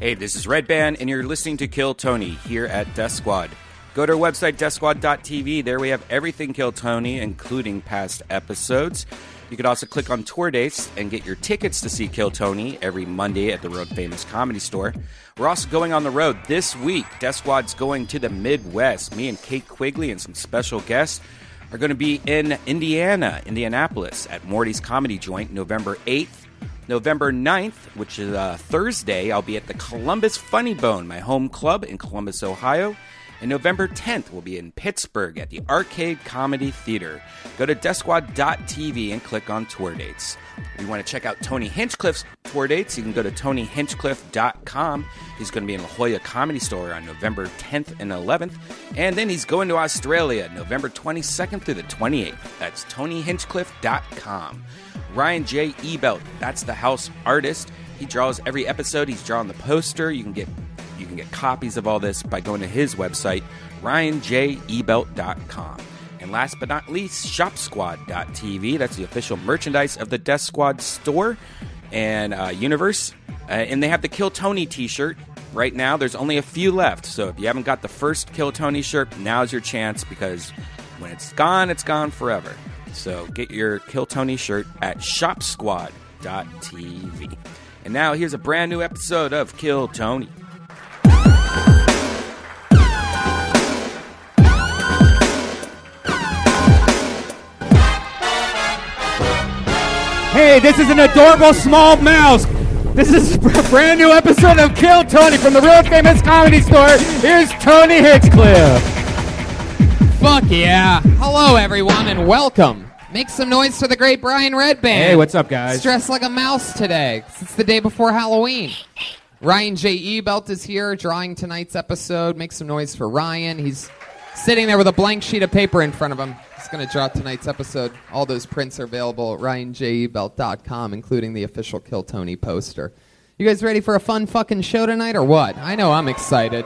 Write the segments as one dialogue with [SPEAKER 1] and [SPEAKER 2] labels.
[SPEAKER 1] Hey, this is Red Band, and you're listening to Kill Tony here at Death Squad. Go to our website, deathsquad.tv. There we have everything Kill Tony, including past episodes. You can also click on tour dates and get your tickets to see Kill Tony every Monday at the Road Famous Comedy Store. We're also going on the road this week. Death Squad's going to the Midwest. Me and Kate Quigley and some special guests are going to be in Indiana, Indianapolis, at Morty's Comedy Joint November 8th. November 9th, which is uh, Thursday, I'll be at the Columbus Funny Bone, my home club in Columbus, Ohio. And November 10th, we'll be in Pittsburgh at the Arcade Comedy Theater. Go to desquad.tv and click on tour dates. If you want to check out Tony Hinchcliffe's tour dates, you can go to tonyhinchcliffe.com. He's going to be in La Jolla Comedy Store on November 10th and 11th. And then he's going to Australia November 22nd through the 28th. That's tonyhinchcliffe.com. Ryan J. Ebelt, that's the house artist. He draws every episode, he's drawing the poster. You can get you can get copies of all this by going to his website, ryanjebelt.com. And last but not least, shopsquad.tv. That's the official merchandise of the Death Squad store and uh, universe. Uh, and they have the Kill Tony t shirt. Right now, there's only a few left. So if you haven't got the first Kill Tony shirt, now's your chance because when it's gone, it's gone forever. So get your Kill Tony shirt at shopsquad.tv. And now here's a brand new episode of Kill Tony.
[SPEAKER 2] Hey, this is an adorable small mouse. This is a brand new episode of Kill Tony from the real famous comedy store. Here's Tony Hitchcliffe.
[SPEAKER 3] Fuck yeah. Hello, everyone, and welcome. Make some noise for the great Brian Redband.
[SPEAKER 2] Hey, what's up, guys?
[SPEAKER 3] Dressed like a mouse today. 'cause It's the day before Halloween. Ryan J. E. Belt is here drawing tonight's episode. Make some noise for Ryan. He's sitting there with a blank sheet of paper in front of him. He's going to draw tonight's episode. All those prints are available at ryanjebelt.com, including the official Kill Tony poster. You guys ready for a fun fucking show tonight or what? I know I'm excited.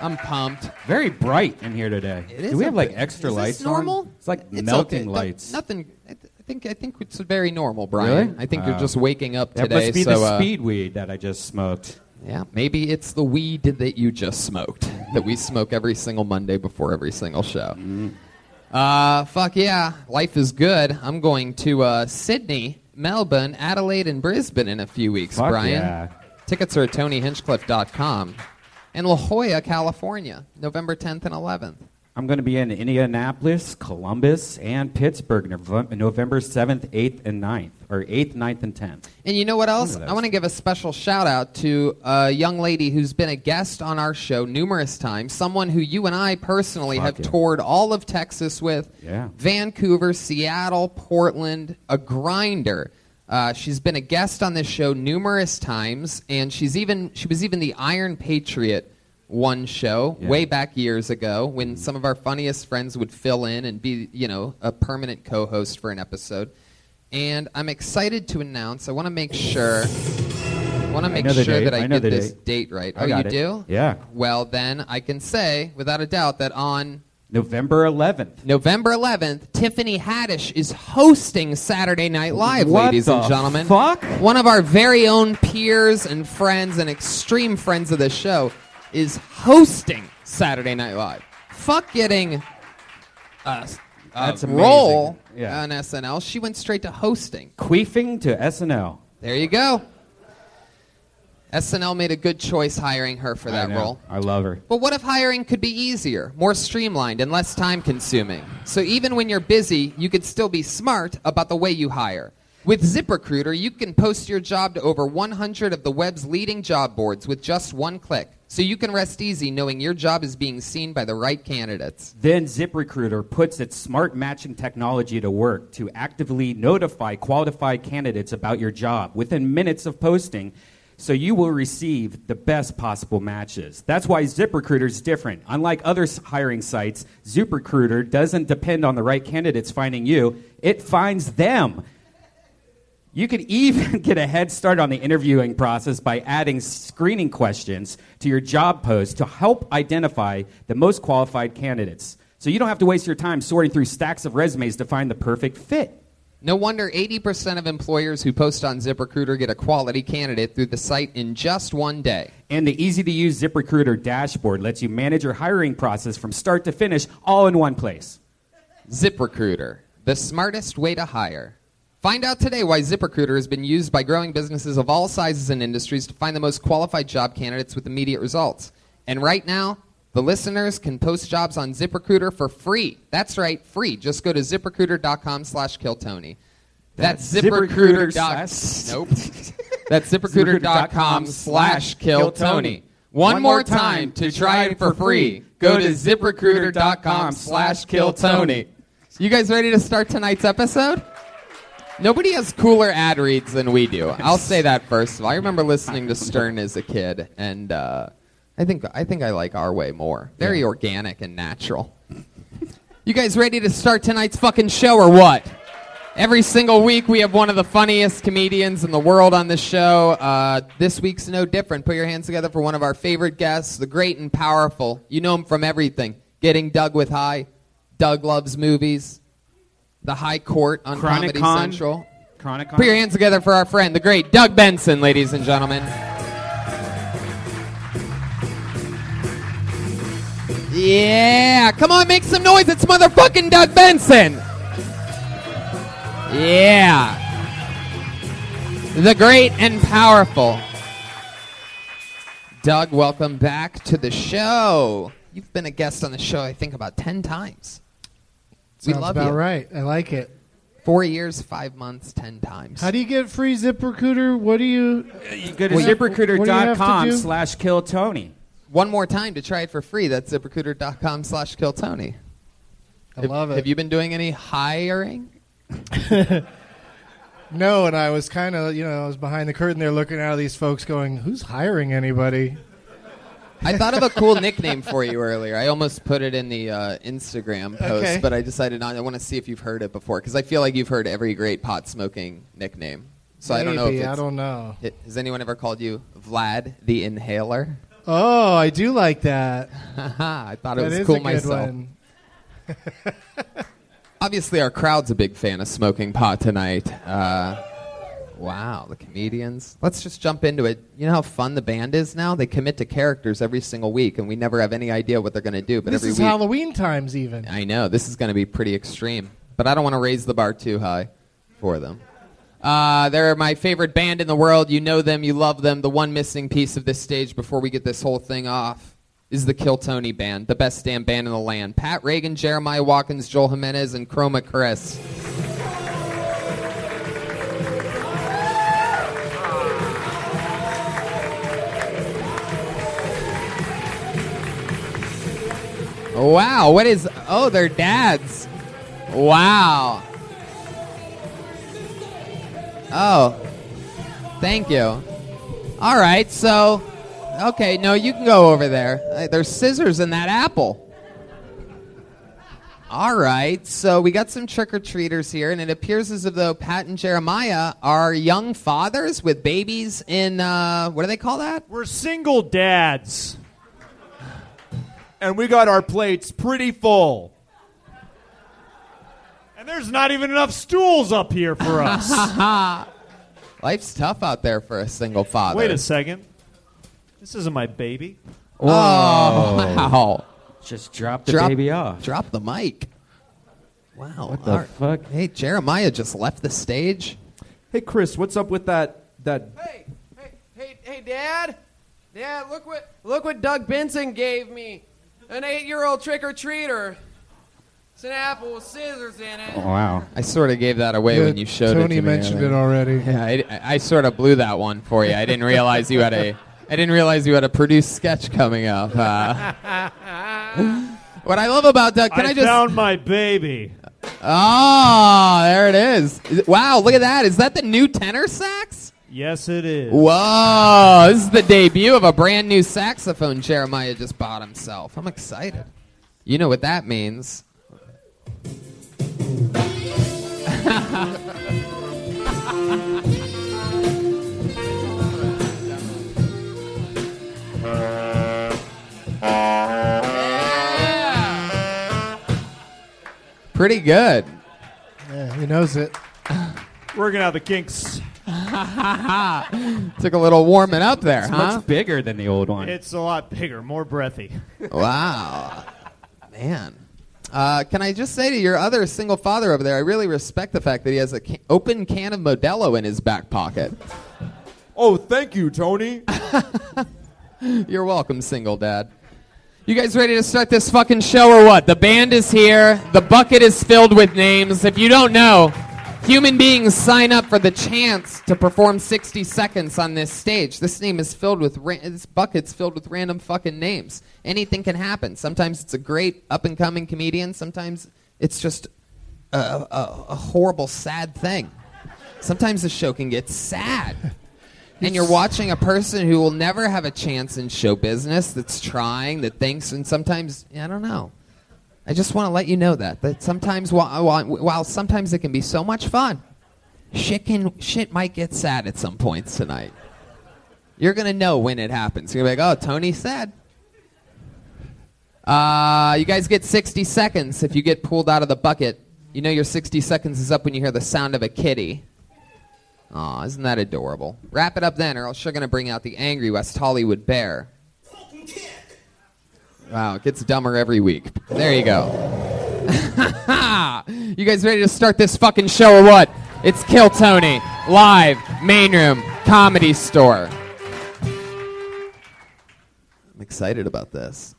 [SPEAKER 3] I'm pumped.
[SPEAKER 2] Very bright in here today.
[SPEAKER 3] is
[SPEAKER 2] Do we
[SPEAKER 3] a
[SPEAKER 2] have like
[SPEAKER 3] bit-
[SPEAKER 2] extra
[SPEAKER 3] is this
[SPEAKER 2] lights? on?
[SPEAKER 3] normal?
[SPEAKER 2] It's like
[SPEAKER 3] It's
[SPEAKER 2] melting
[SPEAKER 3] okay. Don't-
[SPEAKER 2] lights.
[SPEAKER 3] Nothing. I, th- I think I think it's very normal, Brian.
[SPEAKER 2] Really?
[SPEAKER 3] I think
[SPEAKER 2] Wow.
[SPEAKER 3] you're just waking up
[SPEAKER 2] That
[SPEAKER 3] today.
[SPEAKER 2] must be
[SPEAKER 3] so,
[SPEAKER 2] the
[SPEAKER 3] uh,
[SPEAKER 2] speed weed that I just smoked.
[SPEAKER 3] yeah, maybe it's the weed that you just smoked that we smoke every single Monday before every single show.
[SPEAKER 2] Mm-hmm.
[SPEAKER 3] Uh, fuck yeah, life is good. I'm going to uh, Sydney, Melbourne, Adelaide, and Brisbane in a few weeks,
[SPEAKER 2] Fuck
[SPEAKER 3] Brian.
[SPEAKER 2] yeah.
[SPEAKER 3] Tickets are at TonyHinchcliffe.com. And La Jolla, California, November 10th and 11th.
[SPEAKER 2] I'm going to be in Indianapolis, Columbus, and Pittsburgh Nov- November 7th, 8th, and 9th, or 8th, 9th, and 10th.
[SPEAKER 3] And you know what else?
[SPEAKER 2] Look at
[SPEAKER 3] I
[SPEAKER 2] those.
[SPEAKER 3] want to give a special shout out to a young lady who's been a guest on our show numerous times, someone who you and I personally
[SPEAKER 2] Fuck
[SPEAKER 3] have
[SPEAKER 2] yeah.
[SPEAKER 3] toured all of Texas with
[SPEAKER 2] Yeah.
[SPEAKER 3] Vancouver, Seattle, Portland, a grinder. Uh, she's been a guest on this show numerous times, and she's even she was even the Iron Patriot one show
[SPEAKER 2] Yeah. Mm-hmm.
[SPEAKER 3] way back years ago when some of our funniest friends would fill in and be you know a permanent co-host for an episode. And I'm excited to announce. I want to make sure. I want to make
[SPEAKER 2] know the
[SPEAKER 3] sure
[SPEAKER 2] date.
[SPEAKER 3] that I,
[SPEAKER 2] I know
[SPEAKER 3] get
[SPEAKER 2] the
[SPEAKER 3] this
[SPEAKER 2] date.
[SPEAKER 3] date right.
[SPEAKER 2] I
[SPEAKER 3] oh,
[SPEAKER 2] got
[SPEAKER 3] you
[SPEAKER 2] it.
[SPEAKER 3] do?
[SPEAKER 2] Yeah.
[SPEAKER 3] Well, then I can say without a doubt that on
[SPEAKER 2] November 11th.
[SPEAKER 3] November 11th, Tiffany Haddish is hosting Saturday Night Live,
[SPEAKER 2] What
[SPEAKER 3] ladies
[SPEAKER 2] the
[SPEAKER 3] and gentlemen.
[SPEAKER 2] fuck?
[SPEAKER 3] One of our very own peers and friends and extreme friends of the show is hosting Saturday Night Live. Fuck getting a, a
[SPEAKER 2] That's amazing.
[SPEAKER 3] role
[SPEAKER 2] Yeah.
[SPEAKER 3] on SNL. She went straight to hosting.
[SPEAKER 2] Queefing to SNL.
[SPEAKER 3] There you go. SNL made a good choice hiring her for that
[SPEAKER 2] I know.
[SPEAKER 3] role.
[SPEAKER 2] I love her.
[SPEAKER 3] But what if hiring could be easier, more streamlined, and less time consuming? So even when you're busy, you could still be smart about the way you hire. With ZipRecruiter, you can post your job to over 100 of the web's leading job boards with just one click. So you can rest easy knowing your job is being seen by the right candidates.
[SPEAKER 2] Then ZipRecruiter puts its smart matching technology to work to actively notify qualified candidates about your job within minutes of posting so you will receive the best possible matches. That's why ZipRecruiter is different. Unlike other s- hiring sites, ZipRecruiter doesn't depend on the right candidates finding you, it finds them. You could even get a head start on the interviewing process by adding screening questions to your job post to help identify the most qualified candidates. So you don't have to waste your time sorting through stacks of resumes to find the perfect fit.
[SPEAKER 3] No wonder 80% of employers who post on ZipRecruiter get a quality candidate through the site in just one day.
[SPEAKER 2] And the easy to use ZipRecruiter dashboard lets you manage your hiring process from start to finish all in one place.
[SPEAKER 3] ZipRecruiter, the smartest way to hire. Find out today why ZipRecruiter has been used by growing businesses of all sizes and industries to find the most qualified job candidates with immediate results. And right now, the listeners can post jobs on ZipRecruiter for free. That's right, free. Just go to ziprecruiter.com slash killtony. That's,
[SPEAKER 2] That's
[SPEAKER 3] ziprecruiter.
[SPEAKER 2] ZipRecruiter
[SPEAKER 3] dot-
[SPEAKER 2] slash-
[SPEAKER 3] Nope. That's ziprecruiter.com slash killtony. One more time to try it for free. Go to ziprecruiter.com slash killtony. You guys ready to start tonight's episode? Nobody has cooler ad reads than we do. I'll say that first of all. I remember listening to Stern as a kid, and uh, I think I think I like our way more. Very organic and natural. you guys ready to start tonight's fucking show or what? Every single week we have one of the funniest comedians in the world on this show. Uh, this week's no different. Put your hands together for one of our favorite guests, the great and powerful. You know him from everything. Getting Doug with High, Doug loves movies, The High Court on
[SPEAKER 2] Chronic
[SPEAKER 3] Comedy
[SPEAKER 2] Con.
[SPEAKER 3] Central.
[SPEAKER 2] Chronic
[SPEAKER 3] Put your hands together for our friend, the great Doug Benson, ladies and gentlemen. Yeah, come on, make some noise. It's motherfucking Doug Benson. Yeah. The great and powerful. Doug, welcome back to the show. You've been a guest on the show, I think, about 10 times.
[SPEAKER 4] Sounds
[SPEAKER 3] we love
[SPEAKER 4] about
[SPEAKER 3] you.
[SPEAKER 4] right. I like it.
[SPEAKER 3] Four years, five months, 10 times.
[SPEAKER 4] How do you get free ZipRecruiter? What do you?
[SPEAKER 2] You go to
[SPEAKER 4] Wait, what do you have to
[SPEAKER 2] ZipRecruiter.com
[SPEAKER 4] do?
[SPEAKER 2] slash kill Tony.
[SPEAKER 3] One more time to try it for free. That's ziprecruiter.com slash kill Tony.
[SPEAKER 4] I
[SPEAKER 3] Have-
[SPEAKER 4] love it.
[SPEAKER 3] Have you been doing any hiring?
[SPEAKER 4] No, and I was kind of, you know, I was behind the curtain there looking at all these folks, going, "Who's hiring anybody?"
[SPEAKER 3] I thought of a cool nickname for you earlier. I almost put it in the uh, Instagram post,
[SPEAKER 4] Okay.
[SPEAKER 3] but I decided not. I want to see if you've heard it before because I feel like you've heard every great pot smoking nickname. So I don't know if
[SPEAKER 4] Maybe,
[SPEAKER 3] it's,
[SPEAKER 4] I don't know.
[SPEAKER 3] it- has anyone ever called you Vlad the Inhaler?
[SPEAKER 4] Oh, I do like that.
[SPEAKER 3] Haha, I thought it
[SPEAKER 4] That
[SPEAKER 3] was
[SPEAKER 4] is
[SPEAKER 3] cool
[SPEAKER 4] a good
[SPEAKER 3] myself.
[SPEAKER 4] one.
[SPEAKER 3] Obviously, our crowd's a big fan of smoking pot tonight. Uh, wow, the comedians. Let's just jump into it. You know how fun the band is now? They commit to characters every single week, and we never have any idea what they're going to do. But
[SPEAKER 4] This
[SPEAKER 3] every
[SPEAKER 4] is
[SPEAKER 3] week,
[SPEAKER 4] Halloween times, even.
[SPEAKER 3] I know this is going to be pretty extreme, but I don't want to raise the bar too high for them. Uh, they're my favorite band in the world. You know them, you love them. The one missing piece of this stage before we get this whole thing off is the Kill Tony band, the best damn band in the land. Pat Reagan, Jeremiah Watkins, Joel Jimenez, and Chroma Chris. Wow, what is. Oh, they're dads. Wow. Oh, thank you. All right, so. Okay, no, you can go over there. Uh, There's scissors in that apple. All right, so we got some trick or treaters here, and it appears as if though Pat and Jeremiah are young fathers with babies in, uh, what do they call that?
[SPEAKER 5] We're single dads. And we got our plates pretty full. And there's not even enough stools up here for us.
[SPEAKER 3] Ah. Life's tough out there for a single father.
[SPEAKER 5] Wait a second. This isn't my baby.
[SPEAKER 3] Oh, wow.
[SPEAKER 2] Just drop the
[SPEAKER 3] Drop-
[SPEAKER 2] baby off.
[SPEAKER 3] Drop the mic. Wow. What
[SPEAKER 2] the fuck?
[SPEAKER 3] Hey, Jeremiah just left the stage.
[SPEAKER 6] Hey Chris, what's up with that that
[SPEAKER 7] Hey, hey, hey, hey, Dad! Dad, look what look what Doug Benson gave me. An eight-year-old trick-or-treater. It's an apple with scissors in it.
[SPEAKER 2] Wow.
[SPEAKER 3] I sort of gave that away
[SPEAKER 4] Yeah,
[SPEAKER 3] when you showed it to
[SPEAKER 4] Tony
[SPEAKER 3] me
[SPEAKER 4] mentioned
[SPEAKER 3] earlier.
[SPEAKER 4] it already.
[SPEAKER 3] Yeah, I, I sort of blew that one for you. I didn't realize you had a I didn't realize you had a produced sketch coming up. Uh, what I love about Doug, can I, just
[SPEAKER 5] found my baby.
[SPEAKER 3] Oh, there it is. Is it- Wow, look at that. Is that the new tenor sax?
[SPEAKER 5] Yes, it is.
[SPEAKER 3] Whoa, this is the debut of a brand new saxophone Jeremiah just bought himself. I'm excited. You know what that means. Pretty good.
[SPEAKER 4] Yeah, he knows it.
[SPEAKER 5] We're gonna have the kinks.
[SPEAKER 3] Took a little warming up there,
[SPEAKER 2] It's
[SPEAKER 3] huh?
[SPEAKER 2] much bigger than the old one.
[SPEAKER 5] It's a lot bigger, more breathy.
[SPEAKER 3] wow. Man. Uh, can I just say to your other single father over there, I really respect the fact that he has an ca- open can of Modelo in his back pocket.
[SPEAKER 6] Oh, thank you, Tony.
[SPEAKER 3] You're welcome, single dad. You guys ready to start this fucking show or what? The band is here. The bucket is filled with names. If you don't know, human beings sign up for the chance to perform 60 seconds on this stage. This name is filled with ra- this bucket's filled with random fucking names. Anything can happen. Sometimes it's a great up and coming comedian. Sometimes it's just a, a, a horrible, sad thing. Sometimes the show can get sad. And you're watching a person who will never have a chance in show business that's trying, that thinks, and sometimes, I don't know. I just want to let you know that. That sometimes, while, while, while sometimes it can be so much fun, shit, can, shit might get sad at some points tonight. You're going to know when it happens. You're going to be like, oh, Tony's sad. Uh, you guys get 60 seconds if you get pulled out of the bucket. You know your 60 seconds is up when you hear the sound of a kitty. Aw, isn't that adorable? Wrap it up then, or else you're going to bring out the angry West Hollywood bear. Wow, it gets dumber every week. There you go. you guys ready to start this fucking show or what? It's Kill Tony, live, main room, comedy store. I'm excited about this.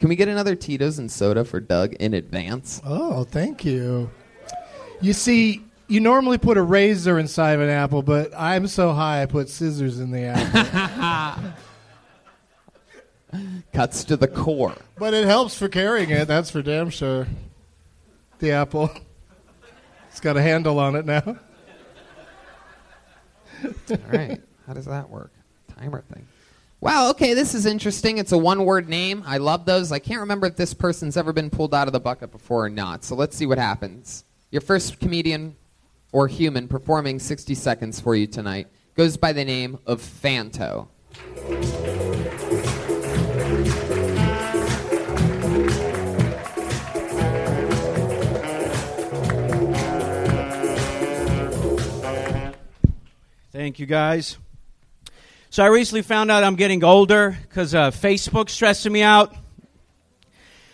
[SPEAKER 3] Can we get another Tito's and soda for Doug in advance?
[SPEAKER 4] Oh, thank you. You see, you normally put a razor inside of an apple, but I'm so high I put scissors in the apple.
[SPEAKER 3] Cuts to the core.
[SPEAKER 4] but it helps for carrying it, that's for damn sure. The apple. It's got a handle on it now.
[SPEAKER 3] All right. How does that work? Timer thing. Wow, okay, this is interesting. It's a one word name. I love those. I can't remember if this person's ever been pulled out of the bucket before or not, so let's see what happens. Your first comedian or human performing 60 seconds for you tonight goes by the name of Fanto.
[SPEAKER 8] Thank you, guys. So I recently found out I'm getting older because uh, Facebook's stressing me out.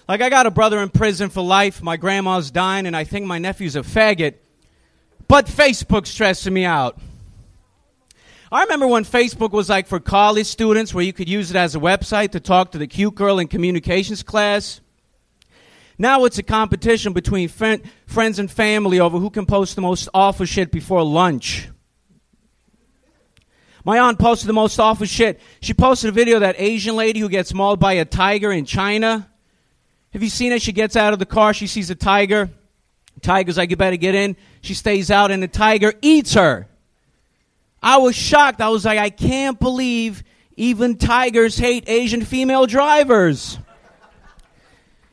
[SPEAKER 8] Like, I got a brother in prison for life, my grandma's dying, and I think my nephew's a faggot. But Facebook's stressing me out. I remember when Facebook was like for college students, where you could use it as a website to talk to the cute girl in communications class. Now it's a competition between fri- friends and family over who can post the most awful shit before lunch. My aunt posted the most awful shit. She posted a video of that Asian lady who gets mauled by a tiger in China. Have you seen it? She gets out of the car, she sees a tiger. Tiger's like, you better get in. She stays out, and the tiger eats her. I was shocked. I was like, I can't believe even tigers hate Asian female drivers.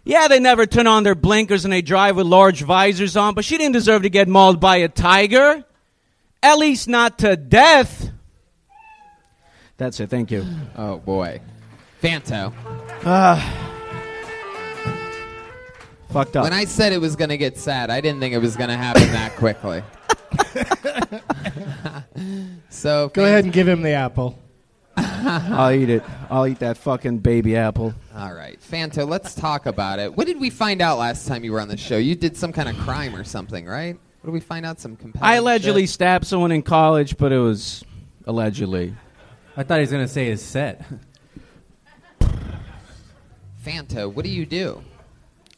[SPEAKER 8] Yeah, they never turn on their blinkers and they drive with large visors on, but she didn't deserve to get mauled by a tiger. At least not to death. That's it. Thank you.
[SPEAKER 3] Oh boy. Fanto.
[SPEAKER 8] Ah, Fucked up.
[SPEAKER 3] When I said it was going to get sad, I didn't think it was going to happen that quickly. so
[SPEAKER 4] Go ahead and give him the apple.
[SPEAKER 8] I'll eat it. I'll eat that fucking baby apple.
[SPEAKER 3] All right, Fanto, let's talk about it. What did we find out last time you were on the show? You did some kind of crime or something, right? What did we find out? Some compelling
[SPEAKER 8] I allegedly
[SPEAKER 3] shit?
[SPEAKER 8] stabbed someone in college, but it was allegedly.
[SPEAKER 9] I thought he was gonna say his set.
[SPEAKER 3] Fanto, what do you do?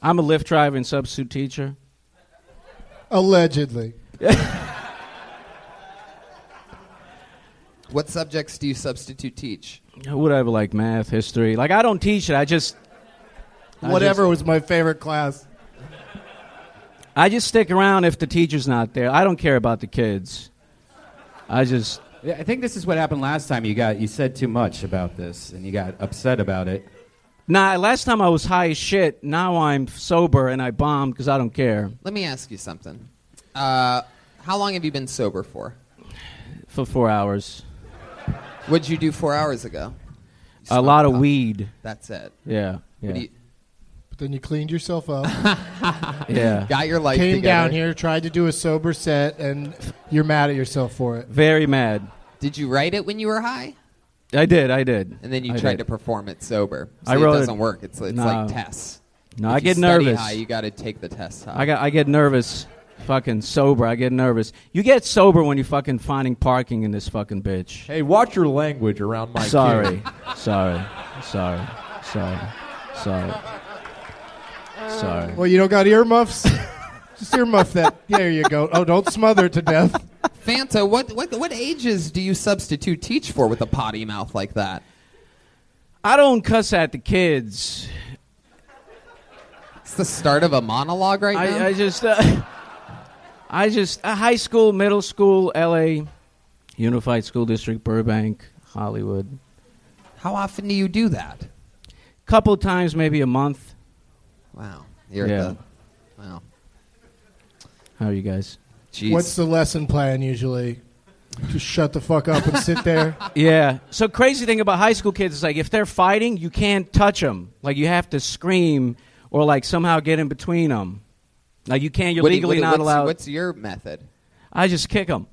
[SPEAKER 8] I'm a Lyft driver and substitute teacher.
[SPEAKER 4] Allegedly.
[SPEAKER 3] What subjects do you substitute teach?
[SPEAKER 8] Whatever, like math, history. Like I don't teach it. I just, I
[SPEAKER 4] Whatever was my favorite class.
[SPEAKER 8] just- I just stick around if the teacher's not there. I don't care about the kids. I just.
[SPEAKER 2] Yeah, I think this is what happened last time. You got you said too much about this, and you got upset about it.
[SPEAKER 8] Nah, last time I was high as shit. Now I'm sober and I bombed because I don't care
[SPEAKER 3] Let me ask you something. Uh, how long have you been sober for?
[SPEAKER 8] for four hours.
[SPEAKER 3] What'd you do four hours ago? You
[SPEAKER 8] A
[SPEAKER 3] smoked
[SPEAKER 8] lot of
[SPEAKER 3] pot.
[SPEAKER 8] weed.
[SPEAKER 3] That's it.
[SPEAKER 8] Yeah.
[SPEAKER 3] What
[SPEAKER 8] yeah.
[SPEAKER 3] do you,
[SPEAKER 4] Then you cleaned yourself up.
[SPEAKER 8] Yeah.
[SPEAKER 3] Got your life
[SPEAKER 4] Came
[SPEAKER 3] together.
[SPEAKER 4] down here, tried to do a sober set, and you're mad at yourself for it.
[SPEAKER 8] Very mad.
[SPEAKER 3] Did you write it when you were high?
[SPEAKER 8] I did. I did.
[SPEAKER 3] And then you
[SPEAKER 8] I
[SPEAKER 3] tried
[SPEAKER 8] did.
[SPEAKER 3] to perform it sober. So
[SPEAKER 8] I wrote
[SPEAKER 3] it doesn't work. It's, it's
[SPEAKER 8] No.
[SPEAKER 3] like tests.
[SPEAKER 8] No,
[SPEAKER 3] If
[SPEAKER 8] I
[SPEAKER 3] you
[SPEAKER 8] get
[SPEAKER 3] study
[SPEAKER 8] nervous.
[SPEAKER 3] High, you got to take the test high.
[SPEAKER 8] I got I get nervous. Fucking sober. I get nervous. You get sober when you're fucking finding parking in this fucking bitch.
[SPEAKER 6] Hey, watch your language around my.
[SPEAKER 8] sorry.
[SPEAKER 6] kid.
[SPEAKER 8] sorry. Sorry. Sorry. Sorry. Sorry.
[SPEAKER 4] Well, you don't got earmuffs? Just earmuff that. There you go. Oh, don't smother it to death.
[SPEAKER 3] Fanta, what, what what ages do you substitute teach for with a potty mouth like that?
[SPEAKER 8] I don't cuss at the kids.
[SPEAKER 3] It's the start of a monologue right now.
[SPEAKER 8] I, I just, uh, I just, uh, high school, middle school, L.A., Unified School District, Burbank, Hollywood.
[SPEAKER 3] How often do you do that?
[SPEAKER 8] Couple times, maybe a month.
[SPEAKER 3] Wow. You're
[SPEAKER 8] yeah.
[SPEAKER 3] the- wow.
[SPEAKER 8] How are you guys?
[SPEAKER 3] Jeez.
[SPEAKER 4] What's the lesson plan usually? Just shut the fuck up and sit there.
[SPEAKER 8] Yeah. So crazy thing about high school kids is like if they're fighting, you can't touch them. Like you have to scream or like somehow get in between them. Like you can't. You're
[SPEAKER 3] What do you-
[SPEAKER 8] legally
[SPEAKER 3] what-
[SPEAKER 8] not
[SPEAKER 3] what's-
[SPEAKER 8] allowed.
[SPEAKER 3] What's your method?
[SPEAKER 8] I just kick them.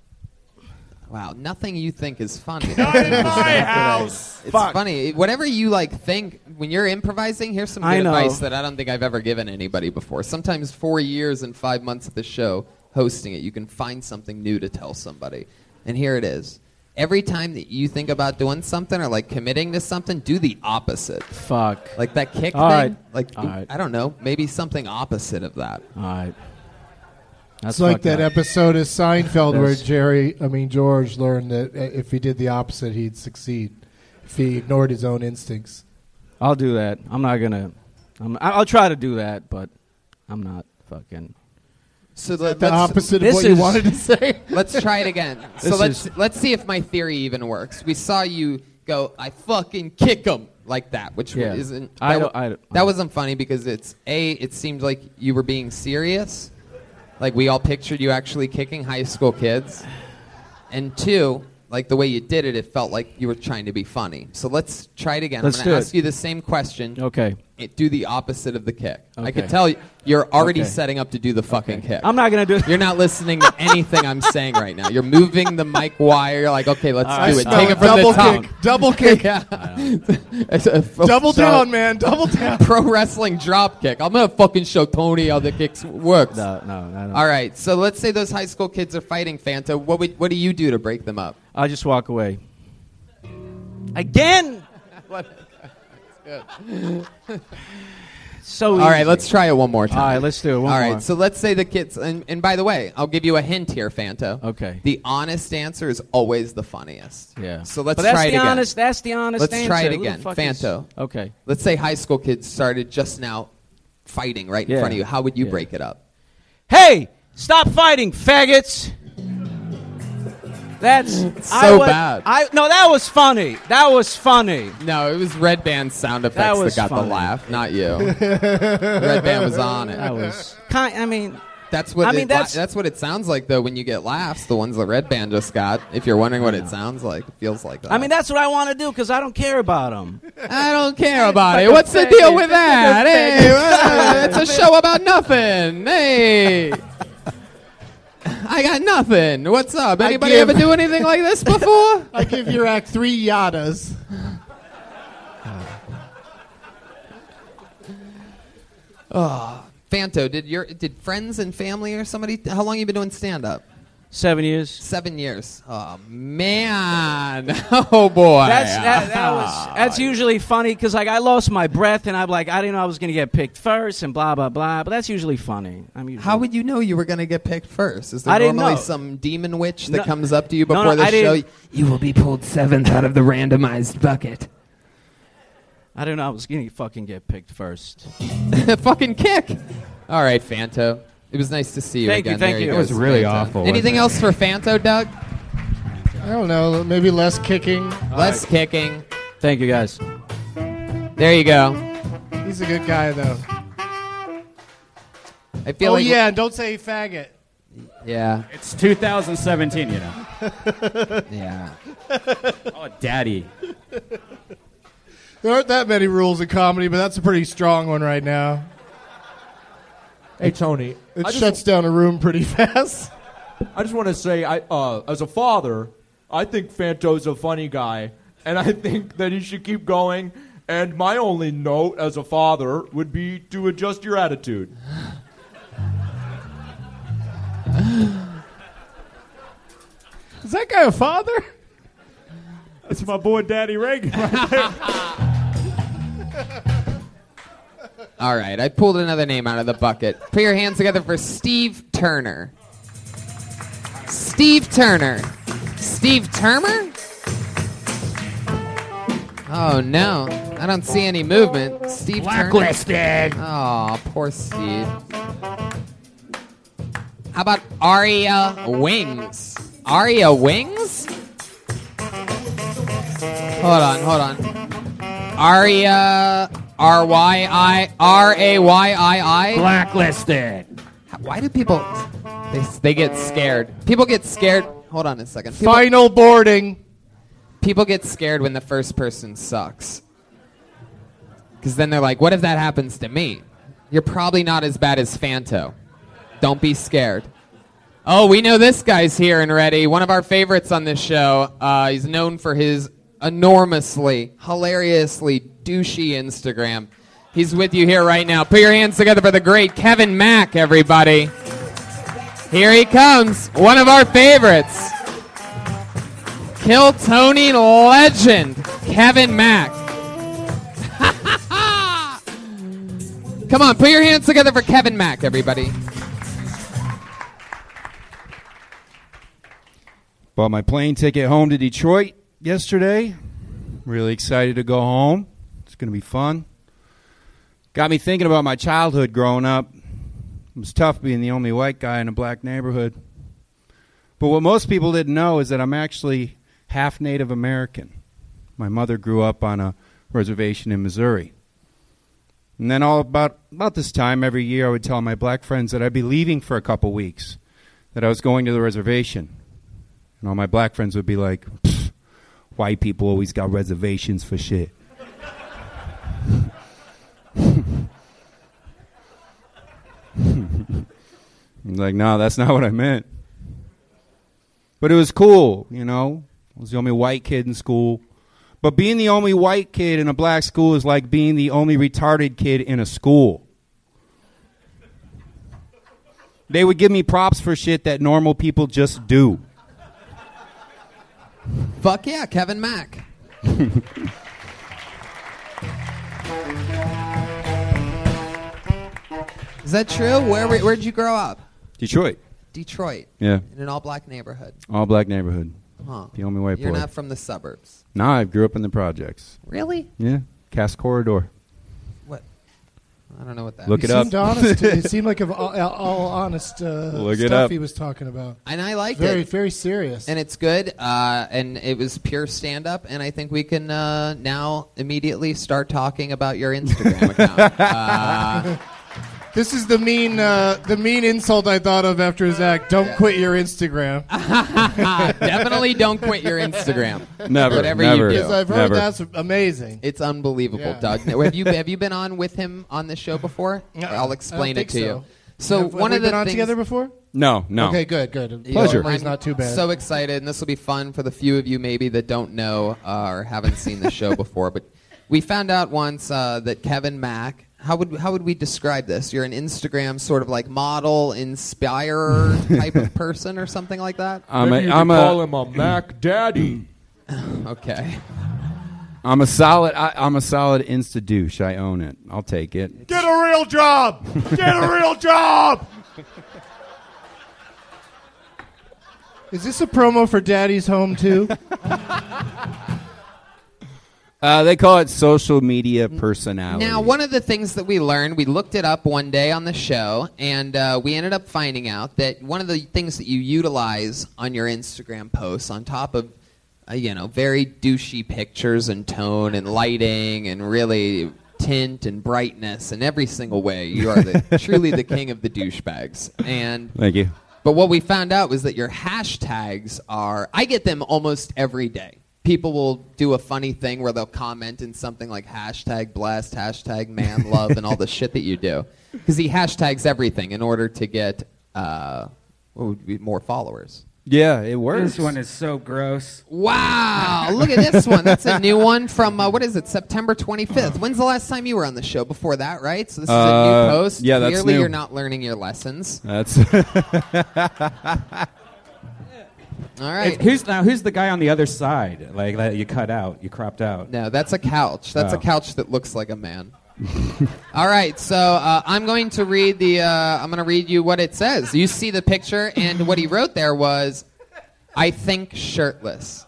[SPEAKER 3] Wow, nothing you think is funny.
[SPEAKER 5] Not in my house.
[SPEAKER 3] It's
[SPEAKER 5] Fuck.
[SPEAKER 3] funny. Whatever you like think when you're improvising, here's some good
[SPEAKER 8] I know.
[SPEAKER 3] advice that I don't think I've ever given anybody before. Sometimes four years and five months of the show hosting it, you can find something new to tell somebody. And here it is. Every time that you think about doing something or like committing to something, do the opposite.
[SPEAKER 8] Fuck.
[SPEAKER 3] Like that kick
[SPEAKER 8] All
[SPEAKER 3] thing.
[SPEAKER 8] right.
[SPEAKER 3] Like
[SPEAKER 8] All right.
[SPEAKER 3] I don't know, maybe something opposite of that.
[SPEAKER 8] All right. That's
[SPEAKER 4] It's like
[SPEAKER 8] fucked
[SPEAKER 4] that
[SPEAKER 8] up.
[SPEAKER 4] episode of Seinfeld where
[SPEAKER 8] That's-
[SPEAKER 4] Jerry, I mean George, learned that uh, if he did the opposite, he'd succeed. If he ignored his own instincts.
[SPEAKER 8] I'll do that. I'm not gonna. I'm, I- I'll try to do that, but I'm not fucking.
[SPEAKER 3] So
[SPEAKER 4] The opposite of
[SPEAKER 8] this
[SPEAKER 4] what you
[SPEAKER 8] is-
[SPEAKER 4] wanted to say.
[SPEAKER 3] Let's try it again. so
[SPEAKER 8] This
[SPEAKER 3] let's
[SPEAKER 8] is-
[SPEAKER 3] let's see if my theory even works. We saw you go, I fucking kick him like that, which
[SPEAKER 8] Yeah.
[SPEAKER 3] isn't.
[SPEAKER 8] I
[SPEAKER 3] that,
[SPEAKER 8] don't- I don't-
[SPEAKER 3] that wasn't funny because it's a. It seemed like you were being serious, like we all pictured you actually kicking high school kids, and two, like the way you did it, it felt like you were trying to be funny. So let's try it again.
[SPEAKER 8] Let's
[SPEAKER 3] I'm
[SPEAKER 8] do
[SPEAKER 3] gonna
[SPEAKER 8] it.
[SPEAKER 3] ask you the same question.
[SPEAKER 8] Okay.
[SPEAKER 3] It, do the opposite of the kick. I
[SPEAKER 8] Okay.
[SPEAKER 3] could tell you- you're already
[SPEAKER 8] Okay.
[SPEAKER 3] setting up to do the fucking kick.
[SPEAKER 8] I'm not gonna do.
[SPEAKER 3] You're not listening to anything I'm saying right now. You're moving the mic wire. You're like, okay, let's
[SPEAKER 8] I
[SPEAKER 3] do it.
[SPEAKER 8] smell
[SPEAKER 3] Take
[SPEAKER 8] it.
[SPEAKER 3] it from
[SPEAKER 4] double
[SPEAKER 3] the top.
[SPEAKER 4] kick, double kick, double
[SPEAKER 3] So-
[SPEAKER 4] down, man, double down.
[SPEAKER 3] Pro wrestling drop kick. I'm gonna fucking show Tony how the kicks works.
[SPEAKER 8] No, no, no.
[SPEAKER 3] All right, so let's say those high school kids are fighting Fanta. What would, what do you do to break them up?
[SPEAKER 8] I'll just walk away. Again. so.
[SPEAKER 3] All right, let's try it one more time.
[SPEAKER 8] All right, let's do it. One
[SPEAKER 3] All right,
[SPEAKER 8] more.
[SPEAKER 3] so let's say the kids. And, and by the way, I'll give you a hint here, Fanta.
[SPEAKER 8] Okay.
[SPEAKER 3] The honest answer is always the funniest.
[SPEAKER 8] Yeah.
[SPEAKER 3] So let's
[SPEAKER 8] But that's
[SPEAKER 3] try
[SPEAKER 8] the
[SPEAKER 3] it again.
[SPEAKER 8] honest. That's the honest.
[SPEAKER 3] Let's
[SPEAKER 8] answer.
[SPEAKER 3] try it
[SPEAKER 8] Who the
[SPEAKER 3] again.
[SPEAKER 8] fuck is-
[SPEAKER 3] Fanto.
[SPEAKER 8] Okay.
[SPEAKER 3] Let's say high school kids started just now fighting right in
[SPEAKER 8] Yeah.
[SPEAKER 3] front of you. How would you
[SPEAKER 8] Yeah.
[SPEAKER 3] break it up?
[SPEAKER 8] Hey, stop fighting, faggots. That's I
[SPEAKER 3] so
[SPEAKER 8] was-
[SPEAKER 3] bad.
[SPEAKER 8] I no, that was funny. That was funny.
[SPEAKER 3] No, it was Red Band's sound effects that,
[SPEAKER 8] was
[SPEAKER 3] got
[SPEAKER 8] funny.
[SPEAKER 3] the laugh, not you. Red Band was on
[SPEAKER 8] That
[SPEAKER 3] it.
[SPEAKER 8] was. Kind, I mean,
[SPEAKER 3] That's what
[SPEAKER 8] I
[SPEAKER 3] it,
[SPEAKER 8] mean, that's-
[SPEAKER 3] that's, what it sounds like though when you get laughs, the ones that Red Band just got. If you're wondering what it sounds like, it feels like that.
[SPEAKER 8] I mean that's what I want to do because I don't care about them.
[SPEAKER 3] I don't care about it. What's the deal with that? Hey, well, it's a show about nothing. Hey. I got nothing. What's up? Anybody
[SPEAKER 4] give-
[SPEAKER 3] ever do anything like this before?
[SPEAKER 4] I give your act three yadas.
[SPEAKER 3] Oh, Fanto, did your did friends and family or somebody? How long you been doing stand up?
[SPEAKER 8] Seven years.
[SPEAKER 3] Seven years. Oh man. Oh boy.
[SPEAKER 8] That's that, that was that's usually funny because like I lost my breath and I'm like I didn't know I was gonna get picked first and blah blah blah. But that's usually funny. I'm usually
[SPEAKER 3] How would you know you were going to get picked first? Is there
[SPEAKER 8] I didn't
[SPEAKER 3] normally
[SPEAKER 8] know.
[SPEAKER 3] some demon witch that
[SPEAKER 8] No-
[SPEAKER 3] comes up to you
[SPEAKER 8] No, no,
[SPEAKER 3] before the
[SPEAKER 8] I
[SPEAKER 3] show?
[SPEAKER 8] didn't-
[SPEAKER 3] You will be pulled seventh out of the randomized bucket.
[SPEAKER 8] I didn't know I was gonna fucking get picked first.
[SPEAKER 3] Fucking kick. All right, Fanto. It was nice to see you
[SPEAKER 8] Thank you,
[SPEAKER 3] again.
[SPEAKER 8] thank
[SPEAKER 3] There
[SPEAKER 8] you.
[SPEAKER 3] go,
[SPEAKER 8] It was
[SPEAKER 2] really
[SPEAKER 3] Fanto.
[SPEAKER 2] awful, wasn't
[SPEAKER 3] Anything
[SPEAKER 2] it?
[SPEAKER 3] else for Fanto, Doug?
[SPEAKER 4] I don't know, maybe less kicking.
[SPEAKER 3] Less kicking.
[SPEAKER 8] Thank you guys.
[SPEAKER 3] There you go.
[SPEAKER 4] He's a good guy though.
[SPEAKER 3] I feel
[SPEAKER 4] oh
[SPEAKER 3] like
[SPEAKER 4] yeah, and don't say faggot.
[SPEAKER 3] yeah,
[SPEAKER 2] It's 2017, you know.
[SPEAKER 3] yeah.
[SPEAKER 2] Oh, daddy.
[SPEAKER 4] There aren't that many rules in comedy, but that's a pretty strong one right now.
[SPEAKER 6] Hey, Tony.
[SPEAKER 4] It
[SPEAKER 6] I just-
[SPEAKER 4] shuts down a room pretty fast.
[SPEAKER 6] I just want to say, I uh, as a father, I think Fanto's a funny guy, and I think that he should keep going. And my only note as a father would be to adjust your attitude.
[SPEAKER 4] Is that guy a father?
[SPEAKER 5] That's my boy, Daddy Reagan. Right there.
[SPEAKER 3] All right, I pulled another name out of the bucket. Put your hands together for Steve Turner. Steve Turner. Steve Turner? Oh no, I don't see any movement. Steve
[SPEAKER 10] Blacklisted.
[SPEAKER 3] Turner. Oh, poor Steve. How about Aria Wings? Aria Wings? Hold on, hold on. Aria R Y I R A Y I I.
[SPEAKER 10] Blacklisted.
[SPEAKER 3] Why do people? They, they get scared. People get scared. Hold on a second. People-
[SPEAKER 4] Final boarding.
[SPEAKER 3] People get scared when the first person sucks. Because then they're like, what if that happens to me? You're probably not as bad as Fanto. Don't be scared. Oh, we know this guy's here and ready. One of our favorites on this show. Uh, he's known for his enormously, hilariously douchey Instagram. He's with you here right now. Put your hands together for the great Kevin Mack, everybody. Here he comes, one of our favorites. Kill Tony legend, Kevin Mack. Come on, put your hands together for Kevin Mack, everybody.
[SPEAKER 11] Bought my plane ticket home to Detroit yesterday. Really excited to go home. It's going to be fun. Got me thinking about my childhood growing up. It was tough being the only white guy in a black neighborhood. But what most people didn't know is that I'm actually half Native American. My mother grew up on a reservation in Missouri. And then all about about this time every year I would tell my black friends that I'd be leaving for a couple weeks, that I was going to the reservation. And all my black friends would be like, "Pfft, white people always got reservations for shit. I'm like, no, that's not what I meant. But it was cool, you know? I was the only white kid in school. But being the only white kid in a black school is like being the only retarded kid in a school. They would give me props for shit that normal people just do.
[SPEAKER 3] Fuck yeah, Kevin Mack. Is that true? Where where- where'd you grow up?
[SPEAKER 11] Detroit.
[SPEAKER 3] Detroit.
[SPEAKER 11] Yeah.
[SPEAKER 3] In an all black neighborhood.
[SPEAKER 11] All black neighborhood.
[SPEAKER 3] Huh.
[SPEAKER 11] The only white
[SPEAKER 3] You're
[SPEAKER 11] boy.
[SPEAKER 3] not from the suburbs.
[SPEAKER 11] Nah, I grew up in the projects.
[SPEAKER 3] Really?
[SPEAKER 11] Yeah. Cast Corridor.
[SPEAKER 3] I don't know what that
[SPEAKER 11] Look
[SPEAKER 4] He
[SPEAKER 11] it up.
[SPEAKER 4] seemed honest. to- it seemed like of all, all honest uh,
[SPEAKER 11] Look
[SPEAKER 4] stuff
[SPEAKER 11] it up.
[SPEAKER 4] he was talking about.
[SPEAKER 3] And I liked
[SPEAKER 4] very,
[SPEAKER 3] it.
[SPEAKER 4] Very serious.
[SPEAKER 3] And it's good. Uh, and it was pure stand up. And I think we can uh, now immediately start talking about your Instagram account. Uh,
[SPEAKER 4] This is the mean, uh, the mean insult I thought of after his act. Don't quit your Instagram.
[SPEAKER 3] uh, definitely don't quit your Instagram.
[SPEAKER 11] Never,
[SPEAKER 3] Whatever
[SPEAKER 11] never,
[SPEAKER 3] you do.
[SPEAKER 4] Because I've heard
[SPEAKER 11] Never.
[SPEAKER 4] that's amazing.
[SPEAKER 3] It's unbelievable,
[SPEAKER 4] Yeah.
[SPEAKER 3] Doug. Now, Have you have you been on with him on this show before?
[SPEAKER 4] No, I
[SPEAKER 3] I'll
[SPEAKER 4] don't
[SPEAKER 3] explain
[SPEAKER 4] think
[SPEAKER 3] it to
[SPEAKER 4] so.
[SPEAKER 3] you. So
[SPEAKER 4] Have- have
[SPEAKER 3] one
[SPEAKER 4] we
[SPEAKER 3] of the
[SPEAKER 4] been on
[SPEAKER 3] things-
[SPEAKER 4] together before?
[SPEAKER 11] No, no.
[SPEAKER 4] Okay, good, good.
[SPEAKER 3] You know,
[SPEAKER 11] Pleasure.
[SPEAKER 4] Mine's not too bad.
[SPEAKER 3] So excited, and this will be fun for the few of you maybe that don't know uh, or haven't seen the show before. But we found out once uh, that Kevin Mack. How would how would we describe this? You're an Instagram sort of like model, inspirer type of person, or something like that.
[SPEAKER 11] I'm a,
[SPEAKER 6] Maybe you
[SPEAKER 11] I'm
[SPEAKER 6] could call
[SPEAKER 11] a,
[SPEAKER 6] him a Mac Daddy.
[SPEAKER 3] okay.
[SPEAKER 11] I'm a solid, I, I'm a solid insta douche. I own it. I'll take it.
[SPEAKER 5] Get a real job. Get a real job.
[SPEAKER 4] Is this a promo for Daddy's Home too?
[SPEAKER 11] Uh, they call it social media personality.
[SPEAKER 3] Now, one of the things that we learned, we looked it up one day on the show, and uh, we ended up finding out that one of the things that you utilize on your Instagram posts, on top of uh, you know very douchey pictures and tone and lighting and really tint and brightness in every single way, you are the, truly the king of the douchebags. And
[SPEAKER 11] Thank you.
[SPEAKER 3] but what we found out was that your hashtags are, I get them almost every day. people will do a funny thing where they'll comment in something like hashtag blessed, hashtag man love, and all the shit that you do. Because he hashtags everything in order to get uh, what would be more followers.
[SPEAKER 11] Yeah, it works.
[SPEAKER 2] This one is so gross.
[SPEAKER 3] Wow, look at this one. That's a new one from, uh, what is it, September 25th. When's the last time you were on the show? Before that, right? So this is a
[SPEAKER 11] Uh,
[SPEAKER 3] new post.
[SPEAKER 11] yeah, that's
[SPEAKER 3] Clearly
[SPEAKER 11] new.
[SPEAKER 3] you're not learning your lessons.
[SPEAKER 11] That's.
[SPEAKER 3] All right.
[SPEAKER 2] It's- who's now? Who's the guy on the other side? Like that you cut out, you cropped out.
[SPEAKER 3] No, that's a couch. That's a
[SPEAKER 2] Oh.
[SPEAKER 3] couch that looks like a man. All right, so uh, I'm going to read the. Uh, I'm going to read you what it says. You see the picture, and what he wrote there was, "I think shirtless."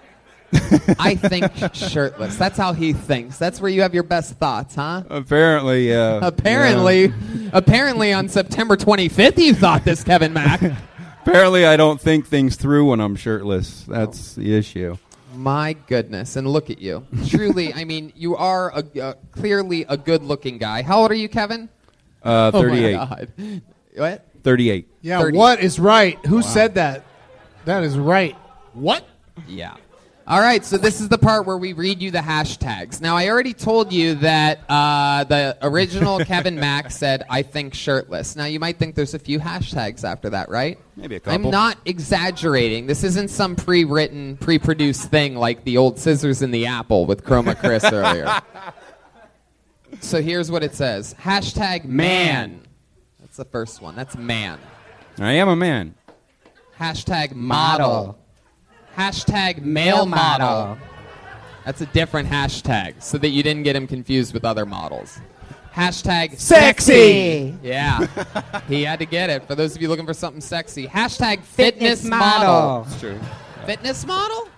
[SPEAKER 3] I think shirtless. That's how he thinks. That's where you have your best thoughts, huh?
[SPEAKER 11] Apparently, uh,
[SPEAKER 3] Apparently, apparently on September 25th, you thought this, Kevin Mack.
[SPEAKER 11] yeah. apparently, I don't think things through when I'm shirtless. That's the issue.
[SPEAKER 3] My goodness, and look at you. Truly, I mean, you are a, uh, clearly a good-looking guy. How old are you, Kevin?
[SPEAKER 11] Uh,
[SPEAKER 3] Oh my
[SPEAKER 11] 38.
[SPEAKER 3] God. What?
[SPEAKER 11] 38.
[SPEAKER 4] Yeah,
[SPEAKER 3] 30.
[SPEAKER 4] what is right? Who said that? That is right. What?
[SPEAKER 3] Yeah. All right, so this is the part where we read you the hashtags. Now, I already told you that uh, the original Kevin Mack said, I think shirtless. Now, you might think there's a few hashtags after that, right?
[SPEAKER 11] Maybe a
[SPEAKER 3] I'm not exaggerating. This isn't some pre written, pre produced thing like the old scissors in the apple with Chroma Chris earlier. So here's what it says Hashtag man. That's the first one. That's man.
[SPEAKER 11] I am a man.
[SPEAKER 3] Hashtag model. Hashtag male model. That's a different hashtag so that you didn't get him confused with other models. Hashtag
[SPEAKER 10] Sexy.
[SPEAKER 3] Yeah. he had to get it. For those of you looking for something sexy, hashtag
[SPEAKER 10] Fitness
[SPEAKER 3] fitness, model.
[SPEAKER 10] model.
[SPEAKER 11] True.
[SPEAKER 3] Fitness model?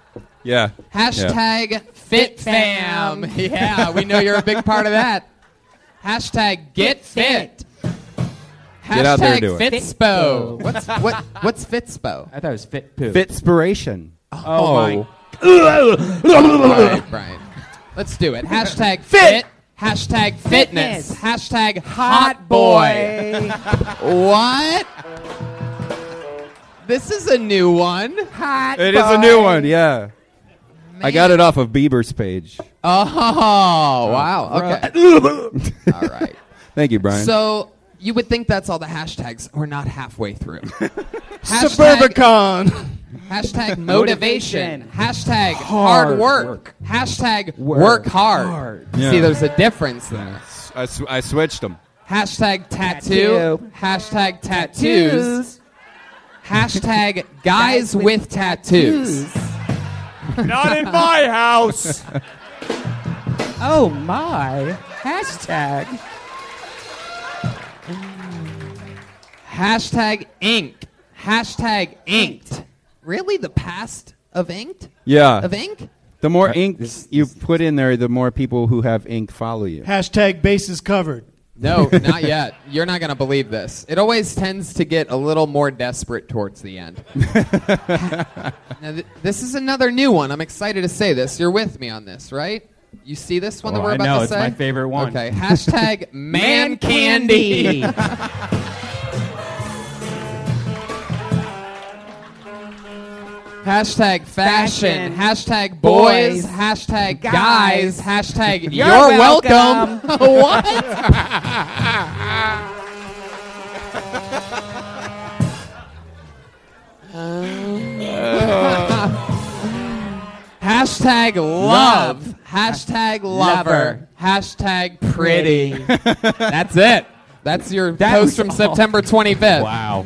[SPEAKER 11] Yeah.
[SPEAKER 3] Hashtag fit fam. Yeah, we know you're a big part of that. Hashtag get fit.
[SPEAKER 11] Get out there and do
[SPEAKER 3] Hashtag
[SPEAKER 11] it.
[SPEAKER 3] Fitspo. What's, what, what's Fitspo?
[SPEAKER 2] I thought it was fit poo.
[SPEAKER 11] Fitspiration. Oh,
[SPEAKER 3] my. All right, Brian. Let's do it. Hashtag fit. Hashtag fitness. Hashtag hot boy. what? This is a new one. Hot.
[SPEAKER 11] It is a new one, yeah. I got it off of Bieber's page.
[SPEAKER 3] Oh wow. Okay. all right.
[SPEAKER 11] Thank you, Brian.
[SPEAKER 3] So you would think that's all the hashtags. We're not halfway through. Hashtag-
[SPEAKER 4] Suburbicon.
[SPEAKER 3] Hashtag motivation.
[SPEAKER 4] Motivation.
[SPEAKER 3] Hashtag
[SPEAKER 4] Hard
[SPEAKER 3] hard, work.
[SPEAKER 4] work.
[SPEAKER 3] Hashtag
[SPEAKER 11] Work
[SPEAKER 3] work, hard.
[SPEAKER 11] hard. Yeah.
[SPEAKER 3] See, there's a difference there.
[SPEAKER 11] I, sw- I switched them.
[SPEAKER 3] Hashtag tattoo. Hashtag tattoos. Hashtag guys with tattoos.
[SPEAKER 10] Not in my house.
[SPEAKER 12] Oh my. Hashtag.
[SPEAKER 3] Hashtag ink. Hashtag inked. Really? The past of inked?
[SPEAKER 11] Yeah.
[SPEAKER 3] Of ink?
[SPEAKER 11] The more ink you put in there, the more people who have ink follow you.
[SPEAKER 4] Hashtag bases covered.
[SPEAKER 3] No, not yet. You're not going to believe this. It always tends to get a little more desperate towards the end. now, th- this is another new one. I'm excited to say this. You're with me on this, right? You see this one that
[SPEAKER 2] Oh,
[SPEAKER 3] we're
[SPEAKER 2] I
[SPEAKER 3] about
[SPEAKER 2] know.
[SPEAKER 3] to
[SPEAKER 2] It's
[SPEAKER 3] say?
[SPEAKER 2] my favorite one.
[SPEAKER 3] Okay. Hashtag man candy. Hashtag
[SPEAKER 12] Fashion.
[SPEAKER 3] fashion. Hashtag boys.
[SPEAKER 12] Boys.
[SPEAKER 3] Hashtag
[SPEAKER 12] Guys.
[SPEAKER 3] guys. Hashtag
[SPEAKER 12] You're
[SPEAKER 3] you're,
[SPEAKER 12] welcome.
[SPEAKER 3] welcome. what? Hashtag love.
[SPEAKER 12] Love.
[SPEAKER 3] Hashtag
[SPEAKER 12] Lover.
[SPEAKER 3] lover. Hashtag pretty. That's it. That's your post from
[SPEAKER 12] was all.
[SPEAKER 3] September 25th.
[SPEAKER 2] Wow.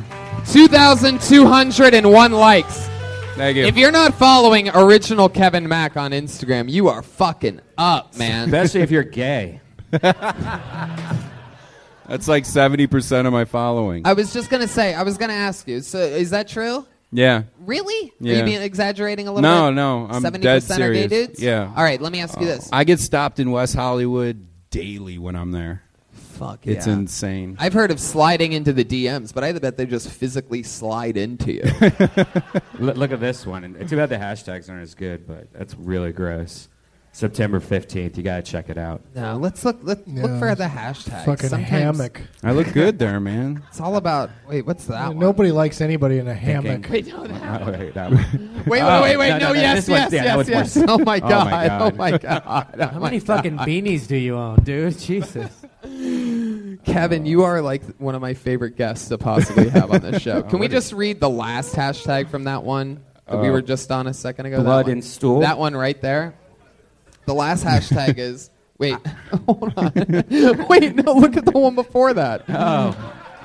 [SPEAKER 3] 2,201 likes.
[SPEAKER 11] Thank you.
[SPEAKER 3] If you're not following original Kevin Mack on Instagram, you are fucking up, man.
[SPEAKER 2] Especially if you're gay.
[SPEAKER 11] That's like 70% of my following.
[SPEAKER 3] I was just gonna say, I was gonna ask you. So, is that true?
[SPEAKER 11] yeah.
[SPEAKER 3] Really? Are
[SPEAKER 11] Yeah.
[SPEAKER 3] you being exaggerating a little
[SPEAKER 11] No,
[SPEAKER 3] bit?
[SPEAKER 11] no, I'm
[SPEAKER 3] 70%
[SPEAKER 11] dead
[SPEAKER 3] are gay
[SPEAKER 11] serious.
[SPEAKER 3] dudes?
[SPEAKER 11] Yeah. Oh.
[SPEAKER 3] All right, let me ask you this.
[SPEAKER 11] I get stopped in West Hollywood daily when I'm there.
[SPEAKER 3] Fuck
[SPEAKER 11] It's
[SPEAKER 3] yeah.
[SPEAKER 11] insane.
[SPEAKER 3] I've heard of sliding into the DMs, but I bet they just physically slide into you.
[SPEAKER 2] L- look at this one. And too bad the hashtags aren't as good, but that's really gross. September 15th. You got to check it out.
[SPEAKER 3] No, let's look. Let,
[SPEAKER 4] Yeah,
[SPEAKER 3] look for the hashtag.
[SPEAKER 4] fucking hammock. Uh,
[SPEAKER 11] I look good there, man.
[SPEAKER 3] It's all about. Wait, what's that? one?
[SPEAKER 4] Nobody likes anybody in a hammock.
[SPEAKER 3] Wait, no, that
[SPEAKER 11] Oh, wait, that one.
[SPEAKER 3] Wait, wait,
[SPEAKER 11] Oh,
[SPEAKER 3] wait, wait, no, yes,
[SPEAKER 11] this one's-
[SPEAKER 3] yes,
[SPEAKER 11] that
[SPEAKER 3] yes,
[SPEAKER 11] one's
[SPEAKER 3] yes.
[SPEAKER 11] worse.
[SPEAKER 3] Oh my God, oh my God, oh
[SPEAKER 9] How
[SPEAKER 3] my
[SPEAKER 9] many fucking
[SPEAKER 3] God.
[SPEAKER 9] beanies do you own, dude? Jesus.
[SPEAKER 3] Kevin, you are like one of my favorite guests to possibly have on this show.
[SPEAKER 2] Oh,
[SPEAKER 3] Can we
[SPEAKER 2] what
[SPEAKER 3] just read the last hashtag from that one that we
[SPEAKER 2] Uh,
[SPEAKER 3] were just on a second ago? That
[SPEAKER 2] blood
[SPEAKER 3] one.
[SPEAKER 2] and stool?
[SPEAKER 3] That one right there. The last hashtag is wait, hold on, wait, no, look at the one before that.
[SPEAKER 2] Oh.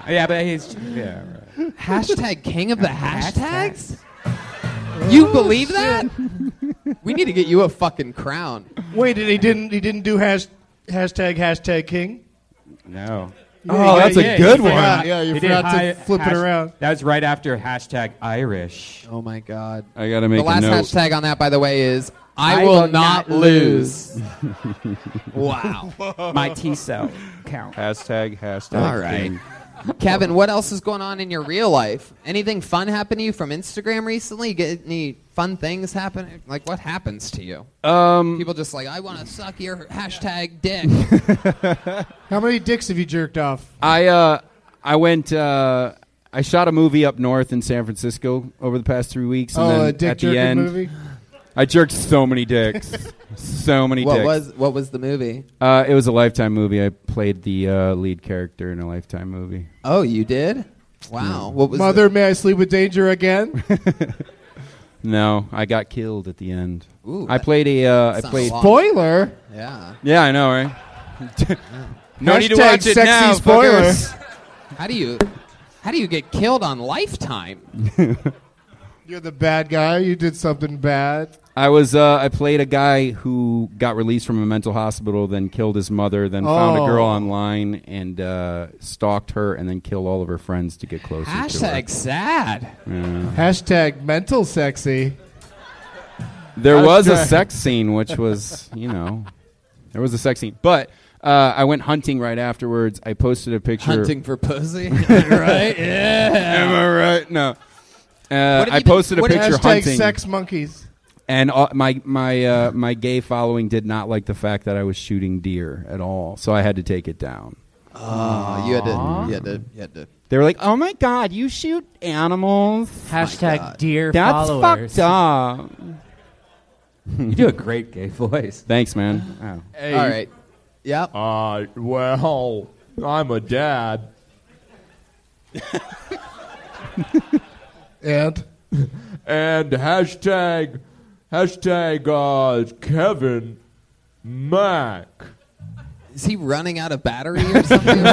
[SPEAKER 2] Yeah, but he's. Yeah, right.
[SPEAKER 3] Hashtag king of the hashtags? You believe that? We need to get you a fucking crown.
[SPEAKER 4] Wait, and he didn't. He didn't do hash, hashtag hashtag king.
[SPEAKER 2] No.
[SPEAKER 4] Yeah, Oh, you that's got- a yeah, good you one. forgot- yeah, you
[SPEAKER 2] He did
[SPEAKER 4] forgot to
[SPEAKER 2] hi-
[SPEAKER 4] flip it around.
[SPEAKER 2] That was right after hashtag Irish.
[SPEAKER 3] Oh my god.
[SPEAKER 11] I gotta
[SPEAKER 3] the last hashtag on that, by the way, is I, will, not, lose. wow.
[SPEAKER 2] My T cell count.
[SPEAKER 11] Hashtag, hashtag.
[SPEAKER 3] All right. Kevin, what else is going on in your real life? Anything fun happen to you from Instagram recently? Get any fun things happen? Like what happens to you?
[SPEAKER 11] Um,
[SPEAKER 3] People just like I want to suck your hashtag dick.
[SPEAKER 4] How many dicks have you jerked off?
[SPEAKER 11] I uh, I went. Uh, I shot a movie up north in San Francisco over the past three weeks. And
[SPEAKER 4] Oh,
[SPEAKER 11] then
[SPEAKER 4] a dick
[SPEAKER 11] at the
[SPEAKER 4] jerking
[SPEAKER 11] end,
[SPEAKER 4] movie?
[SPEAKER 11] I jerked so many dicks, so many
[SPEAKER 3] what
[SPEAKER 11] dicks.
[SPEAKER 3] was what was the movie?
[SPEAKER 11] Uh, it was a Lifetime movie. I played the uh, lead character in a Lifetime movie.
[SPEAKER 3] Oh, you did?
[SPEAKER 11] Hmm.
[SPEAKER 3] Wow. What was
[SPEAKER 4] Mother, may I sleep with danger again?
[SPEAKER 11] No, I got killed at the end.
[SPEAKER 4] Ooh,
[SPEAKER 11] I
[SPEAKER 4] that-
[SPEAKER 11] played a. Uh, I
[SPEAKER 4] that's not a
[SPEAKER 11] played
[SPEAKER 4] lot. Spoiler?
[SPEAKER 3] Yeah.
[SPEAKER 11] Yeah, I know, right? no need to
[SPEAKER 3] Hashtag
[SPEAKER 11] watch it
[SPEAKER 3] sexy
[SPEAKER 11] now.
[SPEAKER 3] spoiler.
[SPEAKER 11] fuckers.
[SPEAKER 3] How do you how do you get killed on Lifetime?
[SPEAKER 4] You're the bad guy. You did something bad.
[SPEAKER 11] I was. Uh, I played a guy who got released from a mental hospital, then killed his mother, then found a
[SPEAKER 4] Oh.
[SPEAKER 11] girl online and uh, stalked her, and then killed all of her friends to get closer.
[SPEAKER 3] Hashtag sad.
[SPEAKER 11] To her. Yeah.
[SPEAKER 4] Hashtag mental sexy.
[SPEAKER 11] There was a
[SPEAKER 4] Hashtag-
[SPEAKER 11] sex scene, which was you know, there was a sex scene, but. Uh, I went hunting right afterwards. I posted a picture.
[SPEAKER 3] Hunting for pussy? Right? Yeah.
[SPEAKER 11] Am I right? No. Uh,
[SPEAKER 4] What have you
[SPEAKER 11] I
[SPEAKER 4] been-
[SPEAKER 11] posted a
[SPEAKER 4] what-
[SPEAKER 11] picture
[SPEAKER 4] Hashtag
[SPEAKER 11] hunting.
[SPEAKER 4] sex monkeys.
[SPEAKER 11] And all, my my uh, my gay following did not like the fact that I was shooting deer at all, so I had to take it down.
[SPEAKER 3] Oh, you had to you had to you had to
[SPEAKER 11] They were like, "Oh my god, you shoot animals!"
[SPEAKER 9] Hashtag deer
[SPEAKER 11] That's
[SPEAKER 9] followers.
[SPEAKER 11] fucked up.
[SPEAKER 2] You do a great gay oh. voice.
[SPEAKER 11] Thanks, man.
[SPEAKER 6] Hey.
[SPEAKER 3] All right. Yep.
[SPEAKER 6] Uh, well, I'm a dad.
[SPEAKER 4] and?
[SPEAKER 6] And hashtag, hashtag, uh, Kevin Mac.
[SPEAKER 3] Is he running out of battery or something?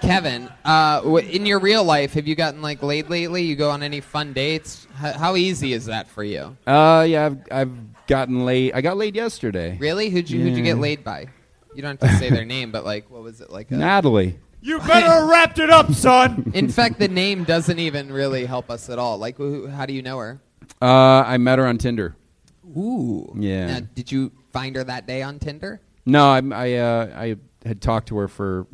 [SPEAKER 3] Kevin, uh, w- in your real life, have you gotten like laid lately? You go on any fun dates? H- how easy is that for you?
[SPEAKER 11] Uh, yeah, I've, I've gotten laid. I got laid yesterday.
[SPEAKER 3] Really? Who'd you who'd you get
[SPEAKER 11] Yeah.
[SPEAKER 3] laid by? You don't have to say their name, but like, what was it like? A,
[SPEAKER 11] Natalie.
[SPEAKER 6] You better wrapped it up, son.
[SPEAKER 3] in fact, the name doesn't even really help us at all. Like, who, how do you know her?
[SPEAKER 11] Uh, I met her on Tinder.
[SPEAKER 3] Ooh.
[SPEAKER 11] Yeah.
[SPEAKER 3] Now, did you find her that day on Tinder?
[SPEAKER 11] No, I I, uh, I had talked to her for a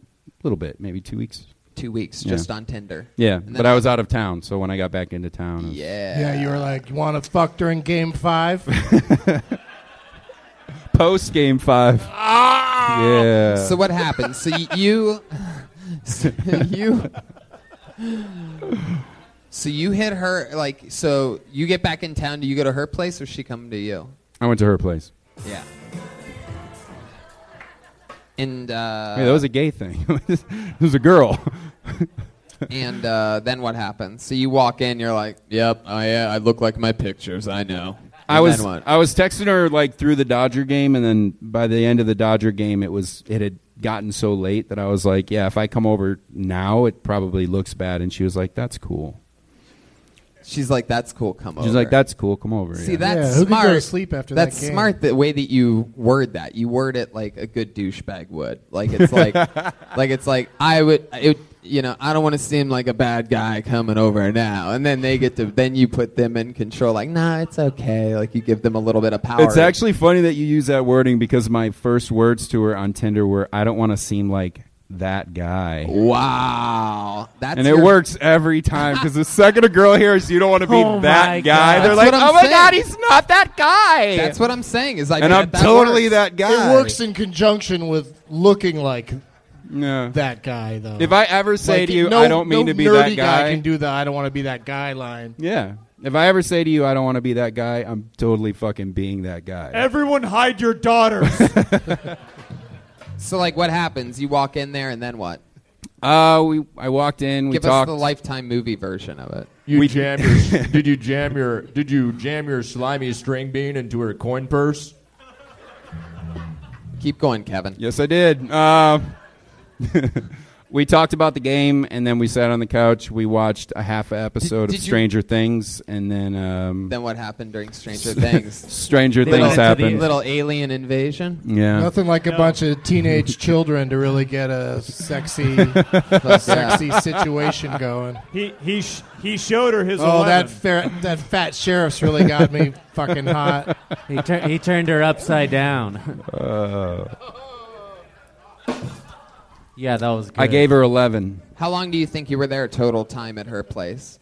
[SPEAKER 11] little bit, maybe two weeks.
[SPEAKER 3] Two weeks,
[SPEAKER 11] Yeah.
[SPEAKER 3] just on Tinder.
[SPEAKER 11] Yeah,
[SPEAKER 3] And then
[SPEAKER 11] but I was out of town, so when I got back into town, I was-
[SPEAKER 3] Yeah.
[SPEAKER 4] Yeah, you were like, you want to fuck during game five?
[SPEAKER 11] post game five. Yeah.
[SPEAKER 3] Ah! So what happened? So y- you, so you, so you hit her like. So you get back in town. Do you go to her place or she come to you?
[SPEAKER 11] I went to her place.
[SPEAKER 3] Yeah. And uh,
[SPEAKER 11] Hey, that was a gay thing. it was a girl.
[SPEAKER 3] and uh, then what happens? So you walk in. You're like, Yep. I uh, I look like my pictures. I know.
[SPEAKER 11] I was I was texting her like through the Dodger game, and then by the end of the Dodger game, it was it had gotten so late that I was like, yeah, if I come over now, it probably looks bad. And she was like, that's cool.
[SPEAKER 3] She's like, that's cool. Come over.
[SPEAKER 11] She's like, that's cool. Come over.
[SPEAKER 3] See,
[SPEAKER 11] yeah.
[SPEAKER 3] that's
[SPEAKER 4] who could go
[SPEAKER 3] smart.
[SPEAKER 4] to sleep after that
[SPEAKER 3] that's
[SPEAKER 4] game?
[SPEAKER 3] smart. The way that you word that, you word it like a good douchebag would. Like it's like, like it's like I would. It, you know, I don't want to seem like a bad guy coming over now. And then they get to. Then you put them in control. Like, nah, it's okay. Like you give them a little bit of power.
[SPEAKER 11] It's actually funny that you use that wording because my first words to her on Tinder were, I don't want to seem like that guy.
[SPEAKER 3] Wow, that's
[SPEAKER 11] and it
[SPEAKER 3] your-
[SPEAKER 11] works every time because the second a girl hears you don't want to be
[SPEAKER 3] Oh my
[SPEAKER 11] that guy,
[SPEAKER 3] God.
[SPEAKER 11] they're
[SPEAKER 3] That's
[SPEAKER 11] like,
[SPEAKER 3] what I'm
[SPEAKER 11] "Oh my
[SPEAKER 3] saying.
[SPEAKER 11] god, he's not that guy."
[SPEAKER 3] That's what I'm saying. Is like,
[SPEAKER 11] And
[SPEAKER 3] man,
[SPEAKER 11] I'm
[SPEAKER 3] that
[SPEAKER 11] totally
[SPEAKER 3] works.
[SPEAKER 11] that guy.
[SPEAKER 4] It works in conjunction with looking like
[SPEAKER 11] that
[SPEAKER 4] guy, though.
[SPEAKER 11] If I ever say
[SPEAKER 4] Like,
[SPEAKER 11] to you,
[SPEAKER 4] no-
[SPEAKER 11] "I don't mean
[SPEAKER 4] no
[SPEAKER 11] to be that
[SPEAKER 4] nerdy guy,
[SPEAKER 11] guy,"
[SPEAKER 4] can do that. I don't want to be that guy line.
[SPEAKER 11] yeah. If I ever say to you, "I don't want to be that guy," I'm totally fucking being that guy.
[SPEAKER 5] Everyone hide your daughters.
[SPEAKER 3] So like, what happens? You walk in there, and then what?
[SPEAKER 11] Uh, we I walked in. We
[SPEAKER 3] Give
[SPEAKER 11] talked.
[SPEAKER 3] us the lifetime movie version of it.
[SPEAKER 6] You jam your, did you jam your did you jam your slimy string bean into her coin purse?
[SPEAKER 3] Keep going, Kevin.
[SPEAKER 11] Yes, I did. Uh, we talked about the game, and then we sat on the couch. We watched a half a episode
[SPEAKER 3] did
[SPEAKER 11] of
[SPEAKER 3] you-
[SPEAKER 11] Stranger Things, and then um,
[SPEAKER 3] Then what happened during Stranger Things?
[SPEAKER 11] Stranger
[SPEAKER 3] Little-
[SPEAKER 11] Things happened.
[SPEAKER 3] Little alien invasion.
[SPEAKER 11] Yeah.
[SPEAKER 4] Nothing like a bunch of teenage children to really get a sexy, sexy situation going.
[SPEAKER 5] He he sh- he showed her his.
[SPEAKER 4] Oh, that
[SPEAKER 5] 11.
[SPEAKER 4] fair, that fat sheriff's really got me fucking hot.
[SPEAKER 9] He, tur- he turned her upside down.
[SPEAKER 13] Uh.
[SPEAKER 9] yeah, that was good.
[SPEAKER 11] I gave her eleven.
[SPEAKER 3] How long do you think you were there total time at her place?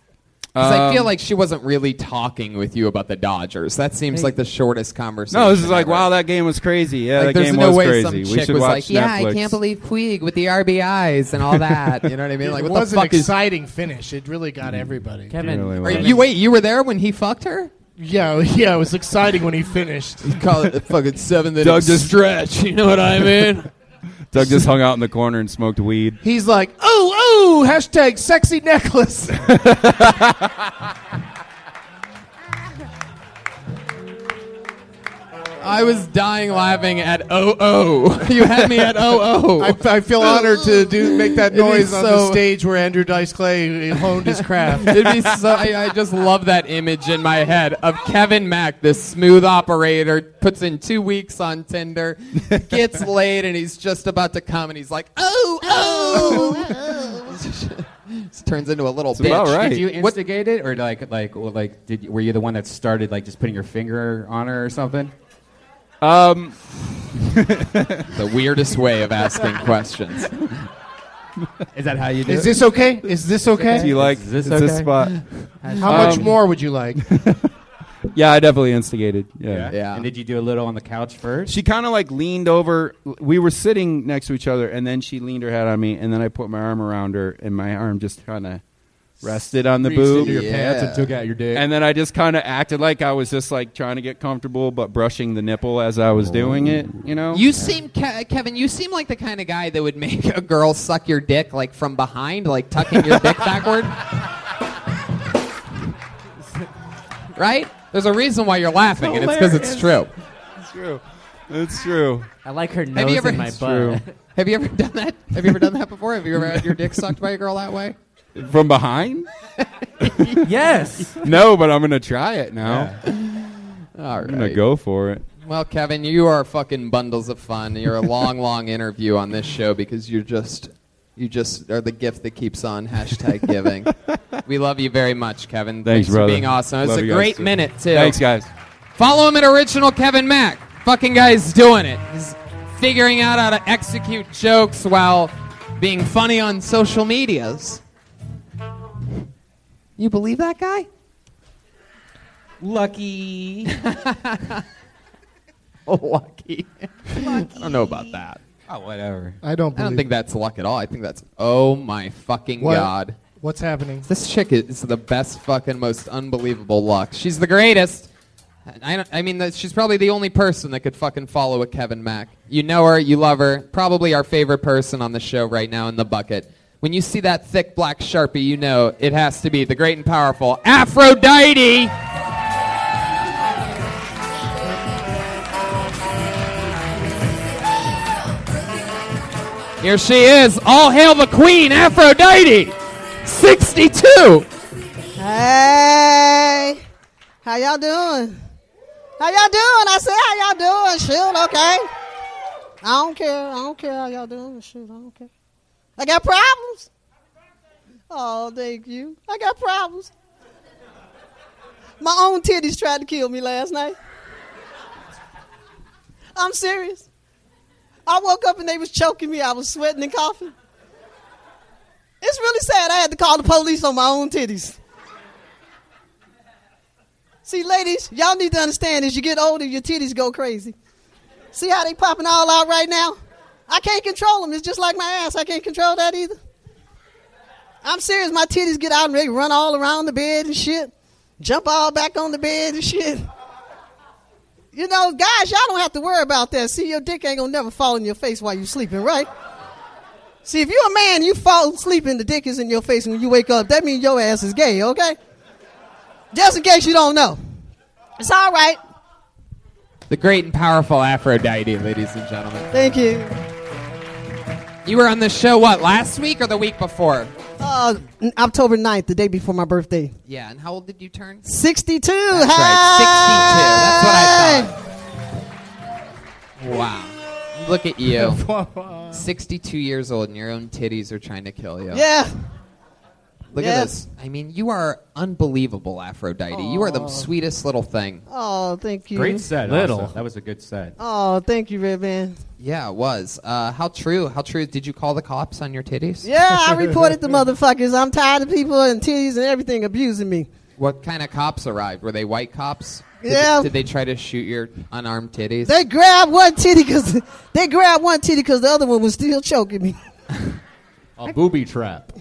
[SPEAKER 3] 'Cause I feel
[SPEAKER 11] Um,
[SPEAKER 3] like she wasn't really talking with you about the Dodgers. That seems like the shortest conversation.
[SPEAKER 11] No, this is like
[SPEAKER 3] ever.
[SPEAKER 11] wow, that game was crazy. Yeah,
[SPEAKER 3] Like,
[SPEAKER 11] that
[SPEAKER 3] there's
[SPEAKER 11] game
[SPEAKER 3] no
[SPEAKER 11] was
[SPEAKER 3] way
[SPEAKER 11] crazy.
[SPEAKER 3] some
[SPEAKER 11] we
[SPEAKER 3] chick
[SPEAKER 11] should
[SPEAKER 3] was
[SPEAKER 11] watch
[SPEAKER 3] like,
[SPEAKER 11] Netflix.
[SPEAKER 3] "Yeah, I can't believe Puig with the RBIs and all that." You know what I mean? Like,
[SPEAKER 4] it
[SPEAKER 3] what
[SPEAKER 4] was
[SPEAKER 3] the fuck
[SPEAKER 4] an
[SPEAKER 3] is?
[SPEAKER 4] exciting finish. It really got
[SPEAKER 11] Mm.
[SPEAKER 4] everybody.
[SPEAKER 3] Kevin, Are you, wait, you were there when he fucked her?
[SPEAKER 4] Yeah, yeah, it was exciting when he finished.
[SPEAKER 3] He called it the fucking seven inning
[SPEAKER 11] Doug just-
[SPEAKER 3] stretch. You know what I mean?
[SPEAKER 11] Doug just hung out in the corner and smoked weed.
[SPEAKER 4] He's like, oh, oh, hashtag sexy necklace.
[SPEAKER 3] I was dying laughing at oh oh. You had me at oh oh.
[SPEAKER 4] I, I feel honored to do make that
[SPEAKER 3] It'd be
[SPEAKER 4] noise on
[SPEAKER 3] so-
[SPEAKER 4] the stage where Andrew Dice Clay honed his craft.
[SPEAKER 3] It'd be so. I, I just love that image in my head of Kevin Mack, this smooth operator, puts in two weeks on Tinder, gets laid, and he's just about to come, and he's like, "Oh, oh!" Just turns into a little bitch.
[SPEAKER 2] Did you instigate it, or like, like, well, like, did you, were you the one that started like just putting your finger on her or something?
[SPEAKER 11] Um,
[SPEAKER 3] the weirdest way of asking questions.
[SPEAKER 2] Is that how you do?
[SPEAKER 4] Is
[SPEAKER 2] it?
[SPEAKER 4] this okay? Is this okay?
[SPEAKER 11] Do you like
[SPEAKER 2] Is this
[SPEAKER 11] is this
[SPEAKER 2] okay?
[SPEAKER 11] spot?
[SPEAKER 4] How much
[SPEAKER 11] Um,
[SPEAKER 4] more would you like?
[SPEAKER 11] Yeah, I definitely instigated. Yeah.
[SPEAKER 2] And did you do a little on the couch first?
[SPEAKER 11] She kind of like leaned over. We were sitting next to each other, and then she leaned her head on me, and then I put my arm around her, and my arm just kind of rested on the
[SPEAKER 6] Reached
[SPEAKER 11] boob.
[SPEAKER 6] into your pants and Yeah. took out your dick.
[SPEAKER 11] And then I just kind of acted like I was just like trying to get comfortable, but brushing the nipple as I was doing it. You know.
[SPEAKER 3] You seem, Ke- Kevin. You seem like the kind of guy that would make a girl suck your dick like from behind, like tucking your dick backward. right? There's a reason why you're laughing, and it's because it's true.
[SPEAKER 11] Hilarious. It's true. It's true.
[SPEAKER 9] I like her
[SPEAKER 3] Have
[SPEAKER 9] nose
[SPEAKER 3] you ever?
[SPEAKER 9] in my
[SPEAKER 3] It's
[SPEAKER 9] butt.
[SPEAKER 3] true. Have you ever done that? Have you ever done that before? Have you ever had your dick sucked by a girl that way?
[SPEAKER 11] From behind?
[SPEAKER 9] yes.
[SPEAKER 11] No, but I'm gonna try it now.
[SPEAKER 3] All
[SPEAKER 11] I'm gonna go for it.
[SPEAKER 3] Well, Kevin, you are fucking bundles of fun. You're a long, long interview on this show because you're just, you just are the gift that keeps on. Hashtag giving. we love you very much, Kevin.
[SPEAKER 11] Thanks,
[SPEAKER 3] for
[SPEAKER 11] brother.
[SPEAKER 3] being awesome. It's
[SPEAKER 11] Love
[SPEAKER 3] a
[SPEAKER 11] you guys,
[SPEAKER 3] great
[SPEAKER 11] too.
[SPEAKER 3] minute too.
[SPEAKER 11] Thanks, guys.
[SPEAKER 3] Follow him at original Kevin Mack. Fucking guy's doing it. He's figuring out how to execute jokes while being funny on social medias. You believe that guy?
[SPEAKER 12] Lucky.
[SPEAKER 3] Oh, Lucky. I don't know about that.
[SPEAKER 2] Oh, whatever.
[SPEAKER 4] I don't
[SPEAKER 3] I
[SPEAKER 4] believe
[SPEAKER 3] don't think that's luck at all. I think that's oh my fucking
[SPEAKER 4] What?
[SPEAKER 3] god.
[SPEAKER 4] What's happening?
[SPEAKER 3] This chick is the best fucking most unbelievable luck. She's the greatest. I, don't, I mean, that- she's probably the only person that could fucking follow a Kevin Mack. You know her, you love her. Probably our favorite person on the show right now in the bucket. When you see that thick black sharpie, you know it has to be the great and powerful Aphrodite. Here she is. All hail the queen, Aphrodite. 62.
[SPEAKER 13] Hey, how y'all doing? How y'all doing? I said, how y'all doing? Shoot, okay. I don't care. I don't care how y'all doing. Shoot, I don't care. I got problems. Oh, thank you. I got problems. My own titties tried to kill me last night. I'm serious. I woke up and they was choking me. I was sweating and coughing. It's really sad I had to call the police on my own titties. See, ladies, y'all need to understand as you get older, your titties go crazy. See how they popping all out right now? I can't control them. It's just like my ass. I can't control that either. I'm serious. My titties get out and they run all around the bed and shit. Jump all back on the bed and shit. You know, guys, y'all don't have to worry about that. See, your dick ain't gonna never fall in your face while you sleeping, right? See, if you're a man, you fall asleep and the dick is in your face when you wake up. That means your ass is gay, okay? Just in case you don't know. It's all right.
[SPEAKER 3] The great and powerful Aphrodite, ladies and gentlemen.
[SPEAKER 13] Thank you.
[SPEAKER 3] You were on this show, what, last week or the week before?
[SPEAKER 13] Uh, n- October 9th, the day before my birthday.
[SPEAKER 3] Yeah, and how old did you turn?
[SPEAKER 13] 62.
[SPEAKER 3] That's right, 62. That's what I thought. Wow. Look at you. 62 years old and your own titties are trying to kill you.
[SPEAKER 13] Yeah.
[SPEAKER 3] Look
[SPEAKER 13] Yeah.
[SPEAKER 3] at this. I mean, you are unbelievable, Aphrodite. You are the
[SPEAKER 13] Aw.
[SPEAKER 3] sweetest little thing.
[SPEAKER 13] Oh, thank you.
[SPEAKER 2] Great set.
[SPEAKER 3] Little.
[SPEAKER 2] also. That was a good set.
[SPEAKER 13] Oh, thank you, Red Man.
[SPEAKER 3] Yeah, it was. Uh, how true? How true? Did you call the cops on your titties?
[SPEAKER 13] Yeah, I reported the motherfuckers. I'm tired of people and titties and everything abusing me.
[SPEAKER 3] What kind of cops arrived? Were they white cops? Did-
[SPEAKER 13] Yeah.
[SPEAKER 3] Did they try to shoot your unarmed titties?
[SPEAKER 13] They grabbed one titty because they grabbed one titty because the other one was still choking me.
[SPEAKER 5] A booby trap.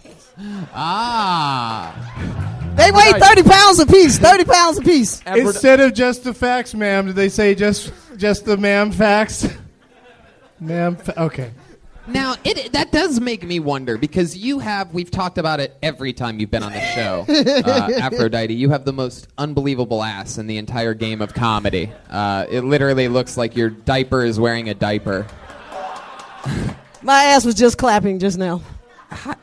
[SPEAKER 3] ah.
[SPEAKER 13] They weigh thirty pounds apiece. Thirty pounds apiece.
[SPEAKER 4] Instead of just the facts, ma'am, did they say just just the ma'am facts? ma'am, fa- okay.
[SPEAKER 3] Now, it, that does make me wonder because you have, we've talked about it every time you've been on the show, uh, Aphrodite. You have the most unbelievable ass in the entire game of comedy. Uh, it literally looks like your diaper is wearing a diaper.
[SPEAKER 13] My ass was just clapping just now.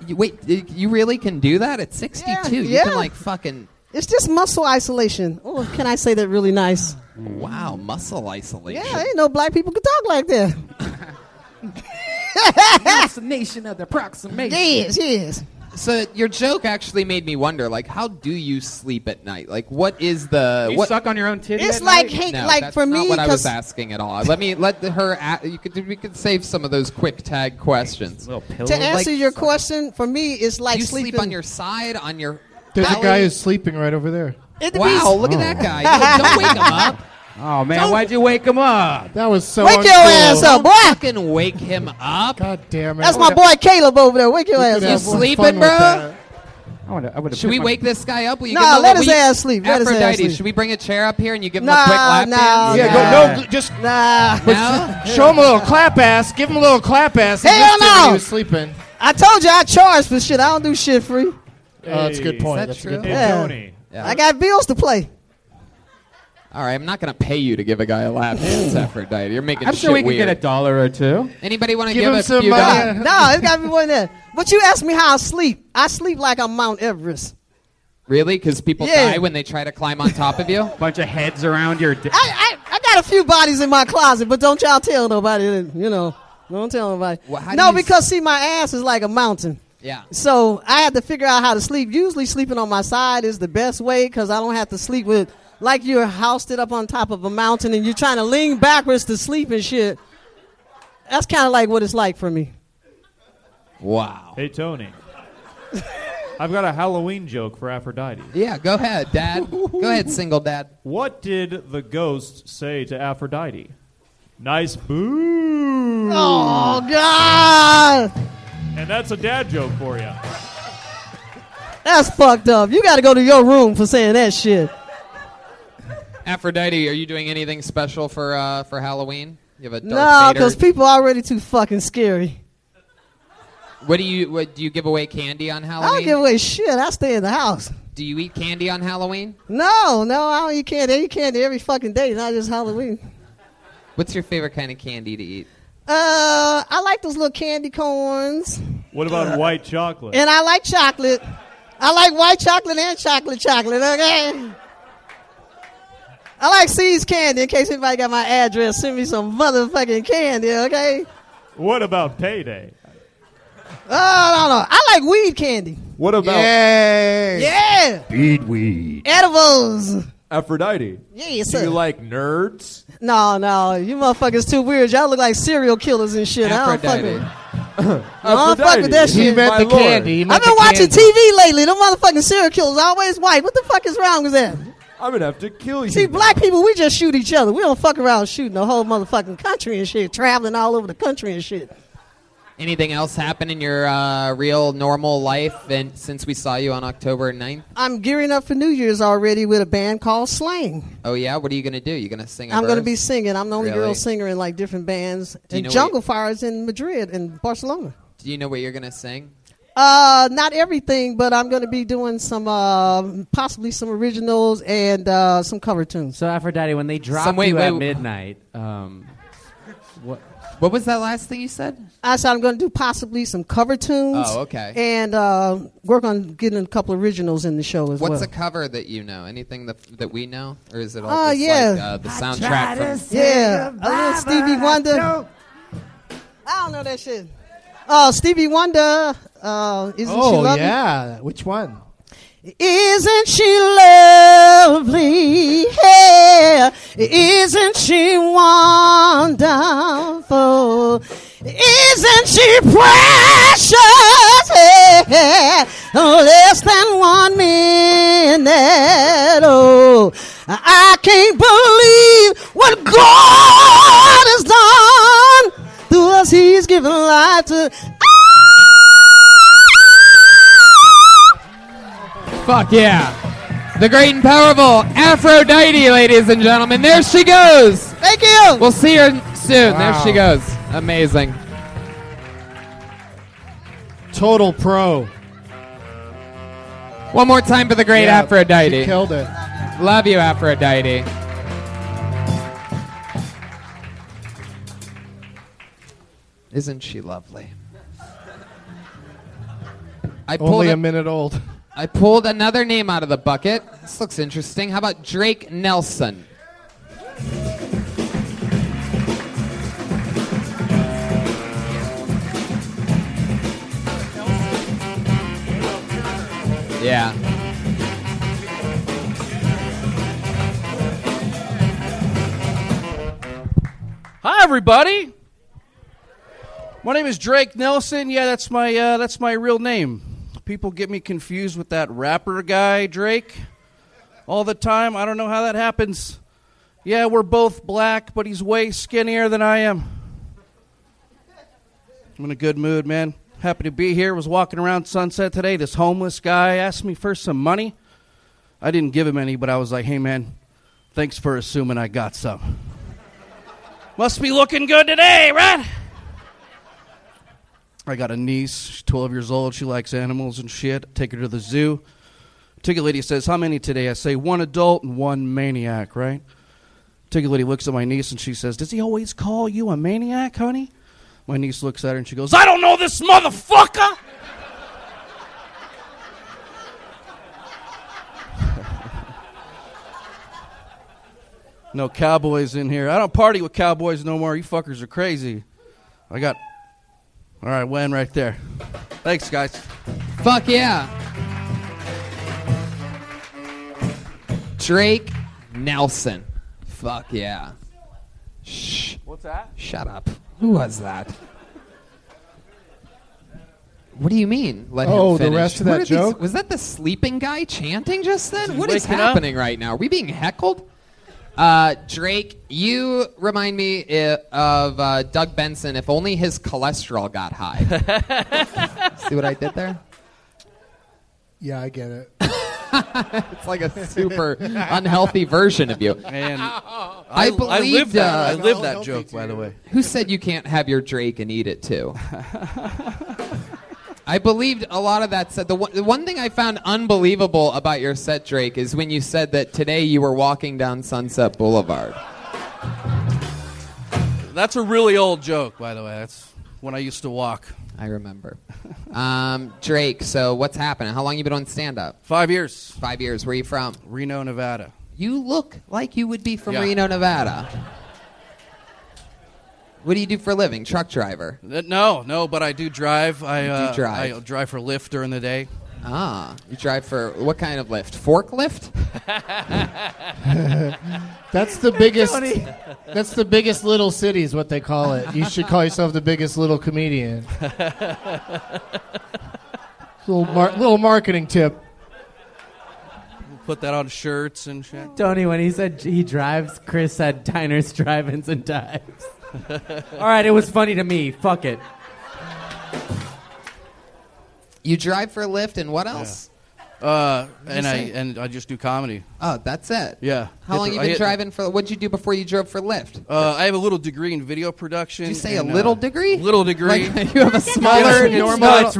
[SPEAKER 3] You, wait, y- you really can do that at 62? you
[SPEAKER 13] yeah.
[SPEAKER 3] can, like, fucking,
[SPEAKER 13] It's just muscle isolation. Oh, can I say that really nice?
[SPEAKER 3] wow, muscle isolation.
[SPEAKER 13] Yeah, ain't no black people could talk like that.
[SPEAKER 12] Fascination of the approximation.
[SPEAKER 13] Yes, yes.
[SPEAKER 3] So your joke actually made me wonder, like, how do you sleep at night? Like, what is the
[SPEAKER 13] You
[SPEAKER 3] what-
[SPEAKER 13] suck on your own titty It's at like night? hate-
[SPEAKER 3] no,
[SPEAKER 13] like,
[SPEAKER 3] that's
[SPEAKER 13] for
[SPEAKER 3] not
[SPEAKER 13] me,
[SPEAKER 3] what I was
[SPEAKER 13] 'cause-
[SPEAKER 3] asking at all. Let me let the- her. a you could we could save some of those quick tag questions. Little
[SPEAKER 13] To answer your question, for me, it's like
[SPEAKER 3] you
[SPEAKER 13] sleeping
[SPEAKER 3] sleep on your side, on your.
[SPEAKER 4] There's a
[SPEAKER 3] belly.
[SPEAKER 4] guy Oh. who's sleeping right over there.
[SPEAKER 13] It
[SPEAKER 3] Wow,
[SPEAKER 13] depends-
[SPEAKER 3] look at that guy. Don't, don't wake him up.
[SPEAKER 2] Oh man, why'd you wake him up?
[SPEAKER 4] That was so.
[SPEAKER 13] Wake your ass up, boy.
[SPEAKER 3] Fucking wake him up. Oh,
[SPEAKER 4] God damn it.
[SPEAKER 13] That's my boy Caleb over there. Wake your ass
[SPEAKER 3] You
[SPEAKER 13] up.
[SPEAKER 3] sleeping, bro?
[SPEAKER 2] I would. I would.
[SPEAKER 3] Should we wake this guy up? Will you
[SPEAKER 13] Nah,
[SPEAKER 3] give him a
[SPEAKER 13] let
[SPEAKER 3] little-
[SPEAKER 13] his
[SPEAKER 3] will you-
[SPEAKER 13] ass sleep. Let his ass
[SPEAKER 3] Aphrodite,
[SPEAKER 13] sleep.
[SPEAKER 3] should we bring a chair up here and you give him
[SPEAKER 13] Nah,
[SPEAKER 3] a quick lap
[SPEAKER 13] nah,
[SPEAKER 3] dance?
[SPEAKER 13] Yeah, go- nah.
[SPEAKER 4] no, just
[SPEAKER 13] nah.
[SPEAKER 4] Show him a little clap ass. Give him a little clap ass. He
[SPEAKER 13] Hell
[SPEAKER 4] missed it when
[SPEAKER 13] no.
[SPEAKER 4] He was sleeping.
[SPEAKER 13] I told you I charge for shit. I don't do shit free.
[SPEAKER 4] Oh, that's a good
[SPEAKER 3] Hey, is
[SPEAKER 4] point.
[SPEAKER 3] that
[SPEAKER 4] that's a
[SPEAKER 3] true?
[SPEAKER 4] good point.
[SPEAKER 13] Yeah. I got bills to play.
[SPEAKER 3] All right, I'm not going to pay you to give a guy a lap dance, Aphrodite. You're making
[SPEAKER 2] I'm
[SPEAKER 3] shit
[SPEAKER 2] sure we could
[SPEAKER 3] weird.
[SPEAKER 2] get a dollar or two.
[SPEAKER 3] Anybody want to
[SPEAKER 13] Give
[SPEAKER 3] give,
[SPEAKER 13] him
[SPEAKER 3] a
[SPEAKER 13] some
[SPEAKER 3] few
[SPEAKER 13] money.
[SPEAKER 3] dollars?
[SPEAKER 13] No, it's got to be more than that. But you asked me how I sleep. I sleep like I'm Mount Everest.
[SPEAKER 3] Really? Because people
[SPEAKER 13] Yeah.
[SPEAKER 3] die when they try to climb on top of you?
[SPEAKER 2] Bunch of heads around your dick.
[SPEAKER 13] I, I, I got a few bodies in my closet, but don't y'all tell nobody. that, You know, don't tell nobody.
[SPEAKER 3] how do
[SPEAKER 13] no,
[SPEAKER 3] you
[SPEAKER 13] because see, my ass is like a mountain.
[SPEAKER 3] Yeah.
[SPEAKER 13] So I had to figure out how to sleep. Usually, sleeping on my side is the best way because I don't have to sleep with like you're housed it up on top of a mountain and you're trying to lean backwards to sleep and shit. That's kind of like what it's like for me.
[SPEAKER 3] Wow.
[SPEAKER 5] Hey, Tony. I've got a Halloween joke for Aphrodite.
[SPEAKER 3] Yeah, go ahead, Dad. go ahead, single dad.
[SPEAKER 5] What did the ghost say to Aphrodite? Nice boo.
[SPEAKER 13] Oh God,
[SPEAKER 5] And that's a dad joke for you.
[SPEAKER 13] that's fucked up. You got to go to your room for saying that shit.
[SPEAKER 3] Aphrodite, are you doing anything special for uh, for Halloween? You have a
[SPEAKER 13] No,
[SPEAKER 3] Darth
[SPEAKER 13] because
[SPEAKER 3] Vader.
[SPEAKER 13] people are already too fucking scary.
[SPEAKER 3] What do you what, do you give away candy on
[SPEAKER 13] I don't
[SPEAKER 3] Halloween?
[SPEAKER 13] give away shit. I stay in the house.
[SPEAKER 3] do you eat candy on Halloween?
[SPEAKER 13] No, no, I don't eat candy. I eat candy every fucking day, not just Halloween.
[SPEAKER 3] What's your favorite kind of candy to eat?
[SPEAKER 13] Uh, I like those little candy corns,
[SPEAKER 5] What
[SPEAKER 13] Uh,
[SPEAKER 5] about white chocolate?
[SPEAKER 13] and I like chocolate. I like white chocolate and chocolate chocolate. Okay. I like C's candy. In case anybody got my address, send me some motherfucking candy. Okay.
[SPEAKER 5] What about payday?
[SPEAKER 13] Oh no no, I like weed candy.
[SPEAKER 6] What about
[SPEAKER 13] Yeah.
[SPEAKER 6] Beadweed?
[SPEAKER 13] Edibles.
[SPEAKER 6] Aphrodite.
[SPEAKER 13] Yeah, yes,
[SPEAKER 6] Do
[SPEAKER 13] sir.
[SPEAKER 6] you like nerds?
[SPEAKER 13] No no, you motherfuckers too weird. Y'all look like serial killers and shit. I don't fuck
[SPEAKER 6] Aphrodite.
[SPEAKER 13] with. I don't fuck with that shit. I've been watching TV lately. Them motherfucking serial killers always white. What the fuck is wrong with that?
[SPEAKER 6] I'm gonna have to kill you.
[SPEAKER 13] See, black people, we just shoot each other. We don't fuck around shooting the whole motherfucking country and shit, traveling all over the country and shit.
[SPEAKER 3] Anything else happen in your uh, real normal life and since we saw you on October 9th?
[SPEAKER 13] I'm gearing up for New Year's already with a band called Slang.
[SPEAKER 3] Oh yeah, what are you gonna do? You gonna sing? i
[SPEAKER 13] I'm going to be singing. I'm the only girl
[SPEAKER 3] Really?
[SPEAKER 13] singer in like different bands.
[SPEAKER 3] Do you
[SPEAKER 13] and
[SPEAKER 3] know what
[SPEAKER 13] Jungle Fire is in Madrid and Barcelona.
[SPEAKER 3] Do you know what you're gonna sing?
[SPEAKER 13] Uh, not everything, but I'm going to be doing some, uh, possibly some originals and uh, some cover tunes.
[SPEAKER 9] So Aphrodite, when they dropped
[SPEAKER 13] Some- wait,
[SPEAKER 9] you
[SPEAKER 13] wait,
[SPEAKER 9] at
[SPEAKER 13] wait.
[SPEAKER 9] midnight, um, what?
[SPEAKER 3] What was that last thing you said?
[SPEAKER 13] I said I'm going to do possibly some cover tunes.
[SPEAKER 3] Oh, okay.
[SPEAKER 13] And uh, work on getting a couple originals in the show as
[SPEAKER 3] What's
[SPEAKER 13] well.
[SPEAKER 3] a cover that you know? Anything that that we know, or is it all
[SPEAKER 13] Oh,
[SPEAKER 3] just
[SPEAKER 13] yeah.
[SPEAKER 3] like uh, the
[SPEAKER 13] try
[SPEAKER 3] soundtrack?
[SPEAKER 13] to
[SPEAKER 3] From,
[SPEAKER 13] sing Yeah, a little Stevie Wonder. I don't know that shit. Oh, Stevie Wonder. Uh, isn't she
[SPEAKER 4] oh
[SPEAKER 13] lovely?
[SPEAKER 4] yeah, which one?
[SPEAKER 13] Isn't she lovely? Yeah. Isn't she wonderful? Isn't she precious? Yeah. Less than one minute. Oh, I can't believe what God has done. Through us, He's given life to.
[SPEAKER 3] Fuck yeah! The great and powerful Aphrodite, ladies and gentlemen. There she goes.
[SPEAKER 13] Thank you.
[SPEAKER 3] We'll see her soon. There she
[SPEAKER 4] Wow.
[SPEAKER 3] goes. Amazing.
[SPEAKER 4] Total pro.
[SPEAKER 3] One more time for the great
[SPEAKER 4] Yeah,
[SPEAKER 3] Aphrodite.
[SPEAKER 4] she killed it.
[SPEAKER 3] Love you, Aphrodite. Isn't she lovely? I pulled
[SPEAKER 4] Only a
[SPEAKER 3] it-
[SPEAKER 4] minute old.
[SPEAKER 3] I pulled another name out of the bucket. This looks interesting. How about Drake Nelson? Yeah.
[SPEAKER 14] Hi, everybody. My name is Drake Nelson. Yeah, that's my uh, that's my real name. People get me confused with that rapper guy, Drake, all the time. I don't know how that happens. Yeah, we're both black, but he's way skinnier than I am. I'm in a good mood, man. Happy to be here. Was walking around Sunset today. This homeless guy asked me for some money. I didn't give him any, but I was like, "Hey, man, thanks for assuming I got some." Must be looking good today, right? I got a niece, she's 12 years old. She likes animals and shit. Take her to the zoo. Ticket lady says, How many today? I say, One adult and one maniac, right? Ticket lady looks at my niece and she says, Does he always call you a maniac, honey? My niece looks at her and she goes, I don't know this motherfucker! No cowboys in here. I don't party with cowboys no more. You fuckers are crazy. I got. All right, Wen right there. Thanks, guys.
[SPEAKER 3] Fuck yeah. Drake Nelson. Fuck yeah. Shh. What's that? Shut up. Who was that? What do you mean? Let him
[SPEAKER 4] Oh, the
[SPEAKER 3] finish?
[SPEAKER 4] rest of
[SPEAKER 3] What
[SPEAKER 4] that
[SPEAKER 3] are these-
[SPEAKER 4] joke?
[SPEAKER 3] was that the sleeping guy chanting just then?
[SPEAKER 4] he
[SPEAKER 3] What is
[SPEAKER 4] waking up?
[SPEAKER 3] happening right now? Are we being heckled? Uh, Drake, you remind me i- of uh, Doug Benson. If only his cholesterol got high. See what I did there?
[SPEAKER 4] Yeah, I get it.
[SPEAKER 3] it's like a super unhealthy version of you.
[SPEAKER 14] And
[SPEAKER 3] I believed,
[SPEAKER 14] live that. I
[SPEAKER 3] uh,
[SPEAKER 14] live that joke, by the way.
[SPEAKER 3] Who said you can't have your Drake and eat it too? I believed a lot of that said. The one, the one thing I found unbelievable about your set, Drake, is when you said that today you were walking down Sunset Boulevard.
[SPEAKER 14] That's a really old joke, by the way. That's when I used to walk.
[SPEAKER 3] I remember. Um, Drake, so what's happening? How long you been on stand up?
[SPEAKER 14] Five years.
[SPEAKER 3] Five years. Where are you from?
[SPEAKER 14] Reno, Nevada.
[SPEAKER 3] You look like you would be from
[SPEAKER 14] Yeah.
[SPEAKER 3] Reno, Nevada. What do you do for a living? Truck driver.
[SPEAKER 14] Uh, No, no, but I do drive. I
[SPEAKER 3] You do
[SPEAKER 14] uh,
[SPEAKER 3] drive.
[SPEAKER 14] I drive for Lyft during the day.
[SPEAKER 3] Ah, you drive for what kind of lift? Forklift?
[SPEAKER 4] that's the biggest. That's the biggest little city is what they call it. You should call yourself the biggest little comedian. little mar- little marketing tip.
[SPEAKER 14] We'll put that on shirts and shit.
[SPEAKER 9] Tony, when he said he drives, Chris said diners, drive-ins, and dives.
[SPEAKER 14] All
[SPEAKER 9] All right, it was funny to me. Fuck it.
[SPEAKER 3] You drive for Lyft and what else?
[SPEAKER 14] Uh,
[SPEAKER 3] What'd you
[SPEAKER 14] and I
[SPEAKER 3] say?
[SPEAKER 14] and I just do comedy.
[SPEAKER 3] Oh, that's it.
[SPEAKER 14] Yeah.
[SPEAKER 3] How long
[SPEAKER 14] Hit the-
[SPEAKER 3] you
[SPEAKER 14] I
[SPEAKER 3] been
[SPEAKER 14] hit-
[SPEAKER 3] driving for? What'd you do before you drove for Lyft?
[SPEAKER 14] Uh, I have a little degree in video production.
[SPEAKER 3] Did you say a
[SPEAKER 14] and, uh,
[SPEAKER 3] little degree?
[SPEAKER 14] Little degree.
[SPEAKER 3] you have a smaller, normal.
[SPEAKER 4] you got one of the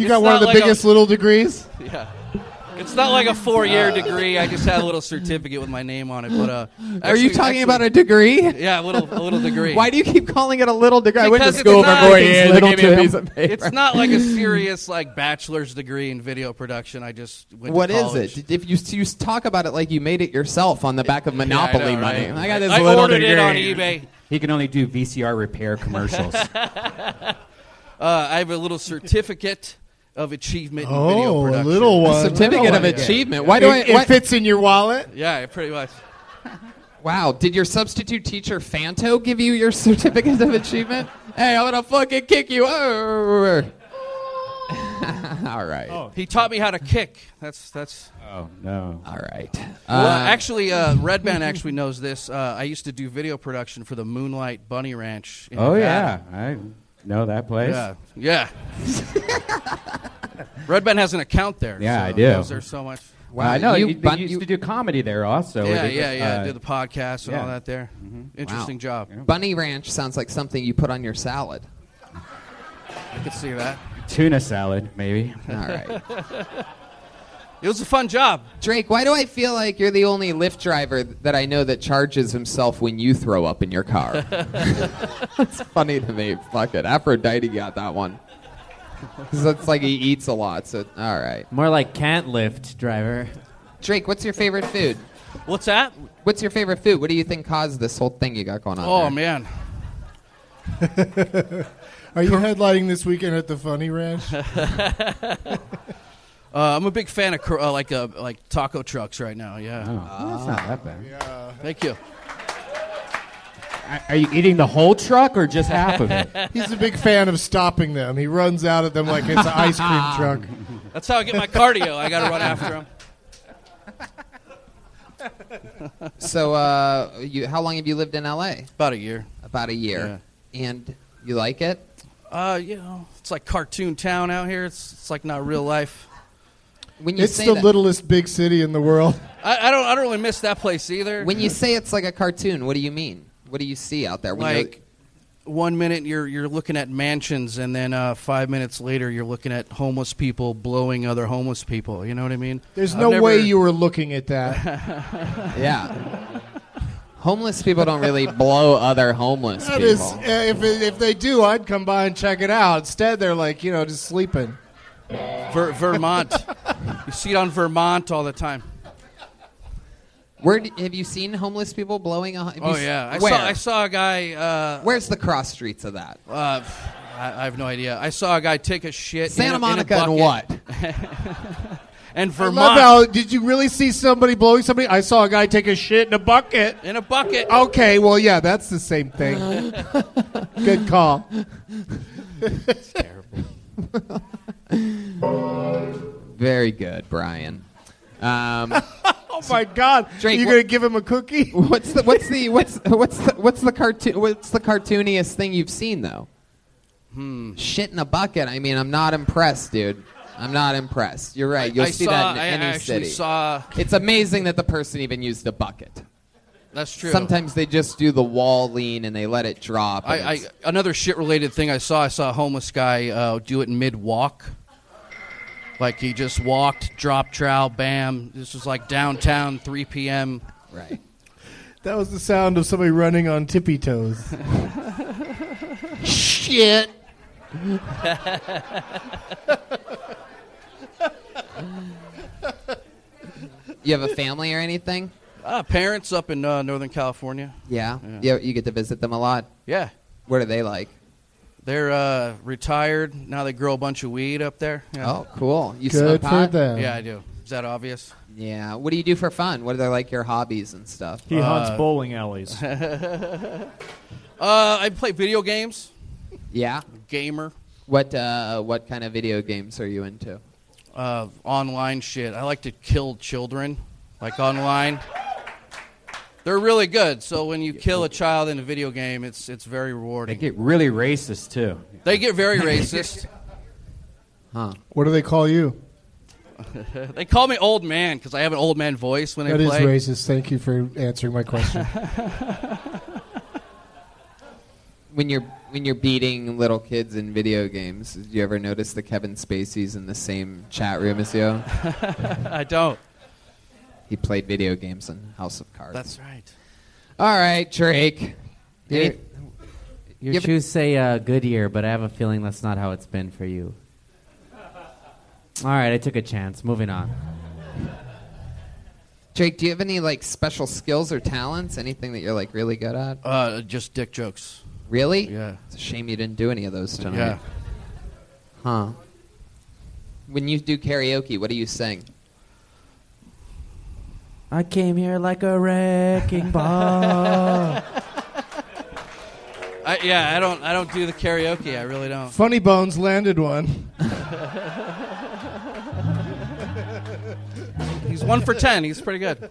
[SPEAKER 14] not like
[SPEAKER 4] biggest
[SPEAKER 14] a-
[SPEAKER 4] little degrees.
[SPEAKER 14] Yeah. It's not like a four-year degree. I just had a little certificate with my name on it. But uh,
[SPEAKER 3] Are you
[SPEAKER 14] actually-
[SPEAKER 3] talking
[SPEAKER 14] actually-
[SPEAKER 3] about a degree?
[SPEAKER 14] Yeah, a little, a little degree.
[SPEAKER 3] Why do you keep calling it a little degree? I went to
[SPEAKER 14] Because
[SPEAKER 3] school
[SPEAKER 14] it's
[SPEAKER 3] for
[SPEAKER 14] not-
[SPEAKER 3] four years. They gave me a piece of paper.
[SPEAKER 14] It's not like a serious like bachelor's degree in video production. I just went
[SPEAKER 3] What
[SPEAKER 14] to
[SPEAKER 3] is
[SPEAKER 14] college.
[SPEAKER 3] it? If you, you talk about it like you made it yourself on the back of
[SPEAKER 14] know,
[SPEAKER 3] Monopoly
[SPEAKER 14] right?
[SPEAKER 3] money, I got this
[SPEAKER 14] I
[SPEAKER 3] little
[SPEAKER 14] ordered
[SPEAKER 3] degree.
[SPEAKER 14] it on eBay.
[SPEAKER 2] He can only do VCR repair commercials.
[SPEAKER 14] uh, I have a little certificate of achievement. in video
[SPEAKER 4] Oh, a
[SPEAKER 14] production.
[SPEAKER 4] little one. Little one, yeah. It, It fits in your wallet.
[SPEAKER 14] Yeah, pretty much.
[SPEAKER 3] Wow, did your substitute teacher Fanto give you your certificate of achievement? Hey, I'm gonna fucking kick you. over. All right.
[SPEAKER 14] Oh, He taught me how to kick. That's that's.
[SPEAKER 2] Oh no!
[SPEAKER 3] All right.
[SPEAKER 14] Well,
[SPEAKER 3] Uh,
[SPEAKER 14] actually, uh, Red Band actually knows this. Uh, I used to do video production for the Moonlight Bunny Ranch. In
[SPEAKER 2] oh yeah,
[SPEAKER 14] Nevada.
[SPEAKER 2] I know that place.
[SPEAKER 14] Yeah. Yeah. Red Band has an account there.
[SPEAKER 2] Yeah,
[SPEAKER 14] so
[SPEAKER 2] I do.
[SPEAKER 14] Those are so much.
[SPEAKER 2] Wow, I know you, you used to do comedy there also.
[SPEAKER 14] yeah,
[SPEAKER 2] They-
[SPEAKER 14] yeah, yeah.
[SPEAKER 2] uh,
[SPEAKER 14] Did the podcast and
[SPEAKER 2] yeah.
[SPEAKER 14] all that there. Mm-hmm. Interesting
[SPEAKER 3] wow.
[SPEAKER 14] job.
[SPEAKER 3] Bunny Ranch sounds like something you put on your salad.
[SPEAKER 14] I could see that.
[SPEAKER 2] tuna salad, maybe.
[SPEAKER 3] All right.
[SPEAKER 14] It was a fun job.
[SPEAKER 3] Drake, why do I feel like you're the only Lyft driver that I know that charges himself when you throw up in your car? That's funny to me. Fuck it. Aphrodite got that one. 'Cause it's like he eats a lot, so all right.
[SPEAKER 9] More like can't lift driver.
[SPEAKER 3] Drake, what's your favorite food?
[SPEAKER 14] What's that?
[SPEAKER 3] What's your favorite food? What do you think caused this whole thing you got going on?
[SPEAKER 14] Oh
[SPEAKER 3] there?
[SPEAKER 14] man.
[SPEAKER 4] Are you headlining this weekend at the Funny Ranch?
[SPEAKER 14] Uh, I'm a big fan of cor- uh, like uh, like taco trucks right now. Yeah,
[SPEAKER 2] Oh, That's not that bad.
[SPEAKER 14] Thank you.
[SPEAKER 2] Are- Are you eating the whole truck or just half of it?
[SPEAKER 4] He's a big fan of stopping them. He runs out at them like it's an ice cream truck.
[SPEAKER 14] That's how I get my cardio. I got to run after them.
[SPEAKER 3] So, uh, you, how long have you lived in LA?
[SPEAKER 14] About a year.
[SPEAKER 3] About a year. And you like it?
[SPEAKER 14] Uh, you know, it's like cartoon town out here. It's it's like not real life.
[SPEAKER 3] When
[SPEAKER 4] It's the littlest big city in the world.
[SPEAKER 14] I, I don't I don't really miss that place either.
[SPEAKER 3] When you say it's like a cartoon, what do you mean? What do you see out there? When you're-
[SPEAKER 14] like one minute you're you're looking at mansions and then uh, five minutes later you're looking at homeless people blowing other homeless people. You know what I mean?
[SPEAKER 4] There's
[SPEAKER 14] I've
[SPEAKER 4] no
[SPEAKER 14] never-
[SPEAKER 4] way you were looking at that.
[SPEAKER 3] yeah. homeless people don't really blow other homeless
[SPEAKER 4] That
[SPEAKER 3] people.
[SPEAKER 4] is, uh, if, it- if they do, I'd come by and check it out. Instead, they're like, you know, just sleeping.
[SPEAKER 14] Ver- Vermont. you see it on Vermont all the time.
[SPEAKER 3] Where d have you seen homeless people blowing? A, have
[SPEAKER 14] Oh
[SPEAKER 3] you, s-
[SPEAKER 14] yeah, I
[SPEAKER 3] where?
[SPEAKER 14] saw I saw a guy. Uh,
[SPEAKER 3] Where's the cross streets of that?
[SPEAKER 14] Uh, I, I have no idea. I saw a guy take a shit.
[SPEAKER 3] Santa
[SPEAKER 14] in a,
[SPEAKER 3] Monica and
[SPEAKER 14] in a bucket. and Vermont.
[SPEAKER 4] I love how, did you really see somebody blowing somebody? I saw a guy take a shit in a bucket.
[SPEAKER 14] In a bucket.
[SPEAKER 4] Okay, well, yeah, that's the same thing. Good call.
[SPEAKER 3] it's terrible. Very good, Brian. Um,
[SPEAKER 4] oh my God!
[SPEAKER 3] Drake,
[SPEAKER 4] you
[SPEAKER 3] what-
[SPEAKER 4] gonna give him a cookie?
[SPEAKER 3] What's the what's the what's what's the, what's the cartoon what's the cartooniest thing you've seen though? Hmm. Shit in a bucket. I mean, I'm not impressed, dude. I'm not impressed. You're right. You'll
[SPEAKER 14] I
[SPEAKER 3] see
[SPEAKER 14] saw-
[SPEAKER 3] that in
[SPEAKER 14] I
[SPEAKER 3] any
[SPEAKER 14] actually
[SPEAKER 3] city.
[SPEAKER 14] saw-
[SPEAKER 3] It's amazing that the person even used a bucket.
[SPEAKER 14] That's true.
[SPEAKER 3] Sometimes they just do the wall lean and they let it drop. and
[SPEAKER 14] I, I,
[SPEAKER 3] it's-
[SPEAKER 14] another shit related thing I saw. I saw a homeless guy uh, do it in mid walk. Like he just walked, drop trowel, bam. This was like downtown, 3 p.m.
[SPEAKER 3] Right.
[SPEAKER 4] That was the sound of somebody running on tippy toes. Shit.
[SPEAKER 3] you have a family or anything?
[SPEAKER 14] Uh, parents up in uh, Northern California.
[SPEAKER 3] Yeah. yeah.
[SPEAKER 14] Yeah.
[SPEAKER 3] You get to visit them a lot.
[SPEAKER 14] Yeah.
[SPEAKER 3] What are they like?
[SPEAKER 14] They're uh, retired now. They grow a bunch of weed up there. Yeah.
[SPEAKER 3] Oh, cool. You Good smoke for pot? them.
[SPEAKER 14] Yeah, I do. Is that obvious?
[SPEAKER 3] Yeah. What do you do for fun? What are they like your hobbies and stuff?
[SPEAKER 14] He hunts Uh,
[SPEAKER 5] bowling alleys.
[SPEAKER 14] uh, I play video games.
[SPEAKER 3] Yeah.
[SPEAKER 14] Gamer.
[SPEAKER 3] What uh, what kind of video games are you into?
[SPEAKER 14] Uh, online shit. I like to kill children, like online. They're really good. So when you kill a child in a video game, it's it's very
[SPEAKER 2] They
[SPEAKER 14] rewarding.
[SPEAKER 2] get really racist too.
[SPEAKER 14] They get very racist.
[SPEAKER 2] Huh.
[SPEAKER 4] What do they call you?
[SPEAKER 14] they call me old man because I have an old man voice when I
[SPEAKER 4] That is
[SPEAKER 14] play.
[SPEAKER 4] racist. Thank you for answering my question.
[SPEAKER 3] When you're when you're beating little kids in video games, do you ever notice that Kevin Spacey's in the same chat room as you?
[SPEAKER 14] I don't.
[SPEAKER 3] He played video games in House of Cards.
[SPEAKER 14] That's right.
[SPEAKER 3] All right, Drake.
[SPEAKER 9] Your,
[SPEAKER 3] Any-
[SPEAKER 9] your
[SPEAKER 3] Yeah, but-
[SPEAKER 9] shoes say uh, Goodyear, but I have a feeling that's not how it's been for you. All right, I took a chance. Moving on.
[SPEAKER 3] Drake, do you have any like special skills or talents? Anything that you're like really good at?
[SPEAKER 14] Uh, just dick jokes.
[SPEAKER 3] Really?
[SPEAKER 14] Yeah.
[SPEAKER 3] It's a shame you didn't do any of those tonight.
[SPEAKER 14] Yeah.
[SPEAKER 3] Huh. When you do karaoke, what do you sing?
[SPEAKER 9] I came here like a wrecking ball.
[SPEAKER 14] I, yeah, I don't. I don't do the karaoke. I really don't.
[SPEAKER 4] Funny Bones landed one.
[SPEAKER 14] He's one for ten. He's pretty good.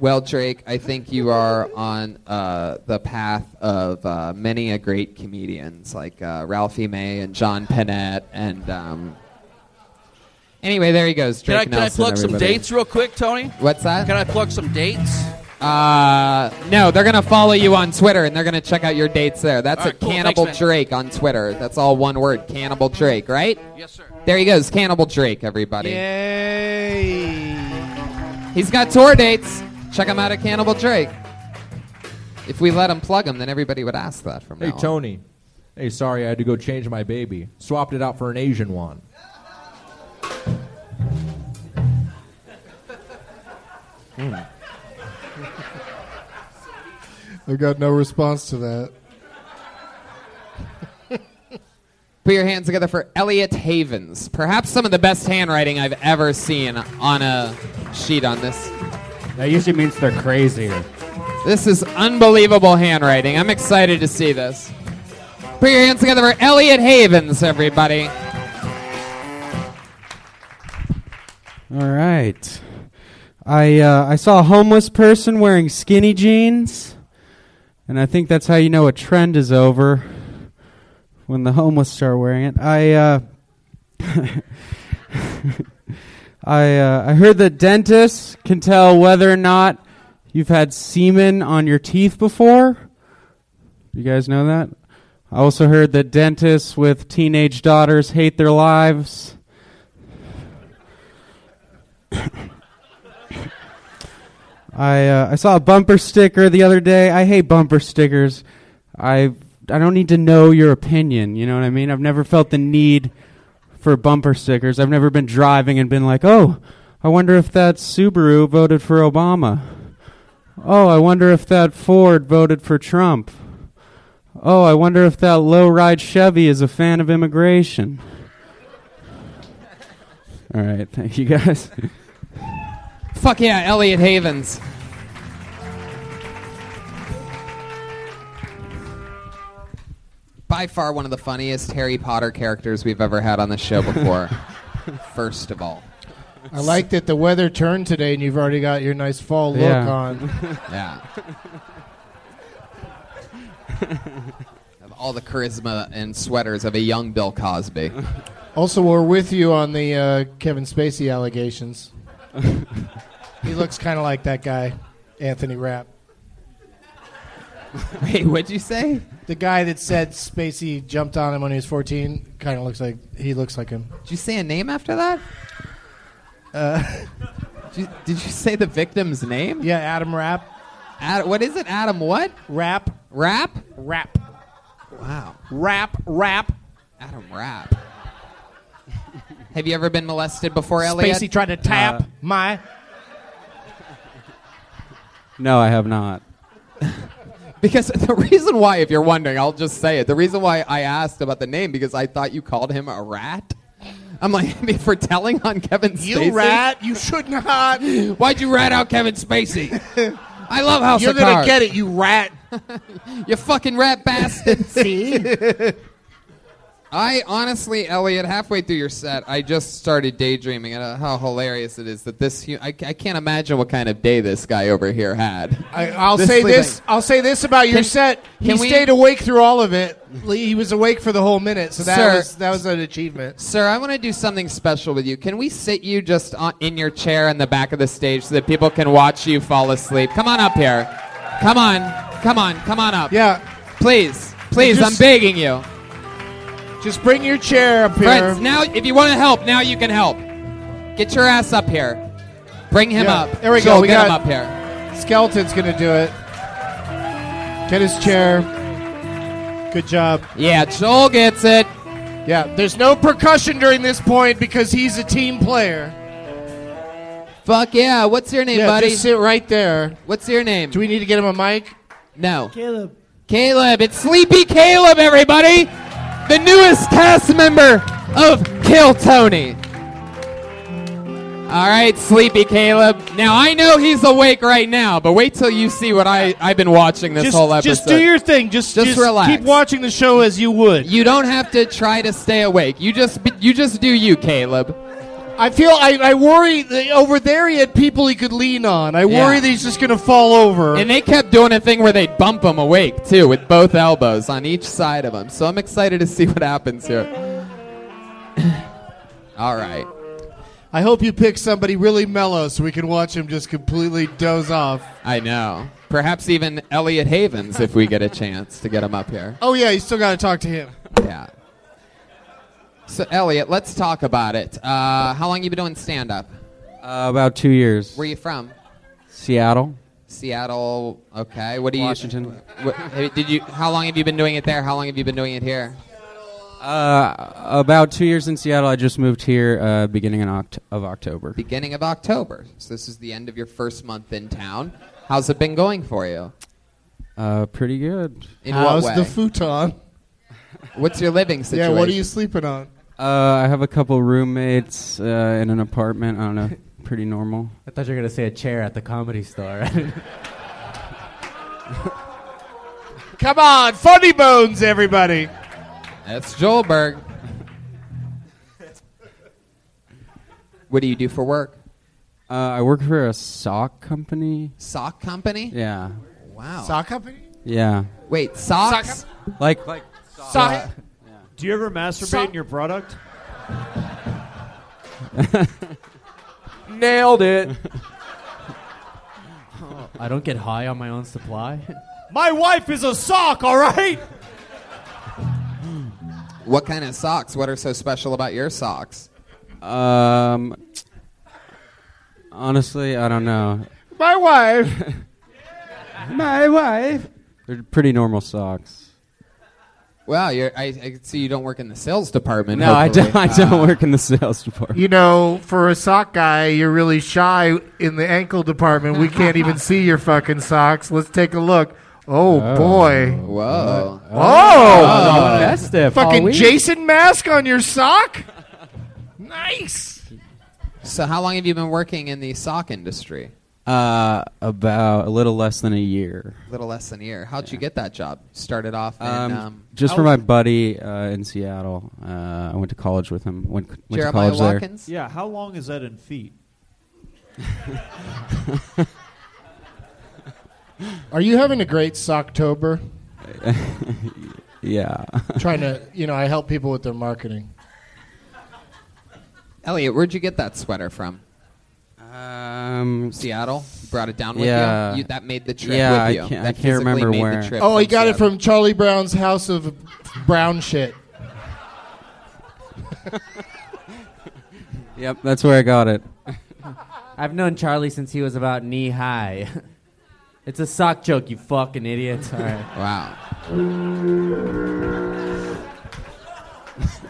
[SPEAKER 3] Well, Drake, I think you are on uh, the path of uh, many a great comedians like uh, Ralphie May and John Pennett. And um, anyway, there he goes.
[SPEAKER 14] Can
[SPEAKER 3] Drake
[SPEAKER 14] I, can I
[SPEAKER 3] Nelson,
[SPEAKER 14] plug some
[SPEAKER 3] everybody.
[SPEAKER 14] dates real quick, Tony?
[SPEAKER 3] What's that?
[SPEAKER 14] Can I plug some dates?
[SPEAKER 3] Uh, no, they're gonna follow you on Twitter and they're gonna check out your dates there. That's
[SPEAKER 14] All
[SPEAKER 3] a
[SPEAKER 14] right, cool.
[SPEAKER 3] Cannibal
[SPEAKER 14] Thanks, man.
[SPEAKER 3] Drake on Twitter. That's all one word, Cannibal Drake, right?
[SPEAKER 14] Yes, sir.
[SPEAKER 3] There he goes, Cannibal Drake, everybody.
[SPEAKER 14] Yay!
[SPEAKER 3] He's got tour dates. Check him out at Cannibal Drake. If we let him plug him, then everybody would ask that from
[SPEAKER 6] Hey,
[SPEAKER 3] now. on.
[SPEAKER 6] Tony. Hey, sorry, I had to go change my baby. Swapped it out for an Asian one.
[SPEAKER 4] I've got no response to that.
[SPEAKER 3] Put your hands together for Elliot Havens. Perhaps some of the best handwriting I've ever seen on a sheet on this.
[SPEAKER 2] That usually means they're crazier.
[SPEAKER 3] This is unbelievable handwriting. I'm excited to see this. Put your hands together for Elliot Havens, everybody.
[SPEAKER 15] All right. I uh, I saw a homeless person wearing skinny jeans, and I think that's how you know a trend is over when the homeless start wearing it. I uh, I uh, I heard that dentists can tell whether or not you've had semen on your teeth before. You guys know that? I also heard that dentists with teenage daughters hate their lives. I uh, I saw a bumper sticker the other day. I hate bumper stickers. I I don't need to know your opinion. You know what I mean? I've never felt the need for bumper stickers. I've never been driving and been like, oh, I wonder if that Subaru voted for Obama. Oh, I wonder if that Ford voted for Trump. Oh, I wonder if that low-ride Chevy is a fan of immigration. All right, thank you guys.
[SPEAKER 3] Fuck yeah, Elliot Havens. By far one of the funniest Harry Potter characters we've ever had on the show before. First of all.
[SPEAKER 4] I like that the weather turned today and you've already got your nice fall look
[SPEAKER 3] Yeah.
[SPEAKER 4] on.
[SPEAKER 3] Yeah. Have all the charisma and sweaters of a young Bill Cosby.
[SPEAKER 4] Also, we're with you on the uh, Kevin Spacey allegations. he looks kind of like that guy, Anthony Rapp.
[SPEAKER 3] Wait, what'd you say?
[SPEAKER 4] The guy that said Spacey jumped on him when he was 14 kind of looks like he looks like him.
[SPEAKER 3] Did you say a name after that? Uh, did, you, did you say the victim's name?
[SPEAKER 4] Yeah, Adam Rap.
[SPEAKER 3] Ad, what is it? Adam what?
[SPEAKER 4] Rap.
[SPEAKER 3] Rap?
[SPEAKER 4] Rap.
[SPEAKER 3] Wow.
[SPEAKER 4] Rap, rap.
[SPEAKER 3] Adam Rap. Have you ever been molested before, Elliot?
[SPEAKER 4] Spacey tried to tap my
[SPEAKER 15] No, I have not.
[SPEAKER 3] Uh, Because the reason why, if you're wondering, I'll just say it. The reason why I asked about the name because I thought you called him a rat. I'm like, I mean, for telling on Kevin Spacey.
[SPEAKER 10] You rat, you should not.
[SPEAKER 3] Why'd you rat out Kevin Spacey? I love House
[SPEAKER 10] You're
[SPEAKER 3] of
[SPEAKER 10] gonna
[SPEAKER 3] Cards.
[SPEAKER 10] get it, you rat.
[SPEAKER 3] you fucking rat bastard. See? I honestly, Elliot, halfway through your set, I just started daydreaming at how hilarious it is that this. hu- I, I can't imagine what kind of day this guy over here had.
[SPEAKER 4] I, I'll
[SPEAKER 3] This
[SPEAKER 4] say
[SPEAKER 3] sleeping.
[SPEAKER 4] this. I'll say this about your
[SPEAKER 3] Can-
[SPEAKER 4] set. He
[SPEAKER 3] can we-
[SPEAKER 4] stayed awake through all of it. Lee, He was awake for the whole minute, so that
[SPEAKER 3] Sir.
[SPEAKER 4] was that was an achievement.
[SPEAKER 3] Sir, I want to do something special with you. Can we sit you just on, in your chair in the back of the stage so that people can watch you fall asleep? Come on up here. Come on. Come on. Come on up.
[SPEAKER 4] Yeah.
[SPEAKER 3] Please. Please,
[SPEAKER 4] Just-
[SPEAKER 3] I'm begging you.
[SPEAKER 4] Just bring your chair up here.
[SPEAKER 3] Friends, now if you want to help, now you can help. Get your ass up here. Bring him
[SPEAKER 4] Yeah,
[SPEAKER 3] up.
[SPEAKER 4] There we
[SPEAKER 3] Joe,
[SPEAKER 4] go. We
[SPEAKER 3] get
[SPEAKER 4] got
[SPEAKER 3] him up here.
[SPEAKER 4] Skeleton's gonna do it. Get his chair. Good job.
[SPEAKER 3] Yeah, Joel gets it.
[SPEAKER 4] Yeah, there's no percussion during this point because he's a team player.
[SPEAKER 3] Fuck yeah! What's your name,
[SPEAKER 4] yeah,
[SPEAKER 3] buddy?
[SPEAKER 4] Just sit right there.
[SPEAKER 3] What's your name?
[SPEAKER 4] Do we need to get him a mic?
[SPEAKER 3] No.
[SPEAKER 4] Caleb.
[SPEAKER 3] Caleb. It's Sleepy Caleb, everybody. The newest cast member of Kill Tony. All right, Sleepy Caleb. Now I know he's awake right now, but wait till you see what I I've been watching this
[SPEAKER 4] just,
[SPEAKER 3] whole episode.
[SPEAKER 4] Just do your thing. Just,
[SPEAKER 3] Just relax.
[SPEAKER 4] Keep watching the show as you would.
[SPEAKER 3] You don't have to try to stay awake. You just you just do you, Caleb.
[SPEAKER 4] I feel I, I worry that over there he had people he could lean on. I worry
[SPEAKER 3] Yeah.
[SPEAKER 4] that he's just gonna fall over.
[SPEAKER 3] And they kept doing a thing where they'd bump him awake too, with both elbows on each side of him. So I'm excited to see what happens here. All right.
[SPEAKER 4] I hope you pick somebody really mellow so we can watch him just completely doze off.
[SPEAKER 3] I know. Perhaps even Elliot Havens if we get a chance to get him up here.
[SPEAKER 4] Oh yeah, you still gotta talk to him.
[SPEAKER 3] Yeah. So Elliot, let's talk about it. Uh, how long you been doing stand up?
[SPEAKER 15] Uh, about two years.
[SPEAKER 3] Where you from?
[SPEAKER 15] Seattle.
[SPEAKER 3] Seattle. Okay. What do you Washington? did you? How long have you been doing it there? How long have you been doing it here?
[SPEAKER 15] Uh, about two years in Seattle. I just moved here uh, beginning in oct- of October.
[SPEAKER 3] Beginning of October. So this is the end of your first month in town. How's it been going for you?
[SPEAKER 15] Uh, pretty good.
[SPEAKER 3] In
[SPEAKER 4] How's
[SPEAKER 3] what way?
[SPEAKER 4] the futon?
[SPEAKER 3] What's your living
[SPEAKER 4] Yeah,
[SPEAKER 3] situation?
[SPEAKER 4] what are you sleeping on?
[SPEAKER 15] Uh, I have a couple roommates uh, in an apartment. I don't know. Pretty normal.
[SPEAKER 9] I thought you were gonna say a chair at the comedy store.
[SPEAKER 4] Come on, funny bones, everybody.
[SPEAKER 3] That's Joelberg. What do you do for work?
[SPEAKER 15] Uh, I work for a sock company.
[SPEAKER 3] Sock company?
[SPEAKER 15] Yeah.
[SPEAKER 3] Wow.
[SPEAKER 4] Sock company?
[SPEAKER 15] Yeah.
[SPEAKER 3] Wait, socks?
[SPEAKER 15] Like, like
[SPEAKER 5] Sock. Do you ever masturbate in your product?
[SPEAKER 6] Nailed it.
[SPEAKER 9] I don't get high on my own supply.
[SPEAKER 5] My wife is a sock, all right?
[SPEAKER 3] What kind of socks? What are so special about your socks?
[SPEAKER 15] Um. Honestly, I don't know.
[SPEAKER 4] My wife.
[SPEAKER 15] My wife. They're pretty normal socks.
[SPEAKER 3] Well, you're, I, I see you don't work in the sales department.
[SPEAKER 15] No, I
[SPEAKER 3] hopefully. Ah.
[SPEAKER 15] don't. I don't work in the sales department.
[SPEAKER 4] You know, for a sock guy, you're really shy in the ankle department. We can't even see your fucking socks. Let's take a look. Oh, boy.
[SPEAKER 3] Whoa.
[SPEAKER 4] Oh.
[SPEAKER 10] Oh.
[SPEAKER 15] Festive
[SPEAKER 4] Fucking
[SPEAKER 3] Halloween.
[SPEAKER 4] Jason mask on your sock? Nice.
[SPEAKER 3] So, how long have you been working in the sock industry?
[SPEAKER 15] Uh, about a little less than a year.
[SPEAKER 3] A little less than a year. How'd you get that job? Started off in.
[SPEAKER 15] Um,
[SPEAKER 3] Um,
[SPEAKER 15] just for my buddy uh, in Seattle. Uh, I went to college with him. Went, went to college
[SPEAKER 5] Yeah, how long is that in feet?
[SPEAKER 4] Are you having a great Socktober?
[SPEAKER 15] there. yeah.
[SPEAKER 4] Trying to, you know, I help people with their marketing.
[SPEAKER 3] Elliot, where'd you get that sweater from?
[SPEAKER 15] Um,
[SPEAKER 3] Seattle. You brought it down with
[SPEAKER 15] yeah.
[SPEAKER 3] you? you. That made the trip
[SPEAKER 15] Yeah, I
[SPEAKER 3] with you.
[SPEAKER 15] can't-
[SPEAKER 3] that
[SPEAKER 15] I
[SPEAKER 3] physically
[SPEAKER 15] can't remember
[SPEAKER 3] made
[SPEAKER 15] where.
[SPEAKER 3] The trip
[SPEAKER 4] Oh, he got it
[SPEAKER 3] Seattle.
[SPEAKER 4] from Charlie Brown's House of Brown Shit.
[SPEAKER 15] Yep, that's where I got it.
[SPEAKER 9] I've known Charlie since he was about knee high. it's a sock joke, you fucking idiot. All right.
[SPEAKER 3] Wow.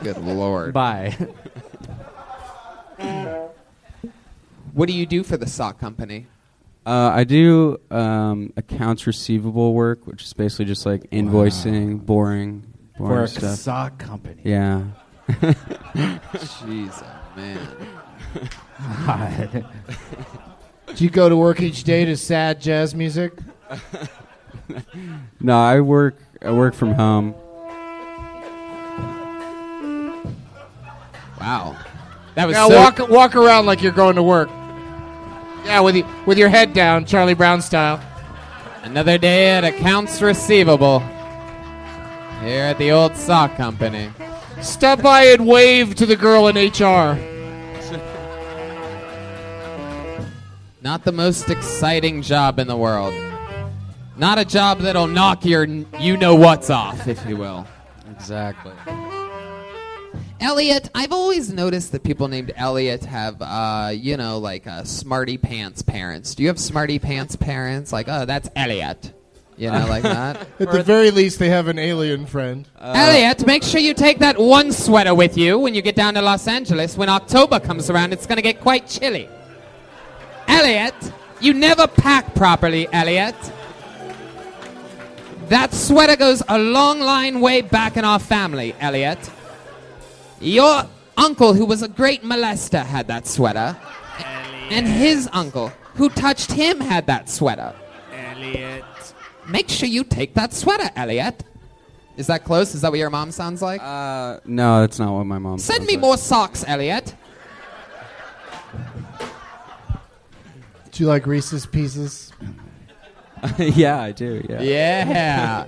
[SPEAKER 3] Good lord.
[SPEAKER 9] Bye.
[SPEAKER 3] What do you do for the sock company?
[SPEAKER 15] Uh, I do um, accounts receivable work, which is basically just like invoicing, boring, boring
[SPEAKER 2] For a
[SPEAKER 15] stuff.
[SPEAKER 2] sock company.
[SPEAKER 15] Yeah.
[SPEAKER 3] Jeez, oh, man.
[SPEAKER 4] God. Do you go to work each day to sad jazz music?
[SPEAKER 15] no, I work. I work from home.
[SPEAKER 3] Wow. That was
[SPEAKER 4] now
[SPEAKER 3] so-
[SPEAKER 4] walk walk around like you're going to work. Yeah, with you, with your head down, Charlie Brown style.
[SPEAKER 3] Another day at accounts receivable here at the old sock company.
[SPEAKER 4] Stop by and wave to the girl in HR.
[SPEAKER 3] Not the most exciting job in the world. Not a job that'll knock your n- you know what's off, if you will. Exactly. Elliot, I've always noticed that people named Elliot have, uh, you know, like uh, smarty pants parents. Do you have smarty pants parents? Like, oh, that's Elliot. You know, like that?
[SPEAKER 4] At the very least, they have an alien friend.
[SPEAKER 3] Uh, Elliot, make sure you take that one sweater with you when you get down to Los Angeles. When October comes around, it's going to get quite chilly. Elliot, you never pack properly, Elliot. That sweater goes a long line way back in our family, Elliot. Your uncle, who was a great molester, had that sweater. And his uncle, who touched him, had that sweater.
[SPEAKER 10] Elliot.
[SPEAKER 3] Make sure you take that sweater, Elliot. Is that close? Is that what your mom sounds like?
[SPEAKER 15] Uh, No, that's not what my mom.
[SPEAKER 3] Send me more socks, Elliot.
[SPEAKER 4] Do you like Reese's Pieces?
[SPEAKER 15] yeah, I do. Yeah.
[SPEAKER 3] Yeah.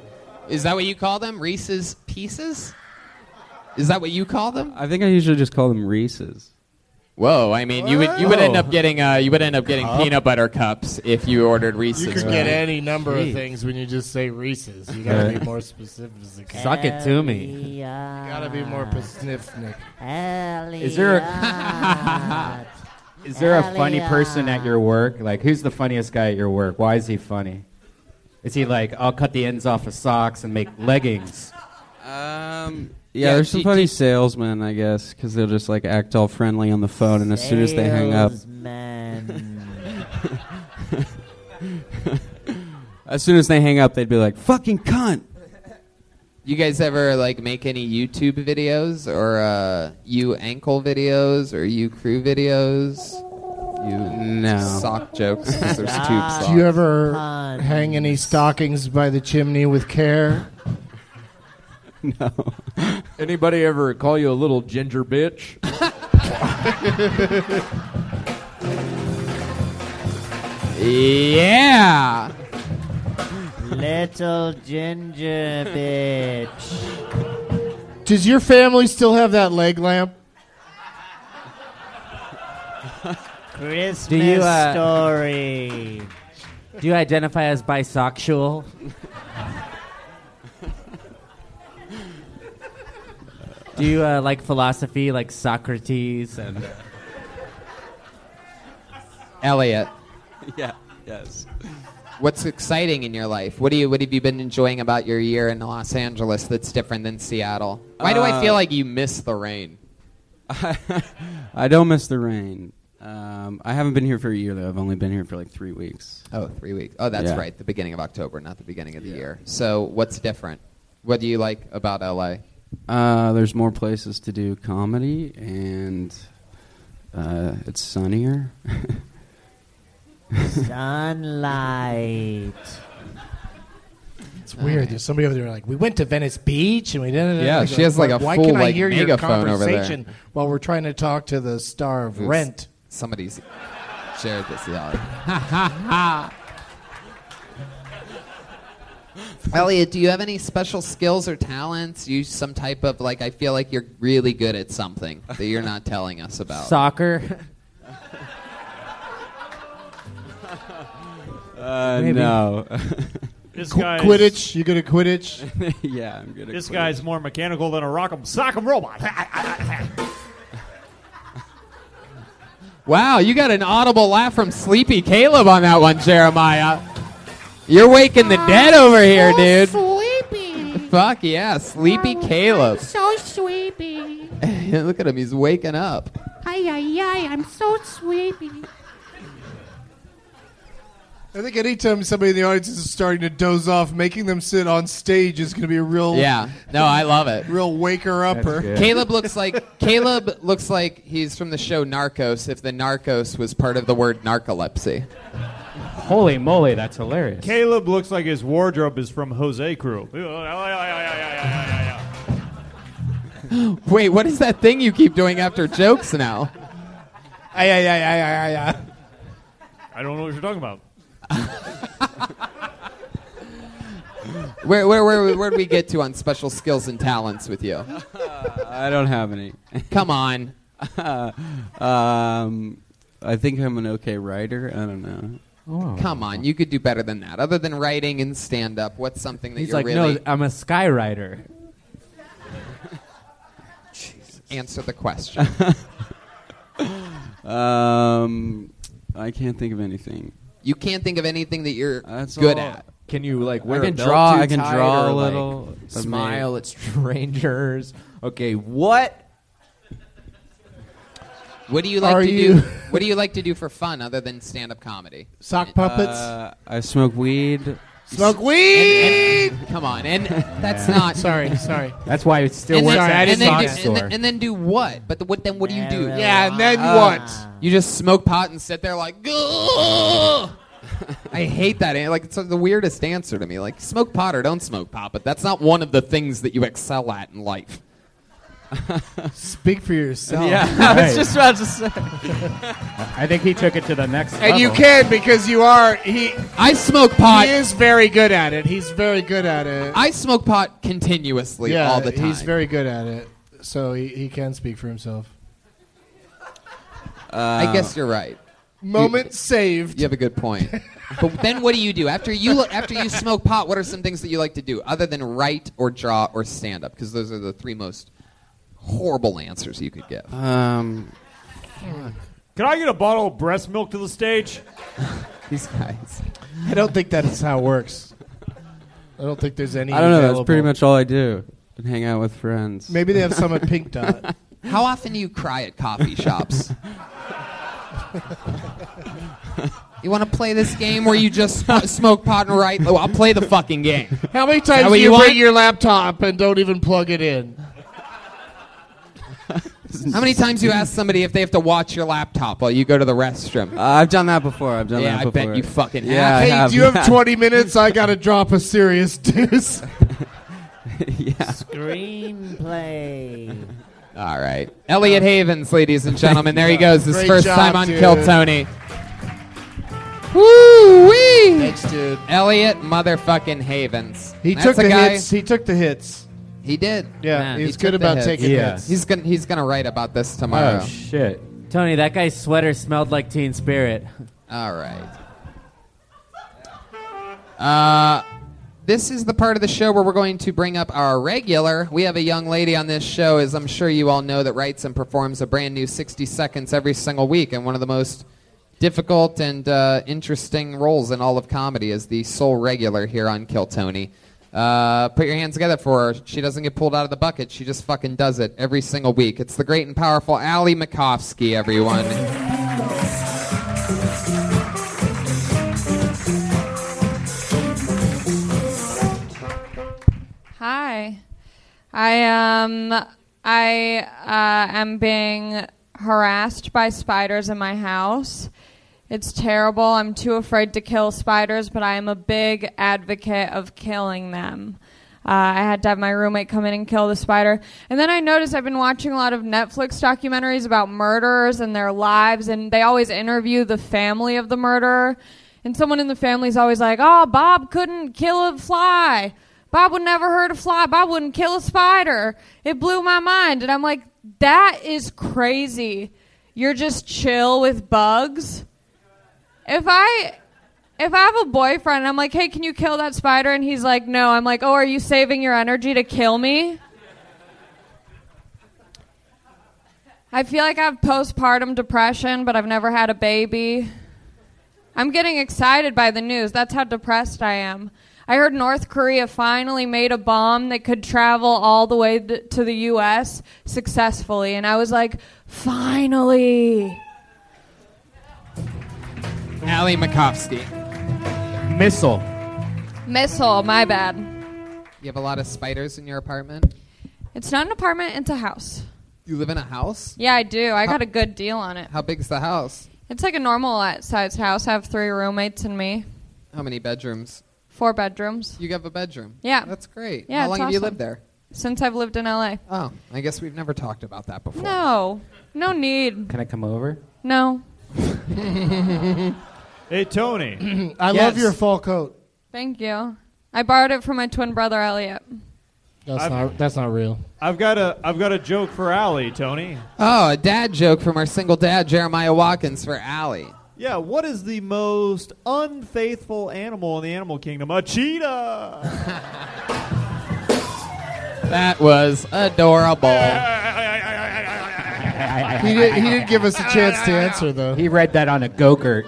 [SPEAKER 3] Is that what you call them? Reese's Pieces? Is that what you call them?
[SPEAKER 15] I think I usually just call them Reese's.
[SPEAKER 3] Whoa! I mean, you would you would end up getting uh, you would end up getting
[SPEAKER 4] Cup?
[SPEAKER 3] peanut butter cups if you ordered Reese's.
[SPEAKER 4] You could get any number of things when you just say Reese's. You gotta
[SPEAKER 3] Right.
[SPEAKER 4] be more specific.
[SPEAKER 3] Suck it to me.
[SPEAKER 4] You gotta be more specific.
[SPEAKER 2] Is there a, is there a funny person at your work? Like, who's the funniest guy at your work? Why is he funny? Is he like, I'll cut the ends off of socks and make leggings?
[SPEAKER 15] Um.
[SPEAKER 2] Yeah,
[SPEAKER 15] Yeah, there's some
[SPEAKER 2] do-
[SPEAKER 15] funny salesmen, I guess, because they'll just like act all friendly on the phone, and as soon as they hang up, as soon as they hang up, they'd be like, "Fucking cunt."
[SPEAKER 3] You guys ever like make any YouTube videos or uh, you ankle videos or you crew videos? You
[SPEAKER 15] No.
[SPEAKER 3] sock jokes. 'cause There's tube socks.
[SPEAKER 4] Do you ever hang any stockings by the chimney with care?
[SPEAKER 6] Anybody ever call you a little ginger bitch?
[SPEAKER 3] Yeah.
[SPEAKER 16] Little ginger bitch.
[SPEAKER 4] Does your family still have that leg lamp?
[SPEAKER 16] Christmas
[SPEAKER 9] Do you, uh,
[SPEAKER 16] story.
[SPEAKER 9] Do you identify as bisexual? Do you uh, like philosophy, like Socrates and
[SPEAKER 3] Elliot.
[SPEAKER 15] Yeah. Yes.
[SPEAKER 3] What's exciting in your life? What do you what have you been enjoying about your year in Los Angeles that's different than Seattle? Why do I
[SPEAKER 15] Uh,
[SPEAKER 3] feel like you miss the rain?
[SPEAKER 15] I don't miss the rain. Um, I haven't been here for a year though. I've only been here for like three weeks.
[SPEAKER 3] Oh, three weeks. Oh, that's
[SPEAKER 15] Yeah.
[SPEAKER 3] right. The beginning of October, not the beginning of the year. So, what's different? What do you like about LA?
[SPEAKER 15] Uh, there's more places to do comedy, and uh, it's sunnier.
[SPEAKER 16] sunlight?
[SPEAKER 4] It's weird. There's somebody over there like, we went to Venice Beach and we didn't.
[SPEAKER 3] Yeah,
[SPEAKER 4] like,
[SPEAKER 3] she has, like, a
[SPEAKER 4] why
[SPEAKER 3] full,
[SPEAKER 4] can't I
[SPEAKER 3] like,
[SPEAKER 4] hear your
[SPEAKER 3] megaphone over there.
[SPEAKER 4] conversation while we're trying to talk to the star of
[SPEAKER 3] It was-
[SPEAKER 4] Rent?
[SPEAKER 3] Somebody's shared this, yeah. Elliot, do you have any special skills or talents? You some type of like I feel like you're really good at something that you're not telling us about.
[SPEAKER 9] soccer?
[SPEAKER 15] Uh,
[SPEAKER 9] Maybe.
[SPEAKER 15] no.
[SPEAKER 17] This
[SPEAKER 4] Qu-
[SPEAKER 17] guy's-
[SPEAKER 4] Quidditch? You good at Quidditch?
[SPEAKER 15] yeah, I'm good at
[SPEAKER 17] This guy's more mechanical than a rock'em sock'em robot.
[SPEAKER 3] Wow, you got an audible laugh from Sleepy Caleb on that one, Jeremiah. You're waking the dead over here, dude.
[SPEAKER 18] Sleepy.
[SPEAKER 3] Fuck yeah, Sleepy
[SPEAKER 12] Oh,
[SPEAKER 3] Caleb.
[SPEAKER 18] So sleepy.
[SPEAKER 3] Look at him, he's waking up.
[SPEAKER 18] Ay, ay, ay, I'm so sleepy.
[SPEAKER 4] I think anytime somebody in the audience is starting to doze off, making them sit on stage is going to be a real
[SPEAKER 3] Yeah. No, I love it.
[SPEAKER 4] Real waker upper.
[SPEAKER 3] Caleb looks like Caleb looks like he's from the show Narcos. If the Narcos was part of the word narcolepsy,
[SPEAKER 2] holy moly, that's hilarious.
[SPEAKER 17] Caleb looks like his wardrobe is from Jose Crew.
[SPEAKER 3] Wait, what is that thing you keep doing after jokes now?
[SPEAKER 4] Ay, ay, ay, ay, ay, ay, ay.
[SPEAKER 17] I don't know what you're talking about.
[SPEAKER 3] Where where where where did we get to on special skills and talents with you?
[SPEAKER 15] I don't have any.
[SPEAKER 3] Come on.
[SPEAKER 15] um, I think I'm an okay writer. I don't know.
[SPEAKER 4] Oh.
[SPEAKER 3] Come on, you could do better than that. Other than writing and stand up, what's something that
[SPEAKER 15] He's
[SPEAKER 3] you're
[SPEAKER 15] like,
[SPEAKER 3] really
[SPEAKER 15] "No, I'm a skywriter."
[SPEAKER 3] answer the question.
[SPEAKER 15] Um, I can't think of anything.
[SPEAKER 3] you can't think of anything that you're good
[SPEAKER 15] all.
[SPEAKER 3] at.
[SPEAKER 19] Can you like wear
[SPEAKER 15] I can
[SPEAKER 19] a belt
[SPEAKER 15] draw-
[SPEAKER 19] too
[SPEAKER 15] I can
[SPEAKER 19] tight
[SPEAKER 15] draw
[SPEAKER 19] or,
[SPEAKER 15] a
[SPEAKER 19] like,
[SPEAKER 15] little. I mean-
[SPEAKER 19] smile at strangers. Okay, what?
[SPEAKER 3] What do you like
[SPEAKER 19] Are
[SPEAKER 3] to
[SPEAKER 19] you-
[SPEAKER 3] do? What do you like to do for fun other than stand up comedy?
[SPEAKER 4] Sock
[SPEAKER 15] Uh, I smoke weed.
[SPEAKER 4] Smoke weed.
[SPEAKER 3] come on, and that's
[SPEAKER 15] Yeah.
[SPEAKER 3] not.
[SPEAKER 4] Sorry, sorry.
[SPEAKER 2] That's why it still
[SPEAKER 3] and
[SPEAKER 2] works.
[SPEAKER 3] Then,
[SPEAKER 2] at
[SPEAKER 3] and,
[SPEAKER 2] his
[SPEAKER 3] then
[SPEAKER 2] sock
[SPEAKER 3] do, and,
[SPEAKER 2] store.
[SPEAKER 3] then, and then do what? But the, what? Then what do you do?
[SPEAKER 4] Yeah, and then
[SPEAKER 3] what? uh, You just smoke pot and sit there like. "Ugh." I hate that. an- Like it's the weirdest answer to me. Like smoke pot or don't smoke pot, but that's not one of the things that you excel at in life.
[SPEAKER 4] Speak for yourself.
[SPEAKER 3] Yeah,
[SPEAKER 19] I was just about to say.
[SPEAKER 2] I think he took it to the next
[SPEAKER 4] And you
[SPEAKER 2] level.
[SPEAKER 4] can because you are he.
[SPEAKER 3] I smoke pot.
[SPEAKER 4] He is very good at it. He's very good at it.
[SPEAKER 3] I smoke pot continuously
[SPEAKER 4] yeah,
[SPEAKER 3] all the time.
[SPEAKER 4] He's very good at it, so he, he can speak for himself.
[SPEAKER 15] Uh,
[SPEAKER 3] I guess you're right.
[SPEAKER 4] Moment saved.
[SPEAKER 3] You have a good point. but then what do you do after you after you smoke pot? What are some things that you like to do other than write or draw or stand up? Because those are the three most horrible answers you could give.
[SPEAKER 15] Um,
[SPEAKER 17] Can I get a bottle of breast milk to the stage?
[SPEAKER 3] These guys.
[SPEAKER 4] I don't think that is how it works. I don't think there's any.
[SPEAKER 15] I don't know.
[SPEAKER 4] Available.
[SPEAKER 15] That's pretty much all I do. And hang out with friends.
[SPEAKER 4] Maybe they have some at Pink Dot.
[SPEAKER 3] How often do you cry at coffee shops? you want to play this game where you just sm- smoke pot and write? Oh, I'll play the fucking game.
[SPEAKER 4] How many
[SPEAKER 3] Is that
[SPEAKER 4] times
[SPEAKER 3] what
[SPEAKER 4] do you,
[SPEAKER 3] you want?
[SPEAKER 4] bring your laptop and don't even plug it in?
[SPEAKER 3] How many times you ask somebody if they have to watch your laptop while you go to the restroom?
[SPEAKER 15] Uh, I've done that before. I've done
[SPEAKER 3] Yeah,
[SPEAKER 15] that
[SPEAKER 3] I
[SPEAKER 15] before.
[SPEAKER 3] bet you fucking have.
[SPEAKER 15] yeah, I
[SPEAKER 4] hey,
[SPEAKER 15] have.
[SPEAKER 4] do you have 20 minutes? I gotta drop a serious deuce.
[SPEAKER 15] yeah.
[SPEAKER 16] Screenplay.
[SPEAKER 3] All right. Elliot Havens, ladies and gentlemen. There he goes. His
[SPEAKER 16] Great
[SPEAKER 3] first
[SPEAKER 16] job,
[SPEAKER 3] time on
[SPEAKER 16] dude.
[SPEAKER 3] Kill Tony. Woo wee!
[SPEAKER 4] Thanks, dude.
[SPEAKER 3] Elliot motherfucking Havens.
[SPEAKER 4] He
[SPEAKER 3] That's
[SPEAKER 4] took
[SPEAKER 3] a
[SPEAKER 4] the
[SPEAKER 3] guy-
[SPEAKER 4] hits. He took the hits.
[SPEAKER 3] He did.
[SPEAKER 4] Yeah,
[SPEAKER 3] Man,
[SPEAKER 4] he's
[SPEAKER 3] he took
[SPEAKER 4] good
[SPEAKER 3] the
[SPEAKER 4] about
[SPEAKER 3] hits.
[SPEAKER 4] taking
[SPEAKER 3] Yeah.
[SPEAKER 4] hits.
[SPEAKER 3] He's gonna he's gonna write about this tomorrow.
[SPEAKER 2] shit.
[SPEAKER 9] Tony, that guy's sweater smelled like Teen Spirit.
[SPEAKER 3] All right. Uh, this is the part of the show where we're going to bring up our regular. We have a young lady on this show, as I'm sure you all know, that writes and performs a brand new 60 seconds every single week. And one of the most difficult and uh, interesting roles in all of comedy is the sole regular here on Kill Tony. Uh, put your hands together for her. She doesn't get pulled out of the bucket. She just fucking does it every single week. It's the great and powerful Allie Makovsky, everyone.
[SPEAKER 20] Hi. I um I uh, am being harassed by spiders in my house. It's terrible. I'm too afraid to kill spiders, but I am a big advocate of killing them. Uh, I had to have my roommate come in and kill the spider. And then I noticed I've been watching a lot of Netflix documentaries about murderers and their lives, and they always interview the family of the murderer. And someone in the family's always like, oh, Bob couldn't kill a fly. Bob would never hurt a fly. Bob wouldn't kill a spider. It blew my mind. And I'm like, that is crazy. You're just chill with bugs. If I. If I have a boyfriend, I'm like, hey, can you kill that spider? And he's like, no. I'm like, oh, are you saving your energy to kill me? I feel like I have postpartum depression, but I've never had a baby. I'm getting excited by the news. That's how depressed I am. I heard North Korea finally made a bomb that could travel all the way th- to the US successfully. And I was like, finally.
[SPEAKER 3] Allie Makovsky.
[SPEAKER 2] Missile.
[SPEAKER 20] Missile, my bad.
[SPEAKER 3] You have a lot of spiders in your apartment.
[SPEAKER 20] It's not an apartment, it's a house.
[SPEAKER 3] You live in a house?
[SPEAKER 20] Yeah, I do. I got a good deal on it.
[SPEAKER 3] How big's the house?
[SPEAKER 20] It's like a normal sized house. I have three roommates and me,
[SPEAKER 3] How many bedrooms?
[SPEAKER 20] four bedrooms.
[SPEAKER 3] You have a bedroom.
[SPEAKER 20] Yeah.
[SPEAKER 3] That's great.
[SPEAKER 20] Yeah,
[SPEAKER 3] How long
[SPEAKER 20] it's
[SPEAKER 3] have you
[SPEAKER 20] awesome.
[SPEAKER 3] lived there?
[SPEAKER 20] Since I've lived in LA.
[SPEAKER 3] Oh, I guess we've never talked about that before.
[SPEAKER 20] No. No need.
[SPEAKER 2] Can I come over?
[SPEAKER 20] No.
[SPEAKER 17] Hey, Tony.
[SPEAKER 4] I love your fall coat.
[SPEAKER 20] Thank you. I borrowed it from my twin brother Elliot.
[SPEAKER 4] That's
[SPEAKER 17] I've-
[SPEAKER 4] not. That's not real.
[SPEAKER 17] I've got a I've got a joke for Allie, Tony.
[SPEAKER 3] Oh, a dad joke from our single dad, Jeremiah Watkins, for Allie.
[SPEAKER 17] Yeah, what is the most unfaithful animal in the animal kingdom? A cheetah.
[SPEAKER 3] That was adorable.
[SPEAKER 4] He did, he did give us a chance to answer though.
[SPEAKER 2] He read that on a go-gurt.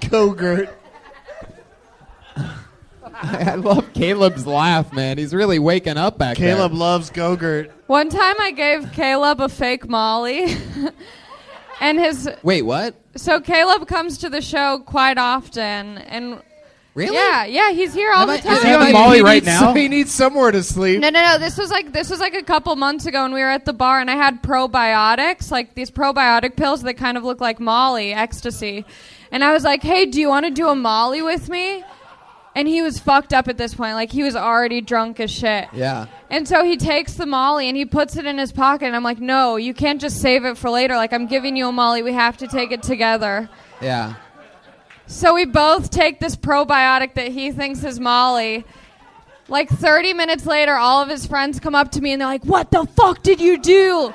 [SPEAKER 4] Gogurt.
[SPEAKER 3] I love Caleb's laugh, man. He's really waking up back there.
[SPEAKER 4] Caleb loves Gogurt.
[SPEAKER 20] One time I gave Caleb a fake Molly. and his
[SPEAKER 3] Wait, what?
[SPEAKER 20] so Caleb comes to the show quite often and
[SPEAKER 3] Really?
[SPEAKER 20] Yeah, yeah, he's here all the time.
[SPEAKER 4] he
[SPEAKER 3] right
[SPEAKER 4] needs,
[SPEAKER 3] now?
[SPEAKER 4] He needs somewhere to sleep.
[SPEAKER 20] No, no, no. This was like this was like a couple months ago, and we were at the bar, and I had probiotics, like these probiotic pills that kind of look like Molly, ecstasy. And I was like, "Hey, do you want to do a Molly with me?" And he was fucked up at this point, like he was already drunk as shit.
[SPEAKER 3] Yeah.
[SPEAKER 20] And so he takes the Molly and he puts it in his pocket, and I'm like, "No, you can't just save it for later. Like I'm giving you a Molly. We have to take it together."
[SPEAKER 3] Yeah.
[SPEAKER 20] So we both take this probiotic that he thinks is Molly. Like 30 minutes later, all of his friends come up to me and they're like, What the fuck did you do?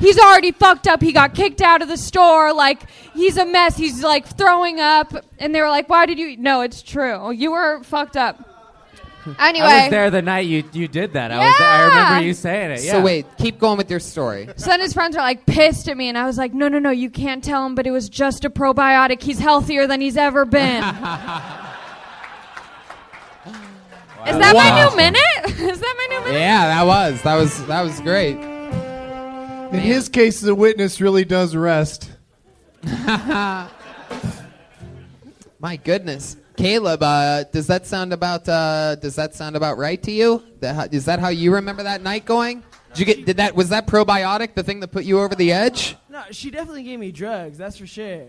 [SPEAKER 20] He's already fucked up. He got kicked out of the store. Like, he's a mess. He's like throwing up. And they were like, Why did you? No, it's true. You were fucked up. Anyway.
[SPEAKER 9] I was there the night you you did that. I was there. I
[SPEAKER 20] Yeah.
[SPEAKER 9] remember you saying it. Yeah.
[SPEAKER 3] So wait, keep going with your story.
[SPEAKER 20] So then his friends are like pissed at me, and I was like, no, no, no, you can't tell him, but it was just a probiotic. He's healthier than he's ever been. Is that my
[SPEAKER 3] Wow.
[SPEAKER 20] new minute? Is that my new minute?
[SPEAKER 3] Yeah, that was that was that was great.
[SPEAKER 4] In his case, the witness really does rest.
[SPEAKER 3] My goodness, Caleb, uh, does that sound about uh, does that sound about right to you? That, how- is that how you remember that night going? Did you get did that was that probiotic the thing that put you over the edge?
[SPEAKER 21] No, she definitely gave me drugs. That's for sure.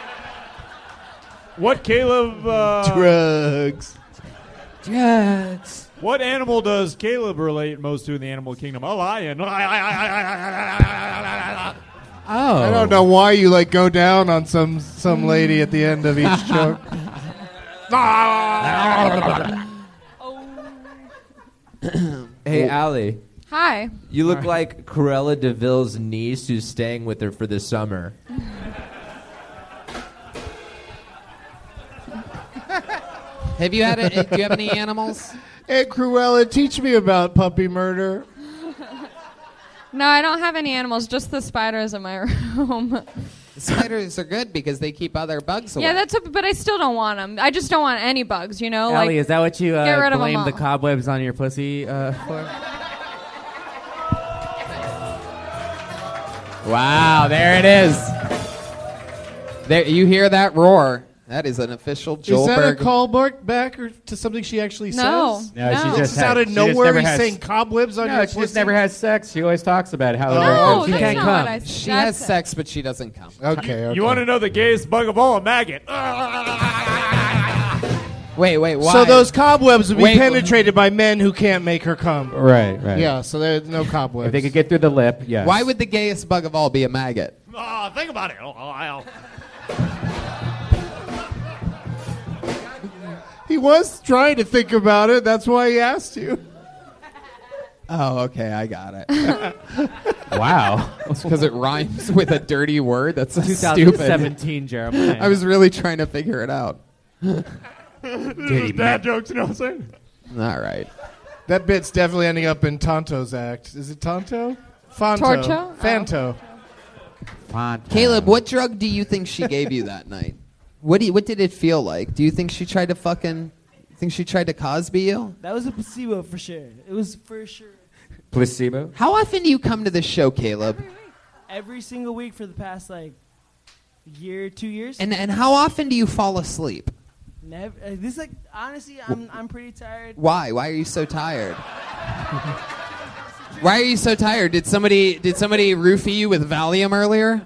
[SPEAKER 17] what Caleb? Uh,
[SPEAKER 4] Drugs.
[SPEAKER 17] Drugs. What animal does Caleb relate most to in the animal kingdom? A lion.
[SPEAKER 4] Oh. I don't know why you like go down on some some lady at the end of each joke.
[SPEAKER 19] Hey, Allie.
[SPEAKER 20] Hi.
[SPEAKER 19] You look like Corella Deville's niece who's staying with her for the summer.
[SPEAKER 3] Have you had a, do you have any animals?
[SPEAKER 4] Aunt Cruella, teach me about puppy murder.
[SPEAKER 20] No, I don't have any animals, just the spiders in my room.
[SPEAKER 3] Spiders are good because they keep other bugs away.
[SPEAKER 20] yeah, that's a, but I still don't want them. I just don't want any bugs, you know?
[SPEAKER 9] Allie, is that what you
[SPEAKER 20] get rid
[SPEAKER 9] uh,
[SPEAKER 20] of 'em
[SPEAKER 9] blame the
[SPEAKER 20] all.
[SPEAKER 9] cobwebs on your pussy uh, for?
[SPEAKER 3] Wow, there it is. There, you hear that roar? That is an official Joelberg.
[SPEAKER 4] Is that a call back, back or to something she actually
[SPEAKER 20] No.
[SPEAKER 4] says?
[SPEAKER 2] No, she No. just
[SPEAKER 4] It's out
[SPEAKER 2] had-
[SPEAKER 4] of
[SPEAKER 2] she just
[SPEAKER 4] nowhere.
[SPEAKER 2] never
[SPEAKER 4] He's
[SPEAKER 2] has-
[SPEAKER 4] saying cobwebs on
[SPEAKER 2] no,
[SPEAKER 4] your
[SPEAKER 2] she
[SPEAKER 4] pussy?
[SPEAKER 2] just never has sex. She always talks about how.
[SPEAKER 4] No,
[SPEAKER 2] she
[SPEAKER 4] that's
[SPEAKER 2] can't
[SPEAKER 4] not
[SPEAKER 2] come.
[SPEAKER 4] what I-
[SPEAKER 3] She
[SPEAKER 4] That's-
[SPEAKER 3] has sex, but she doesn't come.
[SPEAKER 4] Okay,
[SPEAKER 17] You want to know the gayest bug of all? A maggot.
[SPEAKER 3] Wait, wait, why?
[SPEAKER 4] So those cobwebs would be
[SPEAKER 3] Wait.
[SPEAKER 4] penetrated by men who can't make her come.
[SPEAKER 2] Right, right.
[SPEAKER 4] Yeah, so there's no cobwebs.
[SPEAKER 2] If they could get through the lip, yes.
[SPEAKER 3] Why would the gayest bug of all be a maggot?
[SPEAKER 17] Oh, think about it. Oh, I'll-
[SPEAKER 4] He was trying to think about it. That's why he asked you.
[SPEAKER 3] Oh, okay, I got it.
[SPEAKER 2] wow.
[SPEAKER 3] Because it rhymes with a dirty word. That's so stupid.
[SPEAKER 9] 2017, Jeremiah.
[SPEAKER 3] I was really trying to figure it out.
[SPEAKER 17] this
[SPEAKER 3] Diddy
[SPEAKER 17] is dad jokes, you know what I'm saying?
[SPEAKER 3] All right.
[SPEAKER 4] That bit's definitely ending up in Tonto's act. Is it Tonto? Fonto.
[SPEAKER 3] Torcho?
[SPEAKER 4] Fanto.
[SPEAKER 3] Caleb, what drug do you think she gave you that night? What do you, what did it feel like? Do you think she tried to fucking? Think she tried to Cosby you?
[SPEAKER 21] That was a placebo for sure. It was for sure.
[SPEAKER 2] Placebo.
[SPEAKER 3] How often do you come to this show, Caleb?
[SPEAKER 21] Every single week for the past like year, two years.
[SPEAKER 3] And and how often do you fall asleep?
[SPEAKER 21] Never. Uh, this like honestly, I'm I'm pretty tired.
[SPEAKER 3] Why? Why are you so tired? Why are you so tired? Did somebody did somebody roofie you with Valium earlier?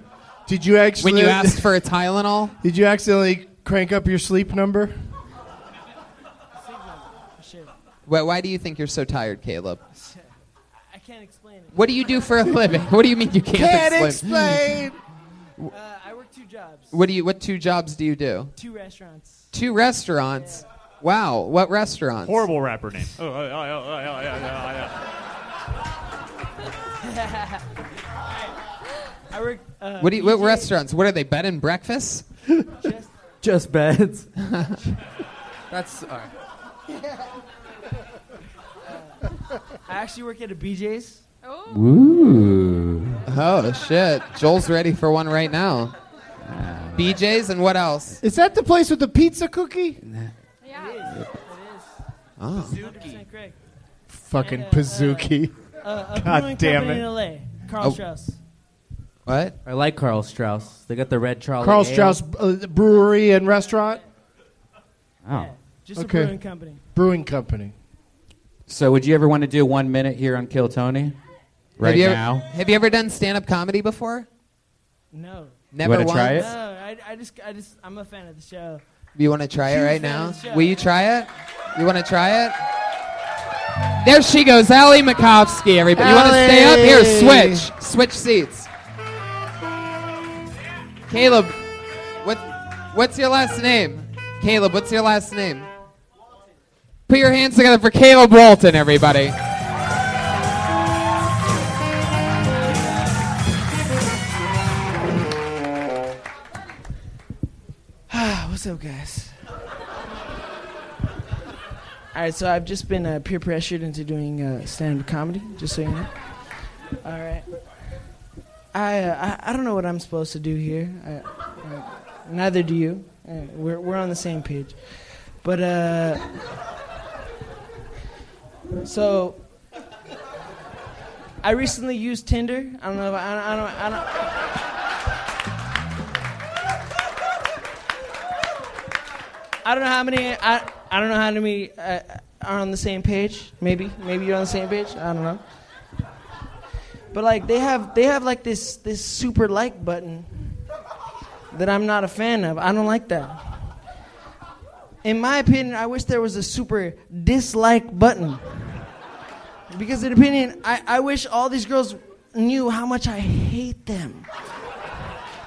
[SPEAKER 4] Did you actually
[SPEAKER 3] when you asked for a Tylenol?
[SPEAKER 4] Did you accidentally crank up your sleep number?
[SPEAKER 3] Why, why do you think you're so tired, Caleb?
[SPEAKER 21] I can't explain it.
[SPEAKER 3] What do you do for a living? What do you mean you can't,
[SPEAKER 21] Can't
[SPEAKER 3] explain?
[SPEAKER 21] Uh, I work two jobs.
[SPEAKER 3] What do you? What two jobs do you do?
[SPEAKER 21] Two restaurants.
[SPEAKER 3] Two restaurants. Wow, what restaurants?
[SPEAKER 17] Horrible rapper name.
[SPEAKER 5] Oh, oh, oh, oh, oh, oh, oh,
[SPEAKER 21] I work. Uh,
[SPEAKER 3] What do you, what
[SPEAKER 21] DJ
[SPEAKER 3] restaurants? What are they? Bed and breakfast?
[SPEAKER 21] Just,
[SPEAKER 9] Just beds.
[SPEAKER 3] That's all right.
[SPEAKER 21] Uh, I actually work at a BJ's.
[SPEAKER 3] Ooh. Oh shit! Joel's ready for one right now. BJ's and what else?
[SPEAKER 4] Is that the place with the pizza cookie?
[SPEAKER 3] Oh.
[SPEAKER 21] 100% correct.
[SPEAKER 4] Fucking
[SPEAKER 21] And, uh,
[SPEAKER 4] Pazuki.
[SPEAKER 21] Uh, a brewing
[SPEAKER 4] God damn
[SPEAKER 21] company
[SPEAKER 4] it.
[SPEAKER 21] In LA, Carl
[SPEAKER 4] Oh.
[SPEAKER 21] Strauss.
[SPEAKER 3] What?
[SPEAKER 9] I like Carl Strauss. They got the red Oh. trolley. ale.
[SPEAKER 4] Carl Strauss uh, Brewery and Restaurant.
[SPEAKER 9] Oh.
[SPEAKER 21] Just
[SPEAKER 4] Okay.
[SPEAKER 21] a brewing company.
[SPEAKER 4] Brewing company.
[SPEAKER 2] So, would you ever want to do one minute here on Kill Tony? Right
[SPEAKER 3] have you
[SPEAKER 2] now?
[SPEAKER 3] Ever, have you ever done stand-up comedy before?
[SPEAKER 21] No.
[SPEAKER 3] Never
[SPEAKER 2] wanna try
[SPEAKER 3] once?
[SPEAKER 2] it?
[SPEAKER 21] No, I, I just, I just, I'm a fan of the show.
[SPEAKER 3] You want to try it
[SPEAKER 21] Huge
[SPEAKER 3] right
[SPEAKER 21] fan
[SPEAKER 3] now?
[SPEAKER 21] of the show.
[SPEAKER 3] Will you try it? You want to try it? There she goes, Allie Makovsky, everybody. You want to stay up? Here,
[SPEAKER 4] Allie!
[SPEAKER 3] switch. Switch seats. Caleb, what, what's your last name? Caleb, what's your last name? Put your hands together for Caleb Walton, everybody.
[SPEAKER 21] Ah, What's up, guys? All right, so I've just been uh, peer pressured into doing uh, stand-up comedy. Just so you know. All right. I, uh, I I don't know what I'm supposed to do here. I, uh, neither do you. Uh, we're we're on the same page. But uh, so I recently used Tinder. I don't know. If I, I don't. I don't. I don't I don't know how many. I, I don't know how many uh, are on the same page. Maybe maybe you're on the same page. I don't know. But like they have they have like this this super like button that I'm not a fan of. I don't like that. In my opinion, I wish there was a super dislike button. Because in opinion, I, I wish all these girls knew how much I hate them.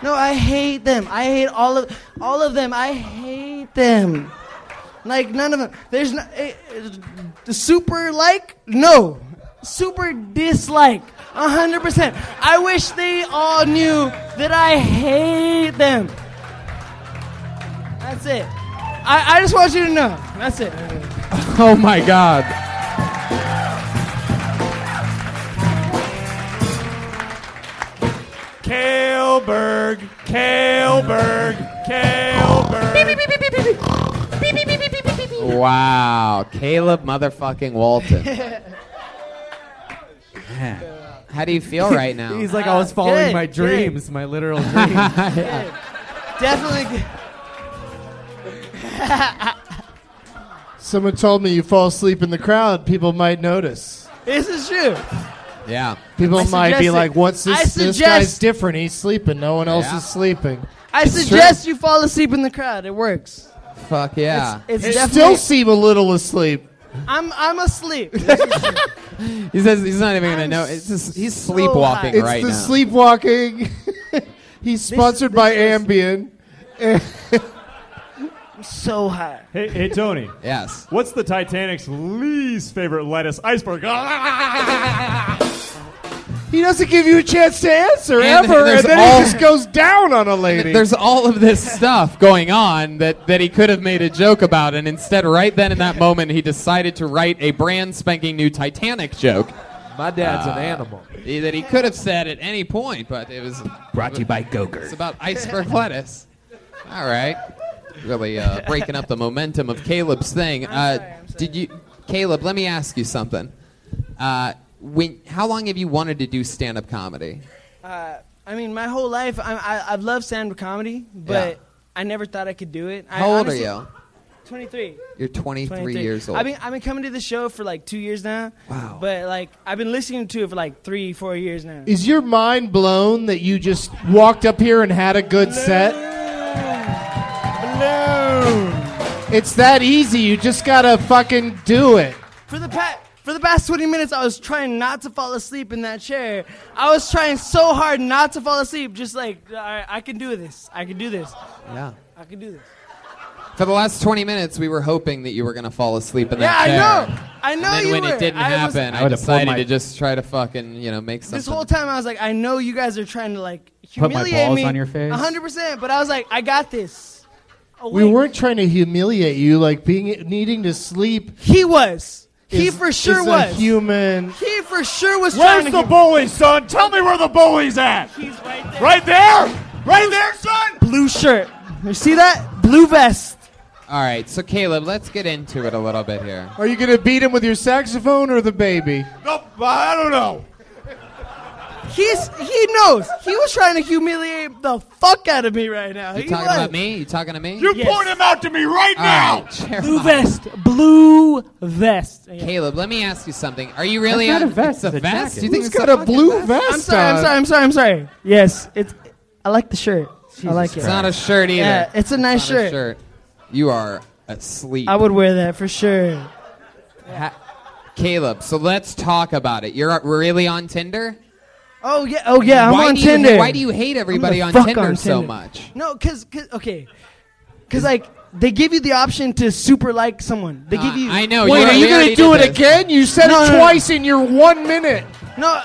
[SPEAKER 21] No, I hate them. I hate all of all of them. I hate them. Like none of them. There's no eh, eh, the super like. No, super dislike. A hundred percent. I wish they all knew that I hate them. That's it. I, I just want you to know. That's it.
[SPEAKER 11] Oh my God.
[SPEAKER 5] Kaleberg, Kaleberg, Kaleberg.
[SPEAKER 3] Wow, Caleb motherfucking Walton. Man. How do you feel right now?
[SPEAKER 9] He's like, I was following
[SPEAKER 21] good,
[SPEAKER 9] my
[SPEAKER 21] good.
[SPEAKER 9] dreams, my literal dreams.
[SPEAKER 3] Yeah.
[SPEAKER 21] Definitely.
[SPEAKER 4] Someone told me you fall asleep in the crowd, people might notice.
[SPEAKER 21] This is true.
[SPEAKER 3] Yeah.
[SPEAKER 4] People
[SPEAKER 21] I
[SPEAKER 4] might
[SPEAKER 21] suggest
[SPEAKER 4] be
[SPEAKER 21] it.
[SPEAKER 4] like, "What's
[SPEAKER 21] I
[SPEAKER 4] this? This
[SPEAKER 21] suggest-
[SPEAKER 4] guy's different. He's sleeping. No one else
[SPEAKER 3] Yeah.
[SPEAKER 4] is sleeping."
[SPEAKER 21] I
[SPEAKER 4] It's
[SPEAKER 21] suggest you fall asleep in the crowd. It works.
[SPEAKER 3] Fuck yeah.
[SPEAKER 4] true.
[SPEAKER 21] It's
[SPEAKER 4] You
[SPEAKER 21] definitely.
[SPEAKER 4] still seem a little asleep.
[SPEAKER 21] I'm I'm asleep.
[SPEAKER 3] He says he's not even gonna know. It's just, he's sleepwalking
[SPEAKER 4] it's
[SPEAKER 3] right
[SPEAKER 4] the
[SPEAKER 3] now.
[SPEAKER 4] sleepwalking. He's sponsored by Ambien.
[SPEAKER 21] I'm so high.
[SPEAKER 5] Hey, hey, Tony.
[SPEAKER 3] Yes.
[SPEAKER 5] What's the Titanic's least favorite lettuce? Iceberg. Ah!
[SPEAKER 4] he doesn't give you a chance to answer
[SPEAKER 3] And
[SPEAKER 4] ever,
[SPEAKER 3] there's
[SPEAKER 4] and then
[SPEAKER 3] all-
[SPEAKER 4] he just goes down on a lady.
[SPEAKER 3] There's all of this stuff going on that, that he could have made a joke about, and instead, right then in that moment, he decided to write a brand spanking new Titanic joke.
[SPEAKER 19] My dad's an
[SPEAKER 3] Uh,
[SPEAKER 19] animal.
[SPEAKER 3] he- That he could have said at any point, but it was
[SPEAKER 2] Brought to you by Gogurt.
[SPEAKER 3] It's about iceberg lettuce. All right, really uh, breaking up the momentum of Caleb's thing. uh, Did you, Caleb? Let me ask you something. Uh, when, how long have you wanted to do stand-up comedy?
[SPEAKER 21] Uh, I mean, my whole life, I, I, I've loved stand up comedy, but
[SPEAKER 3] Yeah.
[SPEAKER 21] I never thought I could do it. I
[SPEAKER 3] How old are
[SPEAKER 21] honestly-
[SPEAKER 3] you?
[SPEAKER 21] 23.
[SPEAKER 3] You're 23, years old.
[SPEAKER 21] I've been, I've been coming to the show for like two years now. Wow. But like, I've been listening to it for like three, four years now.
[SPEAKER 4] Is your mind blown that you just walked up here and had a good set? It's that easy. You just gotta fucking do it.
[SPEAKER 21] For the past for the past 20 minutes, I was trying not to fall asleep in that chair. I was trying so hard not to fall asleep. Just like, all right, I can do this. I can do this.
[SPEAKER 3] Yeah.
[SPEAKER 21] I can do this.
[SPEAKER 3] For the last 20 minutes, we were hoping that you were going to fall asleep in
[SPEAKER 21] yeah,
[SPEAKER 3] that chair.
[SPEAKER 21] I know. I know
[SPEAKER 3] And then
[SPEAKER 21] you
[SPEAKER 3] when
[SPEAKER 21] were.
[SPEAKER 3] it didn't
[SPEAKER 21] I was-
[SPEAKER 3] happen, I,
[SPEAKER 2] I would've pulled
[SPEAKER 3] decided
[SPEAKER 2] my-
[SPEAKER 3] to just try to fucking, you know, make something.
[SPEAKER 21] This whole time I was like, I know you guys are trying to like
[SPEAKER 3] Put my
[SPEAKER 21] humiliate
[SPEAKER 3] balls
[SPEAKER 21] me
[SPEAKER 3] on your face?
[SPEAKER 21] 100%, but I was like, I got this.
[SPEAKER 4] We weren't trying to humiliate you, like being needing to sleep.
[SPEAKER 21] He was. He
[SPEAKER 4] is,
[SPEAKER 21] for sure
[SPEAKER 4] is
[SPEAKER 21] was.
[SPEAKER 4] A human.
[SPEAKER 21] He for sure was
[SPEAKER 5] Where's
[SPEAKER 21] trying to
[SPEAKER 5] the
[SPEAKER 21] hum-
[SPEAKER 5] bully, son? Tell me where the bully's at. He's right there. Right there. Right there, son.
[SPEAKER 21] blue shirt. You see that? Blue vest.
[SPEAKER 3] All right, so Caleb, let's get into it a little bit here.
[SPEAKER 4] Are you gonna beat him with your saxophone or the baby?
[SPEAKER 5] No, I don't know.
[SPEAKER 21] He's he knows. He was trying to humiliate the fuck out of me right now.
[SPEAKER 3] You
[SPEAKER 21] Uh, He
[SPEAKER 3] talking
[SPEAKER 21] was.
[SPEAKER 3] about me? You talking to me?
[SPEAKER 21] You Yes. point him
[SPEAKER 5] out to me right
[SPEAKER 3] All right, Jeremiah.
[SPEAKER 21] Blue vest. Blue vest.
[SPEAKER 3] Caleb, let me ask you something. Are you really
[SPEAKER 21] That's not
[SPEAKER 3] on
[SPEAKER 21] a
[SPEAKER 3] It's
[SPEAKER 21] vest, it's
[SPEAKER 3] a
[SPEAKER 21] a
[SPEAKER 3] vest?
[SPEAKER 21] jacket.
[SPEAKER 3] You think
[SPEAKER 21] Who's
[SPEAKER 3] it's
[SPEAKER 21] got
[SPEAKER 3] a
[SPEAKER 21] a
[SPEAKER 3] fucking
[SPEAKER 21] blue
[SPEAKER 3] vest? uh,
[SPEAKER 21] I'm sorry, I'm sorry, I'm sorry, I'm sorry. Yes, it's I like the shirt. I like it.
[SPEAKER 3] It's not a shirt either.
[SPEAKER 21] Yeah, it's a nice
[SPEAKER 3] not
[SPEAKER 21] shirt.
[SPEAKER 3] shirt. You are asleep.
[SPEAKER 21] I would wear that for sure.
[SPEAKER 3] Caleb, so let's talk about it. You're really on Tinder?
[SPEAKER 21] Oh yeah, oh yeah, I'm
[SPEAKER 3] Why
[SPEAKER 21] on
[SPEAKER 3] do you-
[SPEAKER 21] Tinder.
[SPEAKER 3] why do you hate
[SPEAKER 21] I'm the
[SPEAKER 3] everybody on
[SPEAKER 21] fuck
[SPEAKER 3] Tinder so much?
[SPEAKER 21] No, cause, 'cause- okay, cause like they give you the option to super like someone. They give you.
[SPEAKER 3] Uh, I know,
[SPEAKER 4] Wait, are you gonna do it again? You said
[SPEAKER 21] No,
[SPEAKER 4] it
[SPEAKER 21] no, no.
[SPEAKER 4] twice in your one minute.
[SPEAKER 21] No,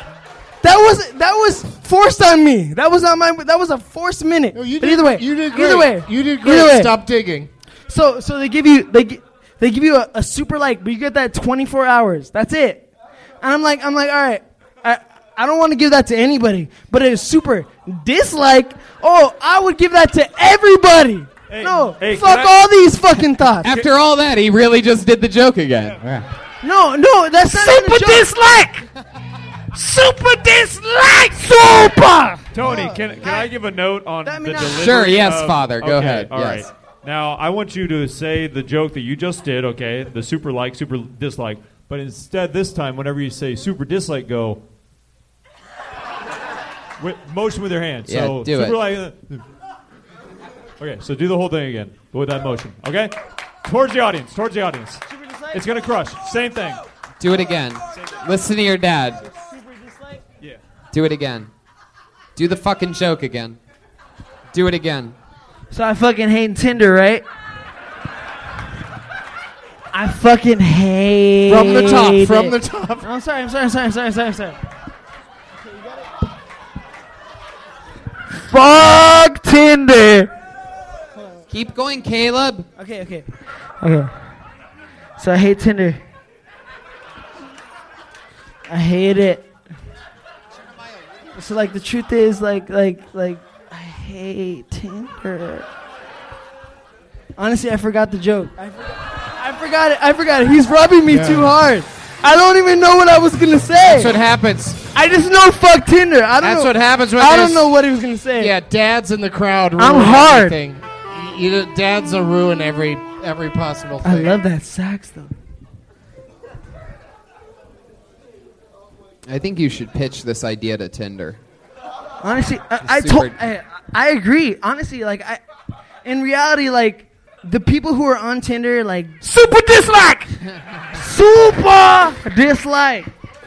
[SPEAKER 21] that was that was forced on me. That was not my. That was a forced minute. No, you but
[SPEAKER 4] did-
[SPEAKER 21] either way,
[SPEAKER 4] you did
[SPEAKER 21] Either
[SPEAKER 4] great.
[SPEAKER 21] way,
[SPEAKER 4] You did
[SPEAKER 21] Either
[SPEAKER 4] great.
[SPEAKER 21] way.
[SPEAKER 4] Stop digging.
[SPEAKER 21] So so they give you they gi- they give you a, a super like, but you get that 24 hours. That's it. And I'm like I'm like all right, I I don't want to give that to anybody, but a super dislike. Oh, I would give that to everybody. no, hey, fuck can I- all these fucking thoughts.
[SPEAKER 3] After all that, he really just did the joke again.
[SPEAKER 21] No, no, that's not
[SPEAKER 10] Super
[SPEAKER 21] even a joke.
[SPEAKER 10] dislike!
[SPEAKER 21] Super dislike.
[SPEAKER 10] Super!
[SPEAKER 17] Tony,
[SPEAKER 21] Oh.
[SPEAKER 17] can, can I give a note on the delivery?
[SPEAKER 3] Sure, yes,
[SPEAKER 17] of-
[SPEAKER 3] Father, go
[SPEAKER 17] Okay,
[SPEAKER 3] ahead,
[SPEAKER 17] all
[SPEAKER 3] yes.
[SPEAKER 17] right. Now, I want you to say the joke that you just did, okay? The super like, super dislike. But instead, this time, whenever you say super dislike, go. With, motion with your hand. so
[SPEAKER 3] Yeah, do
[SPEAKER 17] super
[SPEAKER 3] it.
[SPEAKER 17] like. Okay, so do the whole thing again with that motion, okay? Towards the audience, towards the audience. It's gonna crush. Same thing.
[SPEAKER 3] Do it again. Listen to your dad.
[SPEAKER 17] Yeah.
[SPEAKER 3] Do it again. Do the fucking joke again. Do it again.
[SPEAKER 21] So I fucking hate Tinder, right? I fucking hate
[SPEAKER 4] From the top, from
[SPEAKER 21] it.
[SPEAKER 4] the top.
[SPEAKER 21] I'm sorry, I'm sorry, I'm sorry, I'm sorry, I'm sorry, I'm sorry. Fuck Tinder.
[SPEAKER 3] Keep going, Caleb.
[SPEAKER 21] Okay, okay. Okay. So I hate Tinder. I hate it. So like the truth is like like like I hate Tinder. Honestly, I forgot the joke. I forgot, I forgot it. I forgot it. He's rubbing me
[SPEAKER 4] Yeah.
[SPEAKER 21] too hard. I don't even know what I was gonna say.
[SPEAKER 4] That's what happens.
[SPEAKER 21] I just know fuck Tinder. I don't
[SPEAKER 4] That's
[SPEAKER 21] know.
[SPEAKER 4] what happens when
[SPEAKER 21] I
[SPEAKER 4] there's-
[SPEAKER 21] don't know what he was gonna say.
[SPEAKER 4] Yeah, dads in the crowd.
[SPEAKER 21] I'm
[SPEAKER 4] ruin
[SPEAKER 21] hard.
[SPEAKER 4] Everything. You, you- dads will ruin every every possible
[SPEAKER 21] I
[SPEAKER 4] thing.
[SPEAKER 21] love that sax though.
[SPEAKER 3] I think you should pitch this idea to Tinder.
[SPEAKER 21] Honestly, I, I
[SPEAKER 3] Super-
[SPEAKER 21] told I, I agree. Honestly, like I, in reality, like the people who are on Tinder, like super dislike, super dislike.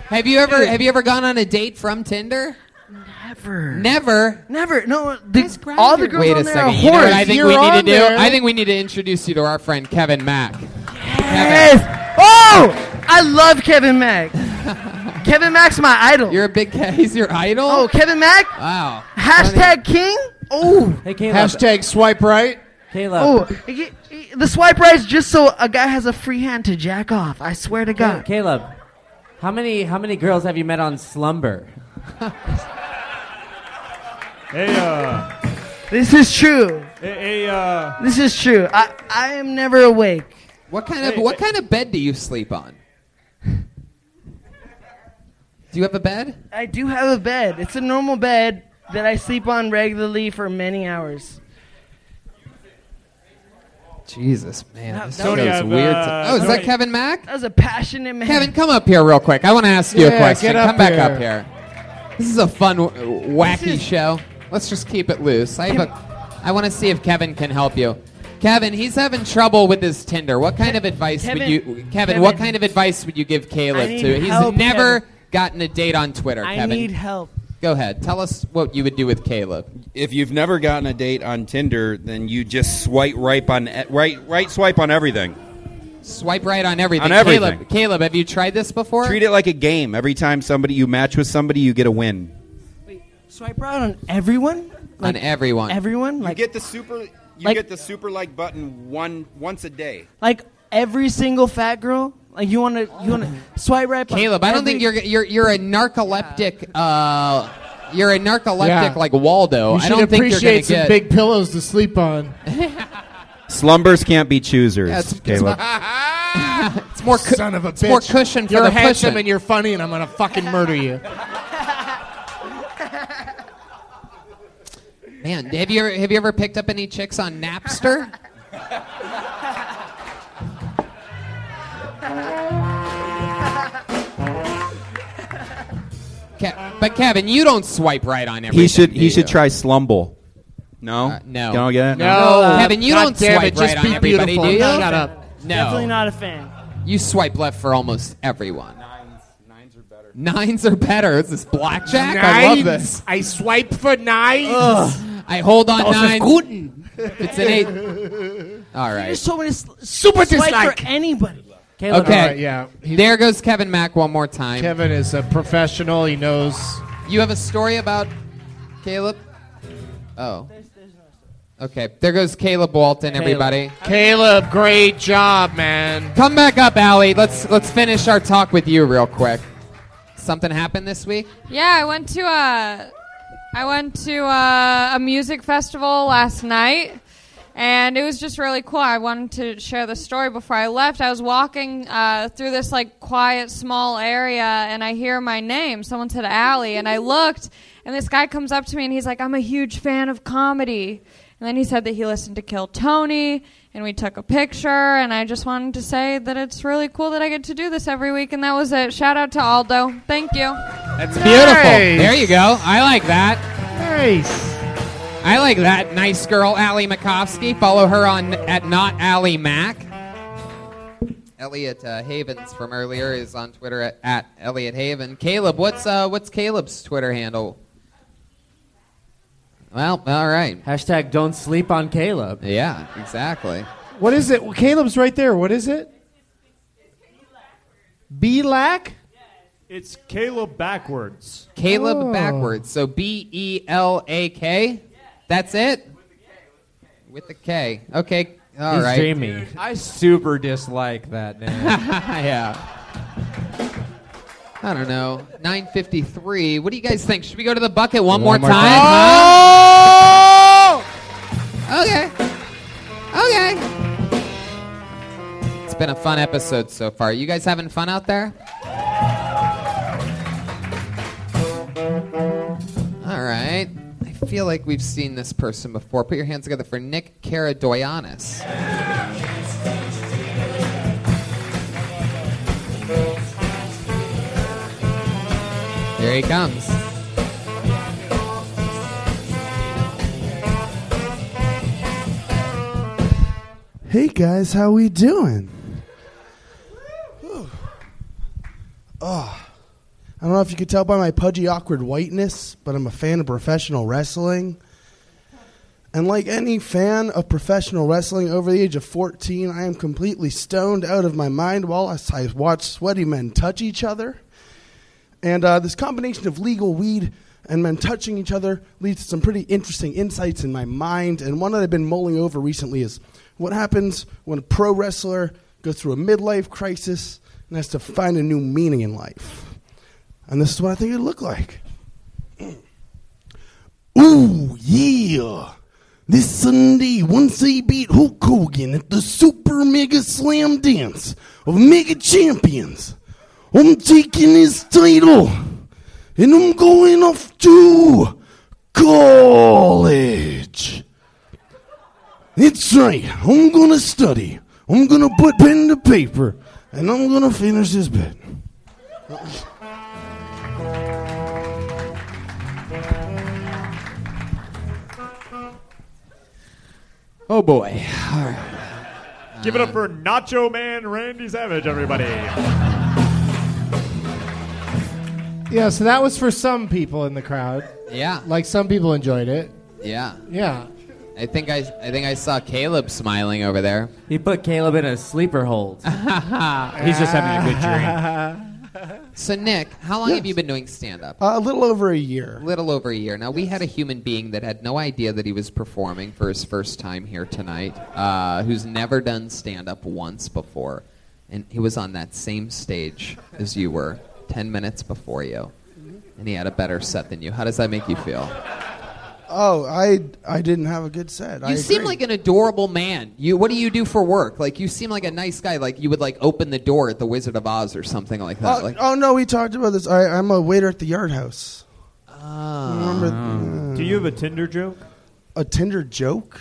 [SPEAKER 3] Have you ever have you ever gone on a date from Tinder?
[SPEAKER 21] Never.
[SPEAKER 3] Never.
[SPEAKER 21] Never. No. The, all the girls
[SPEAKER 3] Wait
[SPEAKER 21] on
[SPEAKER 3] a
[SPEAKER 21] there
[SPEAKER 3] second.
[SPEAKER 21] are
[SPEAKER 3] You know what
[SPEAKER 21] whores.
[SPEAKER 3] I think we need to do? I think we need to introduce you to our friend Kevin Mack.
[SPEAKER 21] Yes. Oh, I love Kevin Mack. Kevin Mack's my idol. You're
[SPEAKER 3] a big. He's your idol.
[SPEAKER 21] Oh, Kevin Mack.
[SPEAKER 3] Wow.
[SPEAKER 21] Hashtag King. Oh. Hey,
[SPEAKER 4] Hashtag swipe right.
[SPEAKER 21] Oh, y- y- the swipe right is just so a guy has a free hand to jack off. I swear to
[SPEAKER 9] Ca-
[SPEAKER 21] God.
[SPEAKER 9] Caleb, how many how many girls have you met on Slumber?
[SPEAKER 17] Hey, uh.
[SPEAKER 21] This is true.
[SPEAKER 17] Hey, hey, uh.
[SPEAKER 21] This is true. I, I am never awake.
[SPEAKER 3] What kind of what kind of bed do you sleep on? Do you have a bed?
[SPEAKER 21] I do have a bed. It's a normal bed. that I sleep on regularly for many hours.
[SPEAKER 3] Jesus, man.
[SPEAKER 21] That-
[SPEAKER 3] this
[SPEAKER 21] that was-
[SPEAKER 3] show's
[SPEAKER 21] Tony, I've,
[SPEAKER 3] weird.
[SPEAKER 21] uh,
[SPEAKER 3] oh, is that
[SPEAKER 21] Tony-
[SPEAKER 3] Kevin Mack?
[SPEAKER 21] That was a passionate man.
[SPEAKER 3] Kevin, come up here real quick. I want to ask you a
[SPEAKER 21] Yeah,
[SPEAKER 3] question.
[SPEAKER 21] get up
[SPEAKER 3] come back
[SPEAKER 21] here.
[SPEAKER 3] up here. This is a fun, w- wacky show. Let's just keep it loose. I, have a, I want to see if Kevin can help you. Kevin, he's having trouble with his Tinder. What kind of advice would
[SPEAKER 21] Kevin-
[SPEAKER 3] you, Kevin, What
[SPEAKER 21] Kevin.
[SPEAKER 3] kind of advice would you give Caleb
[SPEAKER 21] I need
[SPEAKER 3] to? He's
[SPEAKER 21] help,
[SPEAKER 3] never gotten a date on Twitter.
[SPEAKER 21] I
[SPEAKER 3] Kevin,
[SPEAKER 21] need help.
[SPEAKER 3] Go ahead. Tell us what you would do with Caleb.
[SPEAKER 11] If you've never gotten a date on Tinder, then you just swipe right on e- right right swipe on everything.
[SPEAKER 3] Swipe right on everything.
[SPEAKER 11] On everything.
[SPEAKER 3] Caleb, Caleb, have you tried this before?
[SPEAKER 11] Treat it like a game. Every time somebody you match with somebody, you get a win.
[SPEAKER 21] Swipe right on everyone.
[SPEAKER 3] on everyone.
[SPEAKER 21] Everyone. Like
[SPEAKER 11] get the super. You
[SPEAKER 21] like- get
[SPEAKER 11] the super like button one once a day.
[SPEAKER 21] like every single fat girl. Like you want to you want to swipe right. on
[SPEAKER 3] Caleb, I don't think
[SPEAKER 21] every-
[SPEAKER 3] you're you're you're a narcoleptic. Uh, you're a narcoleptic
[SPEAKER 21] Yeah.
[SPEAKER 3] like Waldo.
[SPEAKER 4] You
[SPEAKER 3] I
[SPEAKER 4] should
[SPEAKER 3] don't think you're gonna
[SPEAKER 4] appreciate some
[SPEAKER 3] get.
[SPEAKER 4] big pillows to sleep on.
[SPEAKER 11] Slumbers can't be choosers,
[SPEAKER 4] Yeah, it's- it's
[SPEAKER 11] Caleb.
[SPEAKER 3] it's more cu-
[SPEAKER 4] son of a
[SPEAKER 3] it's more
[SPEAKER 4] bitch.
[SPEAKER 3] cushion for
[SPEAKER 4] you're
[SPEAKER 3] the
[SPEAKER 4] handsome
[SPEAKER 3] pushing.
[SPEAKER 4] and you're funny, and I'm gonna fucking murder you.
[SPEAKER 3] man, have you ever, have you ever picked up any chicks on Napster? Ke- but Kevin, you don't swipe right on everything.
[SPEAKER 11] He should
[SPEAKER 3] do
[SPEAKER 11] he should
[SPEAKER 3] you?
[SPEAKER 11] try Slumble. No, no. Don't get it.
[SPEAKER 3] Kevin, you
[SPEAKER 21] God
[SPEAKER 3] don't
[SPEAKER 21] damn
[SPEAKER 3] swipe
[SPEAKER 21] it,
[SPEAKER 3] right
[SPEAKER 21] just
[SPEAKER 3] on
[SPEAKER 21] be
[SPEAKER 3] everybody,
[SPEAKER 21] beautiful.
[SPEAKER 3] do you?
[SPEAKER 21] Shut up.
[SPEAKER 3] No.
[SPEAKER 21] Definitely not a fan.
[SPEAKER 3] You swipe left for almost everyone. Nines are better. Is this blackjack? I love this.
[SPEAKER 10] I swipe for nines.
[SPEAKER 3] Ugh. I hold on
[SPEAKER 10] Those are
[SPEAKER 3] nines.
[SPEAKER 10] guten.
[SPEAKER 3] It's an eight. All
[SPEAKER 21] You
[SPEAKER 3] right.
[SPEAKER 21] just told me to s-
[SPEAKER 10] Super
[SPEAKER 21] swipe
[SPEAKER 10] dislike.
[SPEAKER 21] for anybody.
[SPEAKER 3] Okay.
[SPEAKER 4] All right, yeah.
[SPEAKER 3] there goes Kevin Mack one more time.
[SPEAKER 4] Kevin is a professional. He knows.
[SPEAKER 3] You have a story about Caleb? Oh. Okay. There goes Caleb Walton, everybody.
[SPEAKER 4] Caleb, great job, man.
[SPEAKER 3] Come back up, Allie. Let's let's finish our talk with you real quick. Something happened this week?
[SPEAKER 20] Yeah, I went to a, I went to a, a music festival last night, and it was just really cool. I wanted to share the story before I left. I was walking uh, through this like quiet, small area, and I hear my name. Someone said Allie, and I looked, and this guy comes up to me, and he's like, "I'm a huge fan of comedy." And then he said that he listened to Kill Tony, and we took a picture. And I just wanted to say that it's really cool that I get to do this every week. And that was it. Shout out to Aldo. Thank you.
[SPEAKER 3] That's beautiful. There you go. I like that. Nice. I like that. Nice girl, Allie Makovsky. Follow her on at not Allie Mac. Elliot uh, Havens from earlier is on Twitter at, at Elliot Haven. Caleb, what's uh, what's Caleb's Twitter handle? Well, all right.
[SPEAKER 9] Hashtag don't sleep on Caleb.
[SPEAKER 3] Yeah, exactly.
[SPEAKER 4] What is it? Caleb's right there. What is it? B lack.
[SPEAKER 17] It's Caleb backwards.
[SPEAKER 3] Caleb
[SPEAKER 4] Oh.
[SPEAKER 3] backwards. So B E L A K. That's it. With the K. Okay. all right.
[SPEAKER 1] He's dreamy. I super dislike that name.
[SPEAKER 3] yeah. I don't know. 953. What do you guys think? Should we go to the bucket one, more, time? huh? Okay. Okay. It's been a fun episode so far. You guys having fun out there? All right. I feel like we've seen this person before. Put your hands together for Nick Karadoyanis. Here he comes.
[SPEAKER 22] Hey guys, how we doing? Oh, I don't know if you could tell by my pudgy, awkward whiteness, but I'm a fan of professional wrestling. And like any fan of professional wrestling over the age of 14, I am completely stoned out of my mind while I I watch sweaty men touch each other. And uh, this combination of legal weed and men touching each other leads to some pretty interesting insights in my mind. And one that I've been mulling over recently is what happens when a pro wrestler goes through a midlife crisis and has to find a new meaning in life. And this is what I think it looked like. Ooh, yeah. This Sunday, once they beat Hulk Hogan at the Super Mega Slam Dance of Mega Champions, um I'm taking his title and I'm going off to college. It's right. I'm gonna study. I'm gonna put pen to paper, and I'm gonna finish this bit.
[SPEAKER 1] Oh boy.
[SPEAKER 17] Give it up for Nacho Man Randy Savage, everybody.
[SPEAKER 4] Yeah, so that was for some people in the crowd.
[SPEAKER 3] Yeah.
[SPEAKER 4] Like some people enjoyed it.
[SPEAKER 3] Yeah.
[SPEAKER 4] Yeah.
[SPEAKER 3] I think I, I think I saw Caleb smiling over there.
[SPEAKER 9] He put Caleb in a sleeper hold. He's
[SPEAKER 3] just
[SPEAKER 9] having a good
[SPEAKER 3] So Nick, how long have you been doing stand up?
[SPEAKER 22] Uh, a little over a year.
[SPEAKER 3] little over a year. Now we had a human being that had no idea that he was performing for his first time here tonight, uh, who's never done stand up once before, and he was on that same stage as you were, ten minutes before you, and he had a better set than you. How does that make you feel?
[SPEAKER 22] Oh, I I didn't have a good set.
[SPEAKER 3] You seem like an adorable man. You, what do you do for work? Like you seem like a nice guy. Like you would like open the door at the Wizard of Oz or something like that.
[SPEAKER 22] Oh,
[SPEAKER 3] like
[SPEAKER 22] oh no, we talked about this. I, I'm a waiter at the Yard House.
[SPEAKER 3] Ah.
[SPEAKER 17] Hmm.
[SPEAKER 22] uh,
[SPEAKER 17] Do you have a Tinder joke?
[SPEAKER 22] A Tinder joke?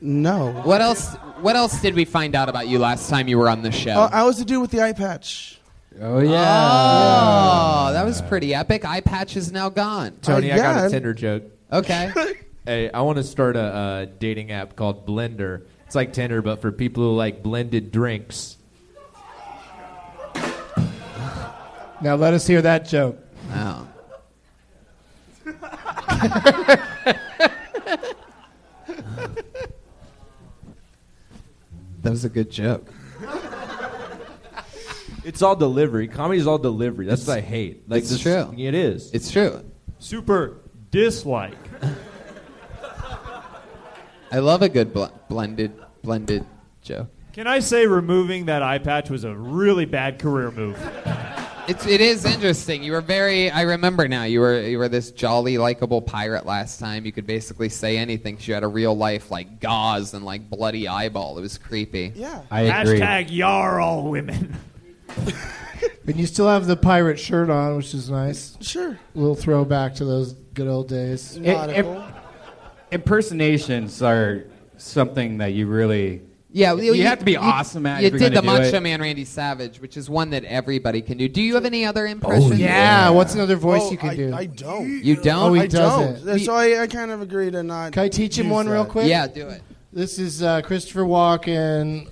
[SPEAKER 22] No.
[SPEAKER 3] what else? What else did we find out about you last time you were on the show?
[SPEAKER 22] Uh, I was the dude with the eye patch.
[SPEAKER 1] Oh
[SPEAKER 3] Oh, that was pretty epic. Eye patch is now gone.
[SPEAKER 19] Tony, I got a Tinder joke.
[SPEAKER 3] Okay.
[SPEAKER 19] hey, I want to start a, uh dating app called Blender. It's like Tinder, but for people who like blended drinks.
[SPEAKER 4] Now let us hear that joke.
[SPEAKER 3] Wow.
[SPEAKER 22] Ah.
[SPEAKER 3] That was a good joke.
[SPEAKER 19] It's all delivery. Comedy's all delivery. That's what I hate. Like
[SPEAKER 3] it's
[SPEAKER 19] this-
[SPEAKER 3] true.
[SPEAKER 19] It is.
[SPEAKER 3] It's true.
[SPEAKER 17] Super dislike.
[SPEAKER 3] I love a good bl- blended blended joke.
[SPEAKER 17] Can I say removing that eye patch was a really bad career move?
[SPEAKER 3] It's it is interesting. You were very. I remember now. You were you were this jolly, likable pirate last time. You could basically say anything. 'cause You had a real life like gauze and like bloody eyeball. It was creepy.
[SPEAKER 22] Yeah.
[SPEAKER 4] I agree.
[SPEAKER 17] Hashtag yar all women.
[SPEAKER 4] But you still have the pirate shirt on, which is nice.
[SPEAKER 22] Sure.
[SPEAKER 4] Little throwback to those good old days. Eh,
[SPEAKER 2] Nautical. Impersonations are something that you really.
[SPEAKER 3] Yeah,
[SPEAKER 2] you, have to be awesome at.
[SPEAKER 3] You
[SPEAKER 2] if you're
[SPEAKER 3] did the
[SPEAKER 2] gonna do
[SPEAKER 3] Macho
[SPEAKER 2] it.
[SPEAKER 3] Man Randy Savage, which is one that everybody can do. Do you have any other
[SPEAKER 2] Oh,
[SPEAKER 3] impressions?
[SPEAKER 4] yeah. What's another voice you can
[SPEAKER 22] Oh, I,
[SPEAKER 4] do?
[SPEAKER 22] I don't.
[SPEAKER 3] You don't? Oh, he
[SPEAKER 22] I
[SPEAKER 3] doesn't.
[SPEAKER 22] don't. So I, I kind of agree to not.
[SPEAKER 4] Can I teach him
[SPEAKER 22] use
[SPEAKER 4] one real
[SPEAKER 22] that.
[SPEAKER 4] quick?
[SPEAKER 3] it.
[SPEAKER 4] This is uh, Christopher Walken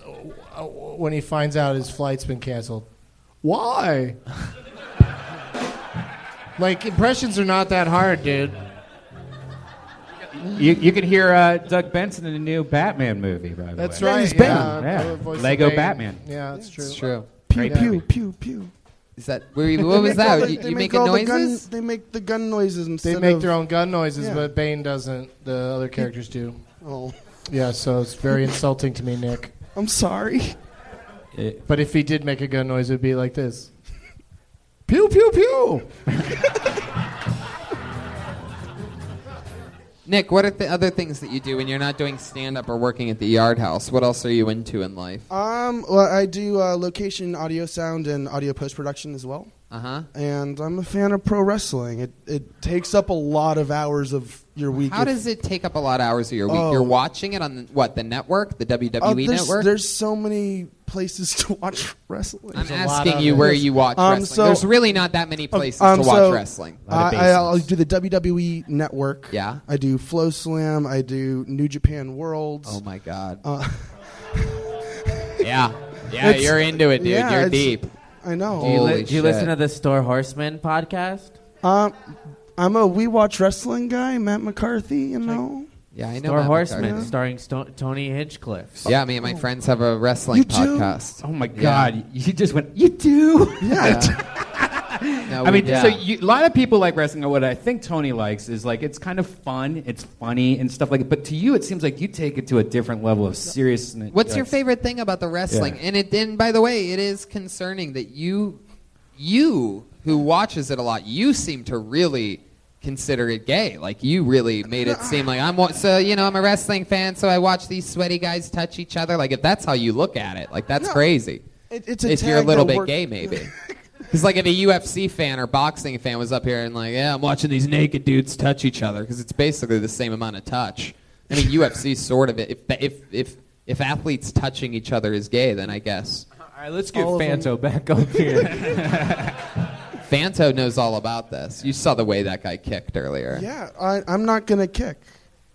[SPEAKER 4] uh, when he finds out his flight's been canceled. Why? like impressions are not that hard, dude.
[SPEAKER 2] You, you can hear uh, Doug Benson in the new Batman movie, by the
[SPEAKER 4] That's
[SPEAKER 2] way.
[SPEAKER 4] right. Yeah,
[SPEAKER 2] Yeah.
[SPEAKER 4] the voice of
[SPEAKER 2] Lego
[SPEAKER 4] Bane.
[SPEAKER 2] Batman.
[SPEAKER 4] Yeah, that's true.
[SPEAKER 3] It's true.
[SPEAKER 22] Pew
[SPEAKER 2] Great
[SPEAKER 22] pew pew pew.
[SPEAKER 3] Is that were you, what
[SPEAKER 22] They
[SPEAKER 3] was
[SPEAKER 22] make all
[SPEAKER 3] that?
[SPEAKER 22] the-
[SPEAKER 3] you
[SPEAKER 22] they
[SPEAKER 3] you
[SPEAKER 22] make
[SPEAKER 3] making
[SPEAKER 22] all the gun-
[SPEAKER 3] noises?
[SPEAKER 22] they make the gun noises instead.
[SPEAKER 4] They make
[SPEAKER 22] of-
[SPEAKER 4] their own gun noises,
[SPEAKER 22] Yeah.
[SPEAKER 4] but Bane doesn't. The other characters do.
[SPEAKER 22] Oh,
[SPEAKER 4] Yeah, so it's very insulting to me, Nick.
[SPEAKER 22] I'm sorry.
[SPEAKER 4] But if he did make a gun noise, it would be like this. Pew pew pew.
[SPEAKER 3] Nick, what are the other things that you do when you're not doing stand up or working at the yard house? What else are you into in life?
[SPEAKER 22] Um, well, I do uh, location, audio, sound, and audio post production as well.
[SPEAKER 3] Uh huh.
[SPEAKER 22] And I'm a fan of pro wrestling. It it takes up a lot of hours of your week.
[SPEAKER 3] How
[SPEAKER 22] if-
[SPEAKER 3] does it take up a lot of hours of your week?
[SPEAKER 22] Oh.
[SPEAKER 3] You're watching it on the, what the network, the WWE
[SPEAKER 22] Oh, there's,
[SPEAKER 3] E network.
[SPEAKER 22] There's so many places to watch wrestling.
[SPEAKER 3] I'm asking you where you watch
[SPEAKER 22] Um,
[SPEAKER 3] wrestling.
[SPEAKER 22] so-
[SPEAKER 3] there's really not that many places
[SPEAKER 22] Um,
[SPEAKER 3] to watch
[SPEAKER 22] so
[SPEAKER 3] wrestling.
[SPEAKER 22] I, I'll do the WWE Network.
[SPEAKER 3] Yeah.
[SPEAKER 22] I do Flow Slam. I do New Japan Worlds.
[SPEAKER 3] Oh my god.
[SPEAKER 22] Uh,
[SPEAKER 3] yeah, yeah,
[SPEAKER 22] It's-
[SPEAKER 3] you're into it, dude.
[SPEAKER 22] yeah,
[SPEAKER 3] you're
[SPEAKER 22] it's-
[SPEAKER 3] deep.
[SPEAKER 22] I know.
[SPEAKER 9] Do you, li-
[SPEAKER 22] Holy
[SPEAKER 9] do you
[SPEAKER 22] shit.
[SPEAKER 9] listen to the Store Horseman podcast?
[SPEAKER 22] um, I'm a We Watch Wrestling guy, Matt McCarthy. You know.
[SPEAKER 3] Yeah, I know.
[SPEAKER 9] Store
[SPEAKER 3] Matt
[SPEAKER 9] Horseman,
[SPEAKER 3] McCarthy.
[SPEAKER 9] starring Sto- Tony Hinchcliffe.
[SPEAKER 3] Yeah, me and my friends have a wrestling
[SPEAKER 9] You do?
[SPEAKER 3] podcast.
[SPEAKER 2] Oh my
[SPEAKER 3] Yeah.
[SPEAKER 2] God! You just went. You do.
[SPEAKER 22] Yeah.
[SPEAKER 3] No,
[SPEAKER 2] I
[SPEAKER 3] we-
[SPEAKER 2] mean,
[SPEAKER 3] yeah.
[SPEAKER 2] so you, a lot of people like wrestling. and What I think Tony likes is like it's kind of fun, it's funny and stuff like. that. But to you, it seems like you take it to a different level of seriousness.
[SPEAKER 3] What's your favorite thing about the wrestling? And it and by the way, it is concerning that you you who watches it a lot, you seem to really consider it gay. Like you really made it seem like I'm wa- so you know I'm a wrestling fan, so I watch these sweaty guys touch each other. Like if that's how you look at it, like that's
[SPEAKER 22] No.
[SPEAKER 3] crazy.
[SPEAKER 22] It- it's a
[SPEAKER 3] if you're a
[SPEAKER 22] tag
[SPEAKER 3] little
[SPEAKER 22] that
[SPEAKER 3] bit
[SPEAKER 22] work-
[SPEAKER 3] gay, maybe. Because like if a UFC fan or boxing fan was up here and like, yeah, I'm watching these naked dudes touch each other because it's basically the same amount of touch. I mean, UFC sort of if if if if athletes touching each other is gay, then I guess. All
[SPEAKER 19] right, let's get All of them. Fanto back up here.
[SPEAKER 3] Fanto knows all about this. You saw the way that guy kicked earlier.
[SPEAKER 22] Yeah, I, I'm not gonna kick.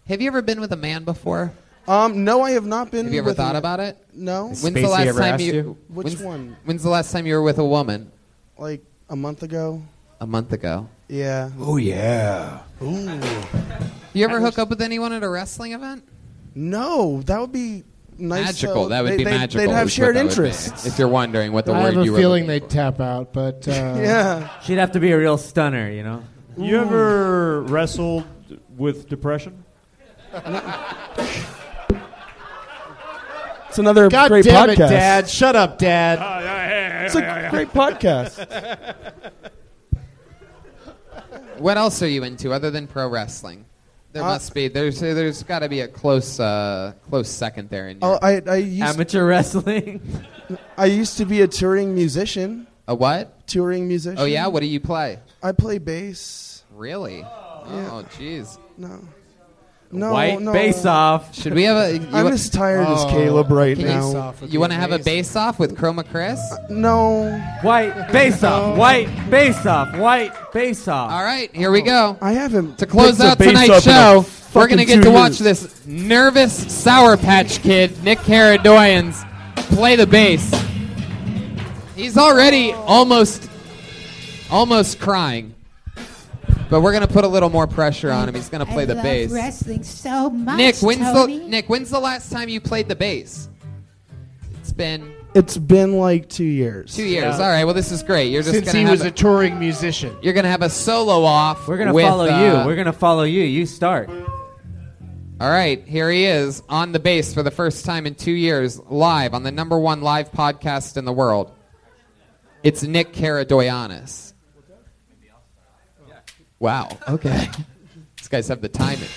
[SPEAKER 3] Have you ever been with a man before?
[SPEAKER 22] Um, no, I have not been.
[SPEAKER 3] Have you ever
[SPEAKER 22] with
[SPEAKER 3] thought
[SPEAKER 22] a-
[SPEAKER 3] about it?
[SPEAKER 22] No.
[SPEAKER 3] When's the last time you,
[SPEAKER 22] Which
[SPEAKER 3] when's-
[SPEAKER 22] one?
[SPEAKER 3] When's the last time you were with a woman?
[SPEAKER 22] Like a month ago.
[SPEAKER 3] A month ago.
[SPEAKER 22] Yeah.
[SPEAKER 3] Oh, yeah.
[SPEAKER 22] Ooh.
[SPEAKER 3] You ever hook up with anyone at a wrestling event?
[SPEAKER 22] No, that would be nice.
[SPEAKER 3] Magical.
[SPEAKER 22] though.
[SPEAKER 3] that would
[SPEAKER 22] They-
[SPEAKER 3] be
[SPEAKER 22] they-
[SPEAKER 3] magical.
[SPEAKER 22] They'd have
[SPEAKER 3] is what
[SPEAKER 22] shared
[SPEAKER 3] that would be,
[SPEAKER 22] interests.
[SPEAKER 3] If you're wondering what the
[SPEAKER 4] I
[SPEAKER 3] word
[SPEAKER 4] have a
[SPEAKER 3] you were.
[SPEAKER 4] feeling they'd tap out, but uh,
[SPEAKER 9] She'd have to be a real stunner, you know?
[SPEAKER 17] You ever wrestled with depression?
[SPEAKER 22] It's another
[SPEAKER 4] God
[SPEAKER 22] great
[SPEAKER 4] damn
[SPEAKER 22] podcast.
[SPEAKER 4] it, Dad! Shut up, Dad.
[SPEAKER 22] It's a great podcast.
[SPEAKER 3] What else are you into other than pro wrestling? There
[SPEAKER 22] Uh,
[SPEAKER 3] must be. There's there's got to be a close uh, close second there in
[SPEAKER 22] Oh,
[SPEAKER 3] your
[SPEAKER 22] I, I used
[SPEAKER 9] Amateur wrestling.
[SPEAKER 22] I used to be a touring musician.
[SPEAKER 3] A what?
[SPEAKER 22] Touring musician.
[SPEAKER 3] Oh yeah, what do you play?
[SPEAKER 22] I play bass.
[SPEAKER 3] Really? Oh jeez.
[SPEAKER 22] No. No,
[SPEAKER 9] White
[SPEAKER 22] no.
[SPEAKER 9] bass off.
[SPEAKER 3] Should we have a? you
[SPEAKER 22] I'm
[SPEAKER 3] wa- Oh,
[SPEAKER 22] as tired as Caleb right
[SPEAKER 3] Can you-
[SPEAKER 22] now. Uh,
[SPEAKER 3] You, want to have a base off with Chroma Chris?
[SPEAKER 22] No.
[SPEAKER 9] White base off. White base off. White base off. All
[SPEAKER 3] right, here we go.
[SPEAKER 22] I haven't.
[SPEAKER 3] To close out tonight's show, we're going to get to watch this nervous Sour Patch Kid, Nick Caradoyans, play the bass. He's already almost, almost crying. But we're going to put a little more pressure on him. He's going to play
[SPEAKER 18] I
[SPEAKER 3] the
[SPEAKER 18] love
[SPEAKER 3] bass.
[SPEAKER 18] Wrestling so much.
[SPEAKER 3] Nick, when's
[SPEAKER 18] Tony.
[SPEAKER 3] the Nick? When's the last time you played the bass? It's been
[SPEAKER 22] It's been like two years.
[SPEAKER 3] two years. All right. Well, this is great. You're just
[SPEAKER 4] since
[SPEAKER 3] gonna
[SPEAKER 4] he
[SPEAKER 3] have
[SPEAKER 4] was
[SPEAKER 3] a-
[SPEAKER 4] a touring musician.
[SPEAKER 3] You're gonna have a solo off.
[SPEAKER 9] We're gonna
[SPEAKER 3] with,
[SPEAKER 9] follow
[SPEAKER 3] uh,
[SPEAKER 9] you. We're gonna follow you. You start.
[SPEAKER 3] All right, here he is on the bass for the first time in two years, live on the number one live podcast in the world. It's Nick Caradoyanis. Wow. Okay. These guys have the timing.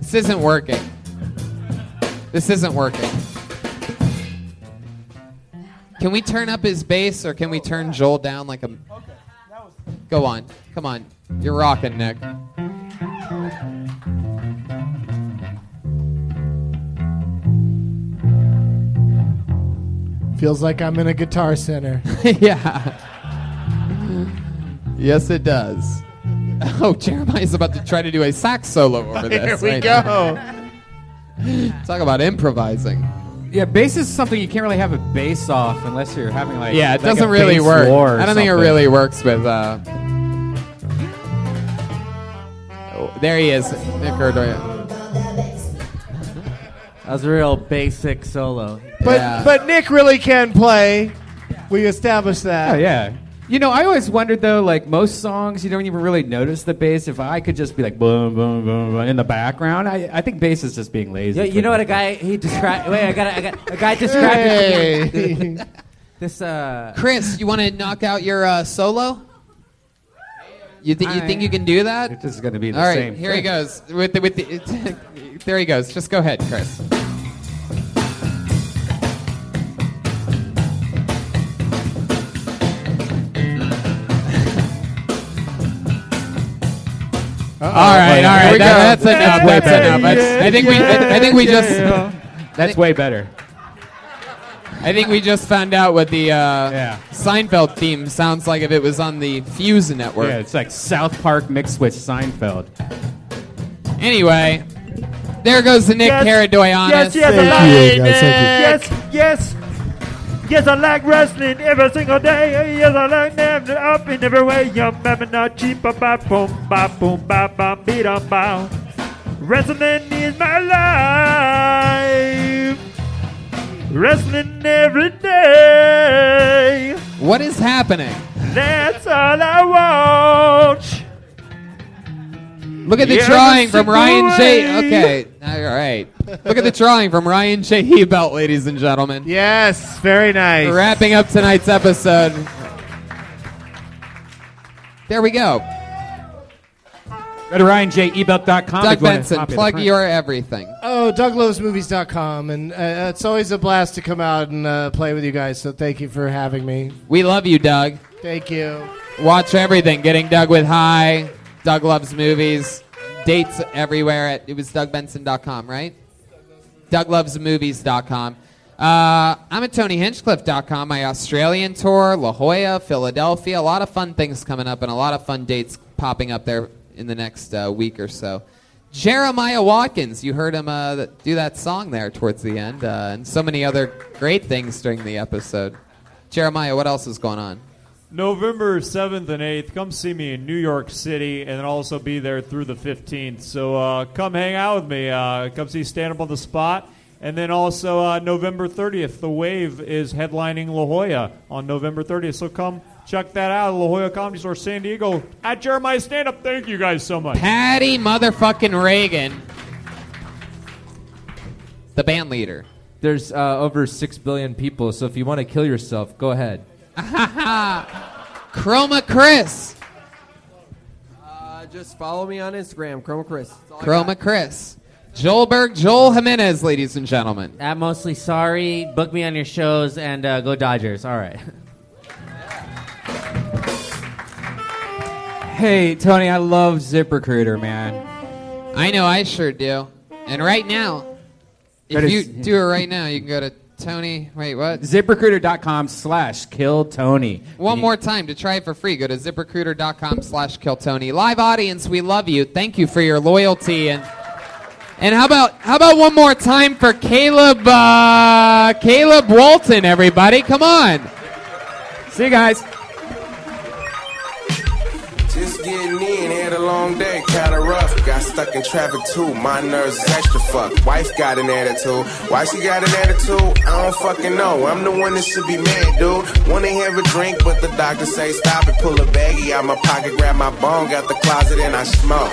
[SPEAKER 3] This isn't working. This isn't working. Can we turn up his bass or can we turn Joel down like a. Go on. Come on. You're rocking, Nick.
[SPEAKER 4] Feels like I'm in a guitar center.
[SPEAKER 3] yeah. Yes, it does. Oh, Jeremiah's about to try to do a sax solo over this.
[SPEAKER 4] Here we
[SPEAKER 3] right
[SPEAKER 4] go.
[SPEAKER 3] now. Talk about improvising.
[SPEAKER 1] Yeah, bass is something you can't really have a bass off unless you're having like
[SPEAKER 3] yeah, it
[SPEAKER 1] like a
[SPEAKER 3] doesn't really
[SPEAKER 1] bass
[SPEAKER 3] work.
[SPEAKER 1] war or
[SPEAKER 3] I don't think it
[SPEAKER 1] something.
[SPEAKER 3] really works with. Uh... Oh, there he is, Nick Erdogan.
[SPEAKER 9] That was a real basic solo.
[SPEAKER 4] But but Nick really can play. We established that.
[SPEAKER 1] Oh yeah. You know, I always wondered though, like most songs, you don't even really notice the bass. If I could just be like boom, boom, boom, boom in the background, I, I think bass is just being lazy.
[SPEAKER 9] Yeah, you know what a guy he described. Wait, I got a, I got a guy described it to me. this. Uh,
[SPEAKER 3] Chris, you want to knock out your uh, solo? You, thi- you
[SPEAKER 9] I-
[SPEAKER 3] think you can do that?
[SPEAKER 1] This is going to be the
[SPEAKER 3] All right,
[SPEAKER 1] same.
[SPEAKER 3] here he goes with the, with the, there he goes. Just go ahead, Chris.
[SPEAKER 4] All
[SPEAKER 3] right, all right, that- that's enough.
[SPEAKER 1] That's way
[SPEAKER 3] That's
[SPEAKER 1] better.
[SPEAKER 3] enough. That's- I think we, I, I think we
[SPEAKER 1] Yeah,
[SPEAKER 3] just,
[SPEAKER 1] yeah. That's way better.
[SPEAKER 3] I think we just found out what the uh, Seinfeld theme sounds like if it was on the Fuse network.
[SPEAKER 1] Yeah, it's like South Park mixed with Seinfeld.
[SPEAKER 3] Anyway, there goes the Nick
[SPEAKER 7] Yes. Yes,
[SPEAKER 3] Caradoyanis.
[SPEAKER 7] yes, I like it. Yes, yes. Yes, I like wrestling every single day. Yes, I like them up in every way. Yum, bam, now, cheap, ba, ba, boom, ba, boom, ba, ba, beat, um, bow. Wrestling is my life. Wrestling every day.
[SPEAKER 3] What is happening?
[SPEAKER 7] That's all I want.
[SPEAKER 3] Look at the
[SPEAKER 7] Yes,
[SPEAKER 3] drawing from
[SPEAKER 7] it's
[SPEAKER 3] Ryan J.
[SPEAKER 7] great.
[SPEAKER 3] Okay, all right. Look at the drawing from Ryan J. Hebelt, ladies and gentlemen.
[SPEAKER 4] Yes, very nice.
[SPEAKER 3] Wrapping up tonight's episode. There we go.
[SPEAKER 2] Go to ryanjebelt.com.
[SPEAKER 3] Doug Benson, plug your everything.
[SPEAKER 4] Oh, DougLovesMovies.com, and uh, it's always a blast to come out and uh, play with you guys. So thank you for having me.
[SPEAKER 3] We love you, Doug.
[SPEAKER 4] Thank you.
[SPEAKER 3] Watch everything. Getting Doug with High. Doug loves movies. Dates everywhere at it was DougBenson.com, right? DougLovesMovies.com. Uh, I'm at TonyHinchcliffe.com. My Australian tour, La Jolla, Philadelphia. A lot of fun things coming up and a lot of fun dates popping up there in the next uh, week or so. Jeremiah Watkins, you heard him uh, th- do that song there towards the end, uh, and so many other great things during the episode. Jeremiah, what else is going on?
[SPEAKER 17] November 7th and 8th, come see me in New York City, and I'll also be there through the 15th. So uh, come hang out with me. Uh, come see Stand Up on the Spot. And then also uh, November 30th, The Wave is headlining La Jolla on November 30th. So come check that out, La Jolla Comedy Store, San Diego, at Jeremiah Stand Up. Thank you guys so much.
[SPEAKER 3] Patty motherfucking Reagan, the band leader.
[SPEAKER 6] There's uh, over six billion people, so if you want to kill yourself, go ahead.
[SPEAKER 3] Chroma Chris.
[SPEAKER 14] Uh, just follow me on Instagram, Chroma Chris. That's all I
[SPEAKER 3] Chroma Chris. Joel Berg, Joel Jimenez, ladies and gentlemen.
[SPEAKER 9] I'm mostly sorry. Book me on your shows and uh, go Dodgers. All right.
[SPEAKER 2] Hey, Tony, I love ZipRecruiter, man.
[SPEAKER 3] I know I sure do. And right now,
[SPEAKER 2] Go to
[SPEAKER 3] if you
[SPEAKER 2] s-
[SPEAKER 3] do it right now, you can go to Tony. Wait, what?
[SPEAKER 2] ZipRecruiter.com slash kill Tony.
[SPEAKER 3] One more time to try it for free. Go to ziprecruiter.com slash kiltony. Live audience, we love you. Thank you for your loyalty and and how about how about one more time for Caleb uh, Caleb Walton, everybody? Come on. See you guys.
[SPEAKER 23] Just getting in, had a long day, kinda rough. Got stuck in traffic too, my nerves is extra fucked. Wife got an attitude, why she got an attitude? I don't fucking know. I'm the one that should be mad, dude. Wanna have a drink, but the doctor say stop it. Pull a baggie out my pocket, grab my bong out the closet, and I smoke.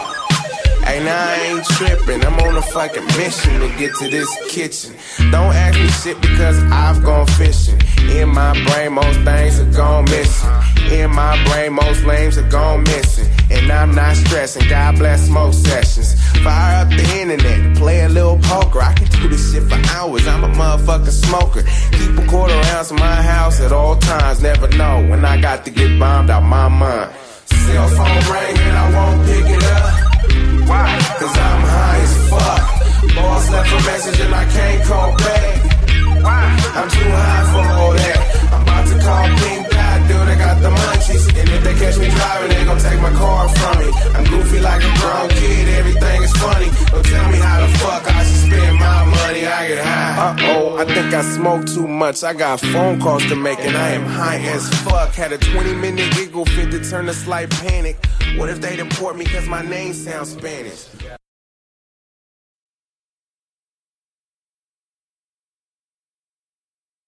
[SPEAKER 23] Hey, now I ain't trippin'. I'm on a fucking mission to get to this kitchen. Don't ask me shit because I've gone fishing. In my brain, most things are gone missing. In my brain, most lames are gone missing. And I'm not stressing. God bless smoke sessions. Fire up the internet, play a little poker. I can do this shit for hours. I'm a motherfucking smoker. Keep a quarter ounce in my house at all times. Never know when I got to get bombed out my mind. Cell phone ring and I won't pick it up. Why? Cause I'm high as fuck. Boss left a message and I can't call back. Why? I'm too high for all that. I'm about to call Pink Dot, dude. I got the munchies. And if they catch me driving, they gon' take my car from me. I'm goofy like a grown kid, everything is funny. Don't tell me how the fuck I should spend my money. I get high. Uh oh, I think I smoke too much. I got phone calls to make and I am high as fuck. Had a 20 minute giggle fit to turn a slight panic. What if they deport me cause my name sounds Spanish?